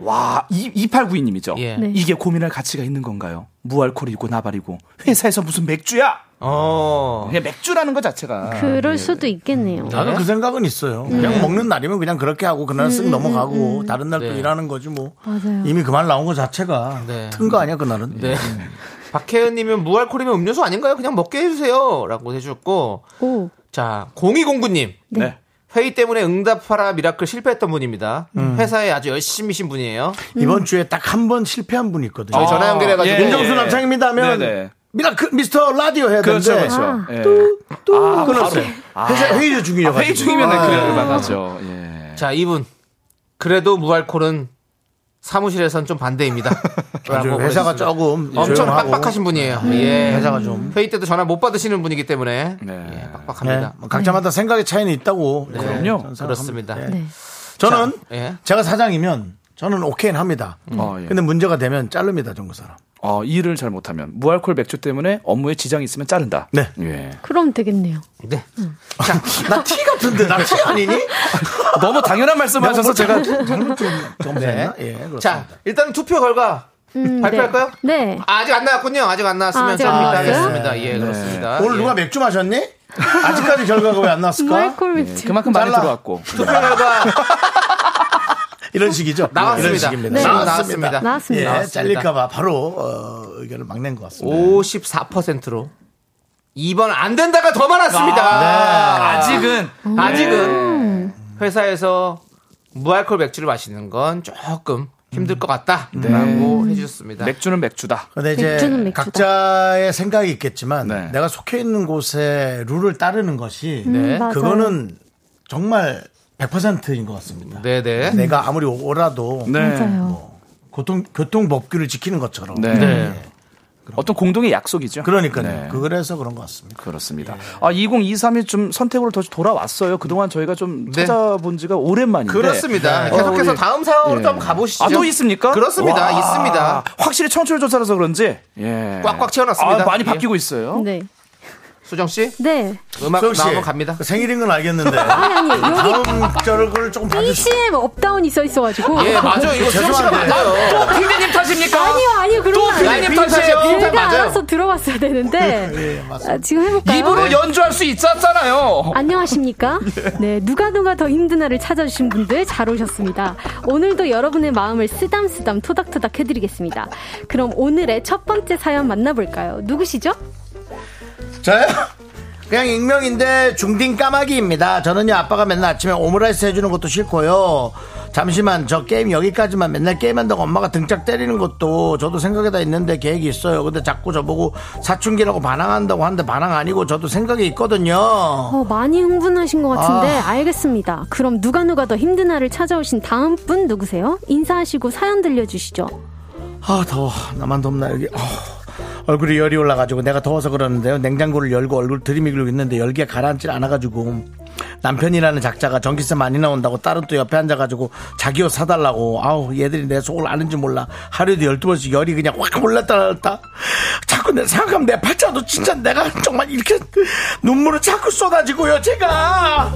Speaker 8: 와, 2892님이죠.
Speaker 2: 예.
Speaker 9: 네.
Speaker 8: 이게 고민할 가치가 있는 건가요? 무알콜이고 나발이고 회사에서 무슨 맥주야?
Speaker 2: 어.
Speaker 8: 그냥 맥주라는 것 자체가
Speaker 2: 예.
Speaker 9: 그럴 수도 있겠네요.
Speaker 1: 나는 그 생각은 있어요.
Speaker 9: 네.
Speaker 1: 그냥 먹는 날이면 그냥 그렇게 하고
Speaker 9: 음,
Speaker 1: 그날 쓱 넘어가고 다른 날 또
Speaker 2: 네.
Speaker 1: 일하는 거지 뭐.
Speaker 9: 맞아요.
Speaker 1: 이미 그 말 나온 거 자체가
Speaker 2: 네.
Speaker 1: 튼 거 아니야 그날은. 예.
Speaker 2: 네. 박혜은님은 무알콜이면 음료수 아닌가요? 그냥 먹게 해주세요라고 해주셨고
Speaker 9: 오,
Speaker 2: 자 0209님
Speaker 9: 네.
Speaker 2: 회의 때문에 응답하라 미라클 실패했던 분입니다.
Speaker 1: 음.
Speaker 2: 회사에 아주 열심히신 분이에요.
Speaker 1: 이번 주에 딱 한 번 실패한 분이 있거든요.
Speaker 2: 저희 전화 연결해가지고
Speaker 8: 예.
Speaker 1: 윤정수 남창입니다 하면
Speaker 8: 네네.
Speaker 1: 미라클 미스터 라디오 해야 되는데
Speaker 8: 그렇죠, 그렇죠.
Speaker 9: 아,
Speaker 8: 예.
Speaker 1: 또
Speaker 8: 아,
Speaker 1: 끊었어요.
Speaker 8: 바로.
Speaker 1: 회사 회의 중이어가지고.
Speaker 8: 회의 중이면
Speaker 1: 아,
Speaker 8: 그 연을 만나죠. 예.
Speaker 2: 자, 이분. 그래도 무알콜은 사무실에선 좀 반대입니다.
Speaker 1: 아주
Speaker 2: 라고
Speaker 1: 회사가
Speaker 2: 그랬습니다.
Speaker 1: 조금
Speaker 2: 엄청
Speaker 1: 조용하고. 음.
Speaker 2: 빡빡하신 분이에요. 예.
Speaker 1: 회사가 좀.
Speaker 2: 회의 때도 전화 못 받으시는 분이기 때문에
Speaker 8: 네.
Speaker 2: 예,
Speaker 1: 네.
Speaker 2: 빡빡합니다.
Speaker 1: 뭐 각자마다 생각의 차이는 있다고. 저는
Speaker 8: 그럼요.
Speaker 1: 생각합니다.
Speaker 2: 그렇습니다.
Speaker 1: 네.
Speaker 9: 네.
Speaker 1: 저는
Speaker 2: 예.
Speaker 1: 제가 사장이면 저는 오케이는 합니다.
Speaker 8: 어, 예.
Speaker 1: 근데 문제가 되면 자릅니다, 정부 사람.
Speaker 8: 어, 일을 잘 못하면 무알콜 맥주 때문에 업무에 지장이 있으면 자른다.
Speaker 1: 네.
Speaker 8: 예.
Speaker 9: 그럼 되겠네요.
Speaker 2: 네.
Speaker 1: 나 티 같은데 나 티 아니니?
Speaker 8: 너무 당연한 말씀하셔서 제가
Speaker 1: 잘못 좀 정리했나? 예, 그렇습니다.
Speaker 2: 뭐 네. 자, 일단 투표 결과
Speaker 9: 음,
Speaker 2: 발표할까요?
Speaker 9: 네. 네.
Speaker 2: 아, 아직 안 나왔군요. 아직 안 나왔으면
Speaker 9: 아, 아직
Speaker 2: 저는
Speaker 9: 안
Speaker 2: 일단
Speaker 9: 나왔어요?
Speaker 2: 하겠습니다. 예, 그렇습니다.
Speaker 1: 네. 오늘
Speaker 2: 예.
Speaker 1: 누가 맥주 마셨니? 아직까지 결과가 왜 안 나왔을까?
Speaker 9: 무알콜
Speaker 2: 예,
Speaker 9: 맥주.
Speaker 8: 음, 그만큼 많이
Speaker 1: 잘라.
Speaker 8: 들어왔고.
Speaker 2: 투표 결과
Speaker 1: 이런 식이죠.
Speaker 2: 어, 나왔습니다.
Speaker 1: 이런 식입니다.
Speaker 9: 네.
Speaker 2: 나왔습니다.
Speaker 1: 예,
Speaker 9: 나왔습니다.
Speaker 1: 잘릴까봐 바로 어, 의견을 막 낸 것 같습니다.
Speaker 2: 54%로 2번 안 된다가 더 많았습니다.
Speaker 1: 아, 네.
Speaker 8: 아직은
Speaker 9: 음.
Speaker 2: 아직은 회사에서 무알콜 맥주를 마시는 건 조금 힘들 것
Speaker 1: 음.
Speaker 2: 같다라고 해주셨습니다.
Speaker 8: 맥주는 맥주다.
Speaker 1: 근데
Speaker 9: 맥주는
Speaker 1: 이제
Speaker 9: 맥주다.
Speaker 1: 각자의 생각이 있겠지만
Speaker 8: 네.
Speaker 1: 내가 속해 있는 곳의 룰을 따르는 것이
Speaker 2: 네.
Speaker 9: 음, 맞아요.
Speaker 1: 그거는 정말 100%인 것 같습니다.
Speaker 2: 네네.
Speaker 1: 내가 아무리 오라도 뭐
Speaker 8: 네.
Speaker 2: 예.
Speaker 9: 맞아요.
Speaker 1: 교통 교통 법규를 지키는 것처럼
Speaker 8: 네.
Speaker 2: 네.
Speaker 8: 어떤 공동의 약속이죠.
Speaker 1: 그러니까요.
Speaker 8: 네.
Speaker 1: 그래서 그런 것 같습니다.
Speaker 8: 그렇습니다. 아, 2023이 좀 선택으로 다시 돌아왔어요. 그동안 저희가 좀 찾아본 지가 오랜만인데.
Speaker 2: 그렇습니다.
Speaker 8: 네.
Speaker 2: 계속해서
Speaker 8: 어, 우리-
Speaker 2: 다음 사항으로
Speaker 8: 예.
Speaker 2: 또 한번 가보시죠.
Speaker 8: 아, 또 있습니까?
Speaker 2: 그렇습니다.
Speaker 8: 와.
Speaker 2: 있습니다.
Speaker 8: 확실히 청취율 조사라서 그런지 예.
Speaker 2: 꽉꽉 채워놨습니다.
Speaker 8: 아, 많이
Speaker 2: 예.
Speaker 8: 바뀌고 있어요.
Speaker 9: 네.
Speaker 2: 수정 씨
Speaker 9: 네.
Speaker 2: 음악
Speaker 1: 수영 씨,
Speaker 2: 나오면 갑니다.
Speaker 1: 그 생일인 건 알겠는데
Speaker 9: 아니, 아니, 여기
Speaker 1: 다음 절을 조금 봐주시.
Speaker 9: BCM 업다운이 있어 있어가지고.
Speaker 2: 아, 예, 맞아요. 이거 수정 씨가
Speaker 1: 죄송한데.
Speaker 2: 맞아요.
Speaker 8: 피디님 탓입니까?
Speaker 9: 아니요, 아니요, 그런 거 아니에요.
Speaker 2: 피디님 탓이에요. 피디님 탓
Speaker 9: 제가
Speaker 2: 맞아요. 예,
Speaker 9: 알아서 들어봤어야 되는데. 아, 지금 해볼까요?
Speaker 8: 입으로 연주할 수 있었잖아요.
Speaker 9: 안녕하십니까? 네, 누가 누가 더 힘드나를 찾아주신 분들 잘 오셨습니다. 오늘도 여러분의 마음을 쓰담쓰담 토닥토닥 해드리겠습니다. 그럼 오늘의 첫 번째 사연 만나볼까요? 누구시죠?
Speaker 1: 저요? 그냥 익명인데 중딩 까마귀입니다. 저는요 아빠가 맨날 아침에 오므라이스 해주는 것도 싫고요. 잠시만 저 게임 여기까지만 맨날 게임한다고 엄마가 등짝 때리는 것도 저도 생각에 다 있는데 계획이 있어요. 근데 자꾸 저보고 사춘기라고 반항한다고 하는데 반항 아니고 저도 생각이 있거든요.
Speaker 9: 어, 많이 흥분하신 것 같은데 알겠습니다. 그럼 누가 누가 더 힘드나를 찾아오신 다음 분 누구세요? 인사하시고 사연 들려주시죠.
Speaker 1: 아 더워 나만 덥나 여기 아, 얼굴이 열이 올라가지고 내가 더워서 그러는데요 냉장고를 열고 얼굴 들이밀고 있는데 열기가 가라앉질 않아가지고 남편이라는 작자가 전기세 많이 나온다고 딸은 또 옆에 앉아가지고 자기 옷 사달라고 아우 얘들이 내 속을 아는지 몰라 하루에도 열두 번씩 열이 그냥 확 올랐다 날았다 자꾸 내 생각하면 내 팔자도 진짜 내가 정말 이렇게 눈물을 자꾸 쏟아지고요 제가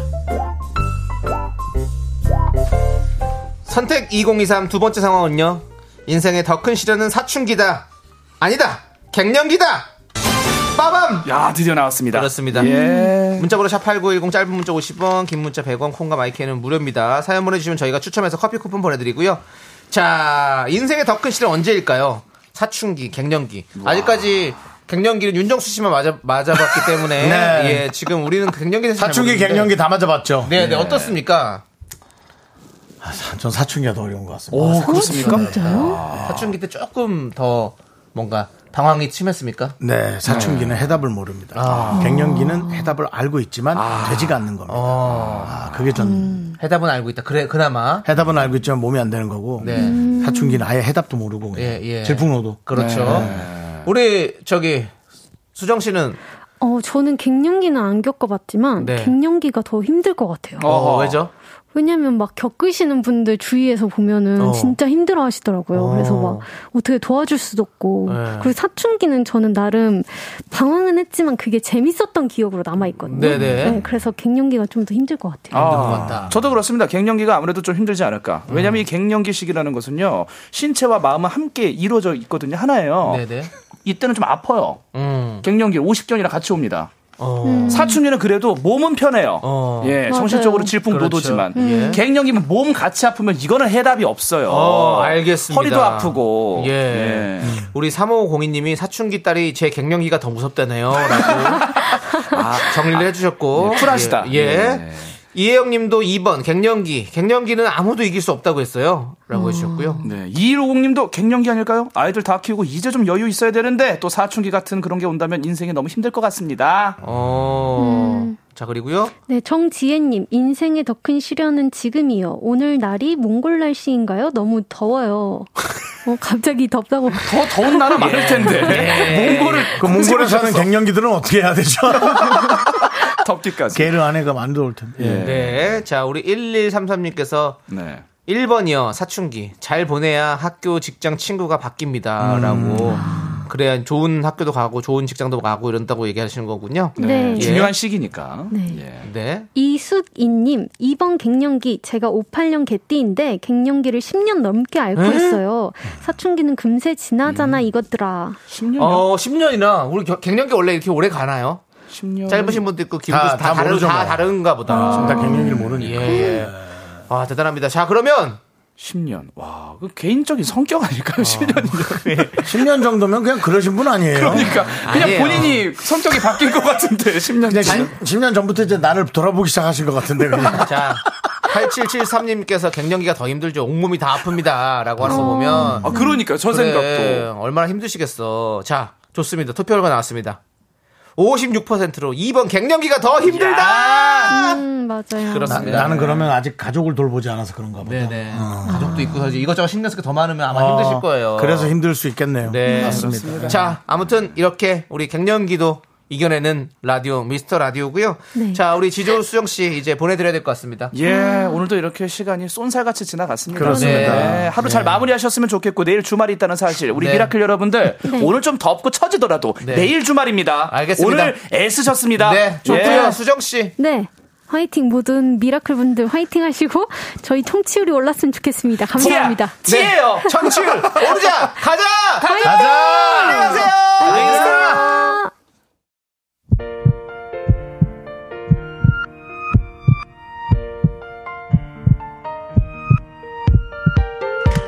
Speaker 2: 선택 2023 두 번째 상황은요. 인생의 더 큰 시련은 사춘기다. 아니다. 갱년기다. 빠밤.
Speaker 8: 야, 드디어 나왔습니다.
Speaker 2: 그렇습니다. 음.
Speaker 8: 예.
Speaker 2: 문자번호 샵8910 짧은 문자 50원 긴 문자 100원 콩과 마이크는 무료입니다. 사연 보내주시면 저희가 추첨해서 커피 쿠폰 보내드리고요. 자 인생의 더 큰 시련 언제일까요? 사춘기 갱년기 아직까지 갱년기는 윤정수 씨만 맞아, 맞아봤기 때문에
Speaker 1: 네.
Speaker 2: 예, 지금 우리는 갱년기 대해서 잘 모르는데.
Speaker 1: 다 맞아봤죠
Speaker 2: 네, 네, 어떻습니까?
Speaker 1: 아, 전 사춘기가 더 어려운 것 같습니다
Speaker 8: 오, 그렇습니까?
Speaker 2: 사춘기 때 조금 더 뭔가 방황이 심했습니까?
Speaker 1: 네, 아. 사춘기는 해답을 모릅니다. 갱년기는 해답을 알고 있지만 되지가 않는 겁니다. 아, 그게 전
Speaker 2: 해답은 알고 있다. 그래, 그나마.
Speaker 1: 해답은 알고 있지만 몸이 안 되는 거고 음.
Speaker 2: 네.
Speaker 1: 사춘기는 아예 해답도 모르고
Speaker 2: 예,
Speaker 1: 그냥
Speaker 2: 예.
Speaker 1: 질풍노도.
Speaker 2: 그렇죠. 우리, 저기, 수정 씨는,
Speaker 9: 어, 저는 갱년기는 안 겪어봤지만
Speaker 2: 네.
Speaker 9: 갱년기가 더 힘들 것 같아요.
Speaker 2: 어, 왜죠?
Speaker 9: 왜냐면 막 겪으시는 분들 주위에서 보면은
Speaker 2: 어.
Speaker 9: 진짜 힘들어 하시더라고요. 그래서 막 어떻게 도와줄 수도 없고.
Speaker 2: 네.
Speaker 9: 그리고 사춘기는 저는 나름 방황은 했지만 그게 재밌었던 기억으로 남아있거든요.
Speaker 2: 네네.
Speaker 9: 그래서 갱년기가 좀 더 힘들 것 같아요.
Speaker 2: 네, 같다. 음.
Speaker 8: 저도 그렇습니다. 갱년기가 아무래도 좀 힘들지 않을까. 왜냐하면 이 갱년기 시기라는 것은요, 신체와 마음은 함께 이루어져 있거든요. 하나예요.
Speaker 2: 네네.
Speaker 8: 이때는 좀 아파요.
Speaker 2: 음.
Speaker 8: 갱년기 50견이랑 같이 옵니다.
Speaker 2: 어.
Speaker 8: 사춘기는 그래도 몸은 편해요.
Speaker 2: 어.
Speaker 8: 예,
Speaker 9: 음. 맞아요. 음.
Speaker 8: 정신적으로 질풍노도지만
Speaker 2: 그렇죠. 예.
Speaker 8: 갱년기면 몸 같이 아프면 이거는 해답이 없어요.
Speaker 2: 어, 알겠습니다.
Speaker 8: 허리도 아프고.
Speaker 2: 예. 우리 3502님이 사춘기 딸이 제 갱년기가 더 무섭다네요. 라고 아, 정리를 해주셨고.
Speaker 8: 쿨하시다.
Speaker 2: 예. 예. 이혜영 님도 2번, 갱년기. 갱년기는 아무도 이길 수 없다고 했어요. 라고 해주셨고요.
Speaker 8: 네. 2150님도 갱년기 아닐까요? 아이들 다 키우고 이제 좀 여유 있어야 되는데 또 사춘기 같은 그런 게 온다면 인생이 너무 힘들 것 같습니다.
Speaker 2: 어. 자, 그리고요.
Speaker 9: 네, 정지혜님, 인생의 더 큰 시련은 지금이요. 오늘 날이 몽골 날씨인가요? 너무 더워요. 어, 갑자기 덥다고.
Speaker 8: 더 더운
Speaker 2: 예.
Speaker 8: 나라 많을 텐데. 몽골을
Speaker 1: 그 몽골에 사는 갱년기들은 어떻게 해야 되죠?
Speaker 8: 덥기까지.
Speaker 1: 개를 안에 가면 안 들어올 텐데.
Speaker 8: 예.
Speaker 2: 네. 자, 우리 1133님께서
Speaker 8: 네.
Speaker 2: 1번이요, 사춘기. 잘 보내야 학교, 직장, 친구가 바뀝니다. 라고.
Speaker 8: 음.
Speaker 2: 그래야 좋은 학교도 가고, 좋은 직장도 가고, 이런다고 얘기하시는 거군요.
Speaker 9: 네.
Speaker 8: 중요한 시기니까.
Speaker 9: 네.
Speaker 8: 예.
Speaker 2: 네.
Speaker 9: 이숙이님, 이번 갱년기, 제가 58년 개띠인데, 갱년기를 10년 넘게 앓고 있어요. 사춘기는 금세 지나잖아,
Speaker 2: 음.
Speaker 9: 이것들아.
Speaker 8: 10년.
Speaker 2: 어, 10년이나. 우리 겨- 갱년기 원래 이렇게 오래 가나요?
Speaker 8: 10년.
Speaker 2: 짧으신 분도 있고, 긴
Speaker 1: 다-
Speaker 2: 분도 있고, 다,
Speaker 1: 다
Speaker 2: 다른,
Speaker 1: 모르죠,
Speaker 2: 다
Speaker 1: 뭐.
Speaker 2: 다른가 보다.
Speaker 1: 다 갱년기를 모르니까.
Speaker 2: 예, 예. 아, 대단합니다. 자, 그러면.
Speaker 8: 10년. 와, 그 개인적인 성격 아닐까요?
Speaker 2: 어.
Speaker 8: 10년이면.
Speaker 1: 10년 정도면 그냥 그러신 분 아니에요.
Speaker 8: 그러니까 그냥
Speaker 2: 예. 아니에요.
Speaker 8: 본인이 성격이 바뀐 것 같은데 10년
Speaker 1: 그냥
Speaker 8: 전.
Speaker 1: 10, 년 전부터 이제 나를 돌아보기 시작하신 것 같은데 그냥.
Speaker 2: 자. 8773님께서 갱년기가 더 힘들죠. 온몸이 다 아픕니다. 라고 하는 거 보면.
Speaker 8: 아 그러니까 저
Speaker 2: 그래,
Speaker 8: 생각도
Speaker 2: 얼마나 힘드시겠어. 자, 좋습니다. 투표 결과 나왔습니다. 56%로 2번 갱년기가 더 힘들다.
Speaker 9: 음, 맞아요.
Speaker 2: 그렇습니다.
Speaker 1: 나는 그러면 아직 가족을 돌보지 않아서 그런가 보다.
Speaker 2: 네. 네네. 가족도 있고 사실 이것저것 신경 쓸 게 더 많으면 아마
Speaker 1: 어,
Speaker 2: 힘드실 거예요.
Speaker 1: 그래서 힘들 수 있겠네요.
Speaker 2: 네.
Speaker 1: 맞습니다.
Speaker 2: 자, 아무튼 이렇게 우리 갱년기도 이겨내는 라디오 미스터 라디오고요.
Speaker 9: 네.
Speaker 2: 자, 우리 지조 수정 씨 이제 보내드려야 될 것 같습니다.
Speaker 7: 예,
Speaker 2: 음.
Speaker 7: 오늘도 이렇게 시간이 쏜살같이 지나갔습니다.
Speaker 1: 그렇습니다.
Speaker 7: 네, 하루 잘 마무리하셨으면 좋겠고 내일 주말이 있다는 사실 우리
Speaker 2: 네.
Speaker 7: 미라클 여러분들 오늘 좀 덥고 처지더라도
Speaker 2: 네.
Speaker 7: 내일 주말입니다.
Speaker 2: 알겠습니다.
Speaker 7: 오늘 애쓰셨습니다.
Speaker 2: 네, 좋고요,
Speaker 7: 예.
Speaker 2: 수정 씨.
Speaker 9: 네. 화이팅 모든 미라클 분들 화이팅 하시고 저희 통치율이 올랐으면 좋겠습니다. 감사합니다.
Speaker 7: 티예요.
Speaker 2: 네.
Speaker 7: 아,
Speaker 2: 청취율 오르자 가자.
Speaker 1: 가자!
Speaker 7: 네.
Speaker 2: 안녕하세요.
Speaker 1: 네.
Speaker 2: 네.
Speaker 7: 아,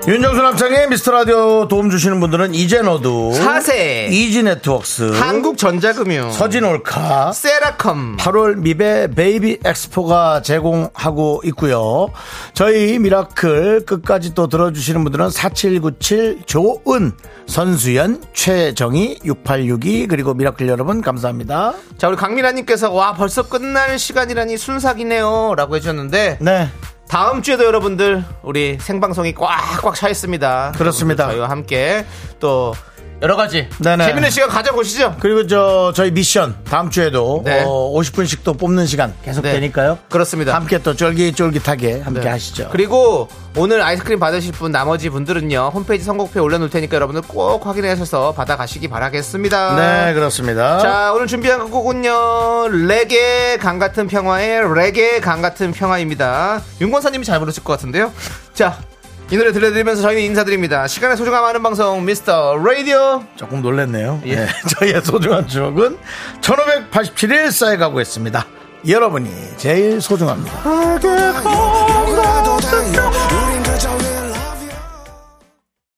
Speaker 1: 윤정수 남창의 미스터 라디오 도움 주시는 분들은 이젠어두,
Speaker 2: 사세.
Speaker 1: 이지 네트웍스,
Speaker 2: 한국전자금융
Speaker 1: 서진올카,
Speaker 2: 세라컴
Speaker 1: 8월 미베 베이비 엑스포가 제공하고 있고요. 저희 미라클 끝까지 또 들어주시는 분들은 4797 조은, 선수연, 최정희, 6862 그리고 미라클 여러분 감사합니다.
Speaker 2: 자 우리 강민아님께서 와 벌써 끝날 시간이라니 순삭이네요라고 해주셨는데
Speaker 1: 네.
Speaker 2: 다음 주에도 여러분들 우리 생방송이 꽉꽉 차 있습니다.
Speaker 1: 그렇습니다.
Speaker 2: 저희와 함께 또 여러 가지
Speaker 1: 네네.
Speaker 2: 재밌는 시간 가져보시죠.
Speaker 1: 그리고 저 저희 미션 다음 주에도
Speaker 2: 네.
Speaker 1: 어, 50분씩 또 뽑는 시간 계속
Speaker 2: 네.
Speaker 1: 되니까요.
Speaker 2: 그렇습니다.
Speaker 1: 함께 또 쫄깃쫄깃하게 함께
Speaker 2: 네.
Speaker 1: 하시죠.
Speaker 2: 그리고 오늘 아이스크림 받으실 분 나머지 분들은요 홈페이지 선곡표에 올려놓을 테니까 여러분들 꼭 확인하셔서 받아가시기 바라겠습니다.
Speaker 1: 네, 그렇습니다.
Speaker 2: 자 오늘 준비한 곡은요 레게 강 같은 평화의 레게 강 같은 평화입니다. 윤권사님이 잘 부르실 것 같은데요. 자 이 노래 들려드리면서 저희는 인사드립니다. 시간의 소중함 아는 방송 미스터 라디오.
Speaker 1: 조금 놀랬네요.
Speaker 2: 예.
Speaker 1: 네, 저희의 소중한 추억은 1587일 쌓여가고 있습니다. 여러분이 제일 소중합니다.
Speaker 2: 아,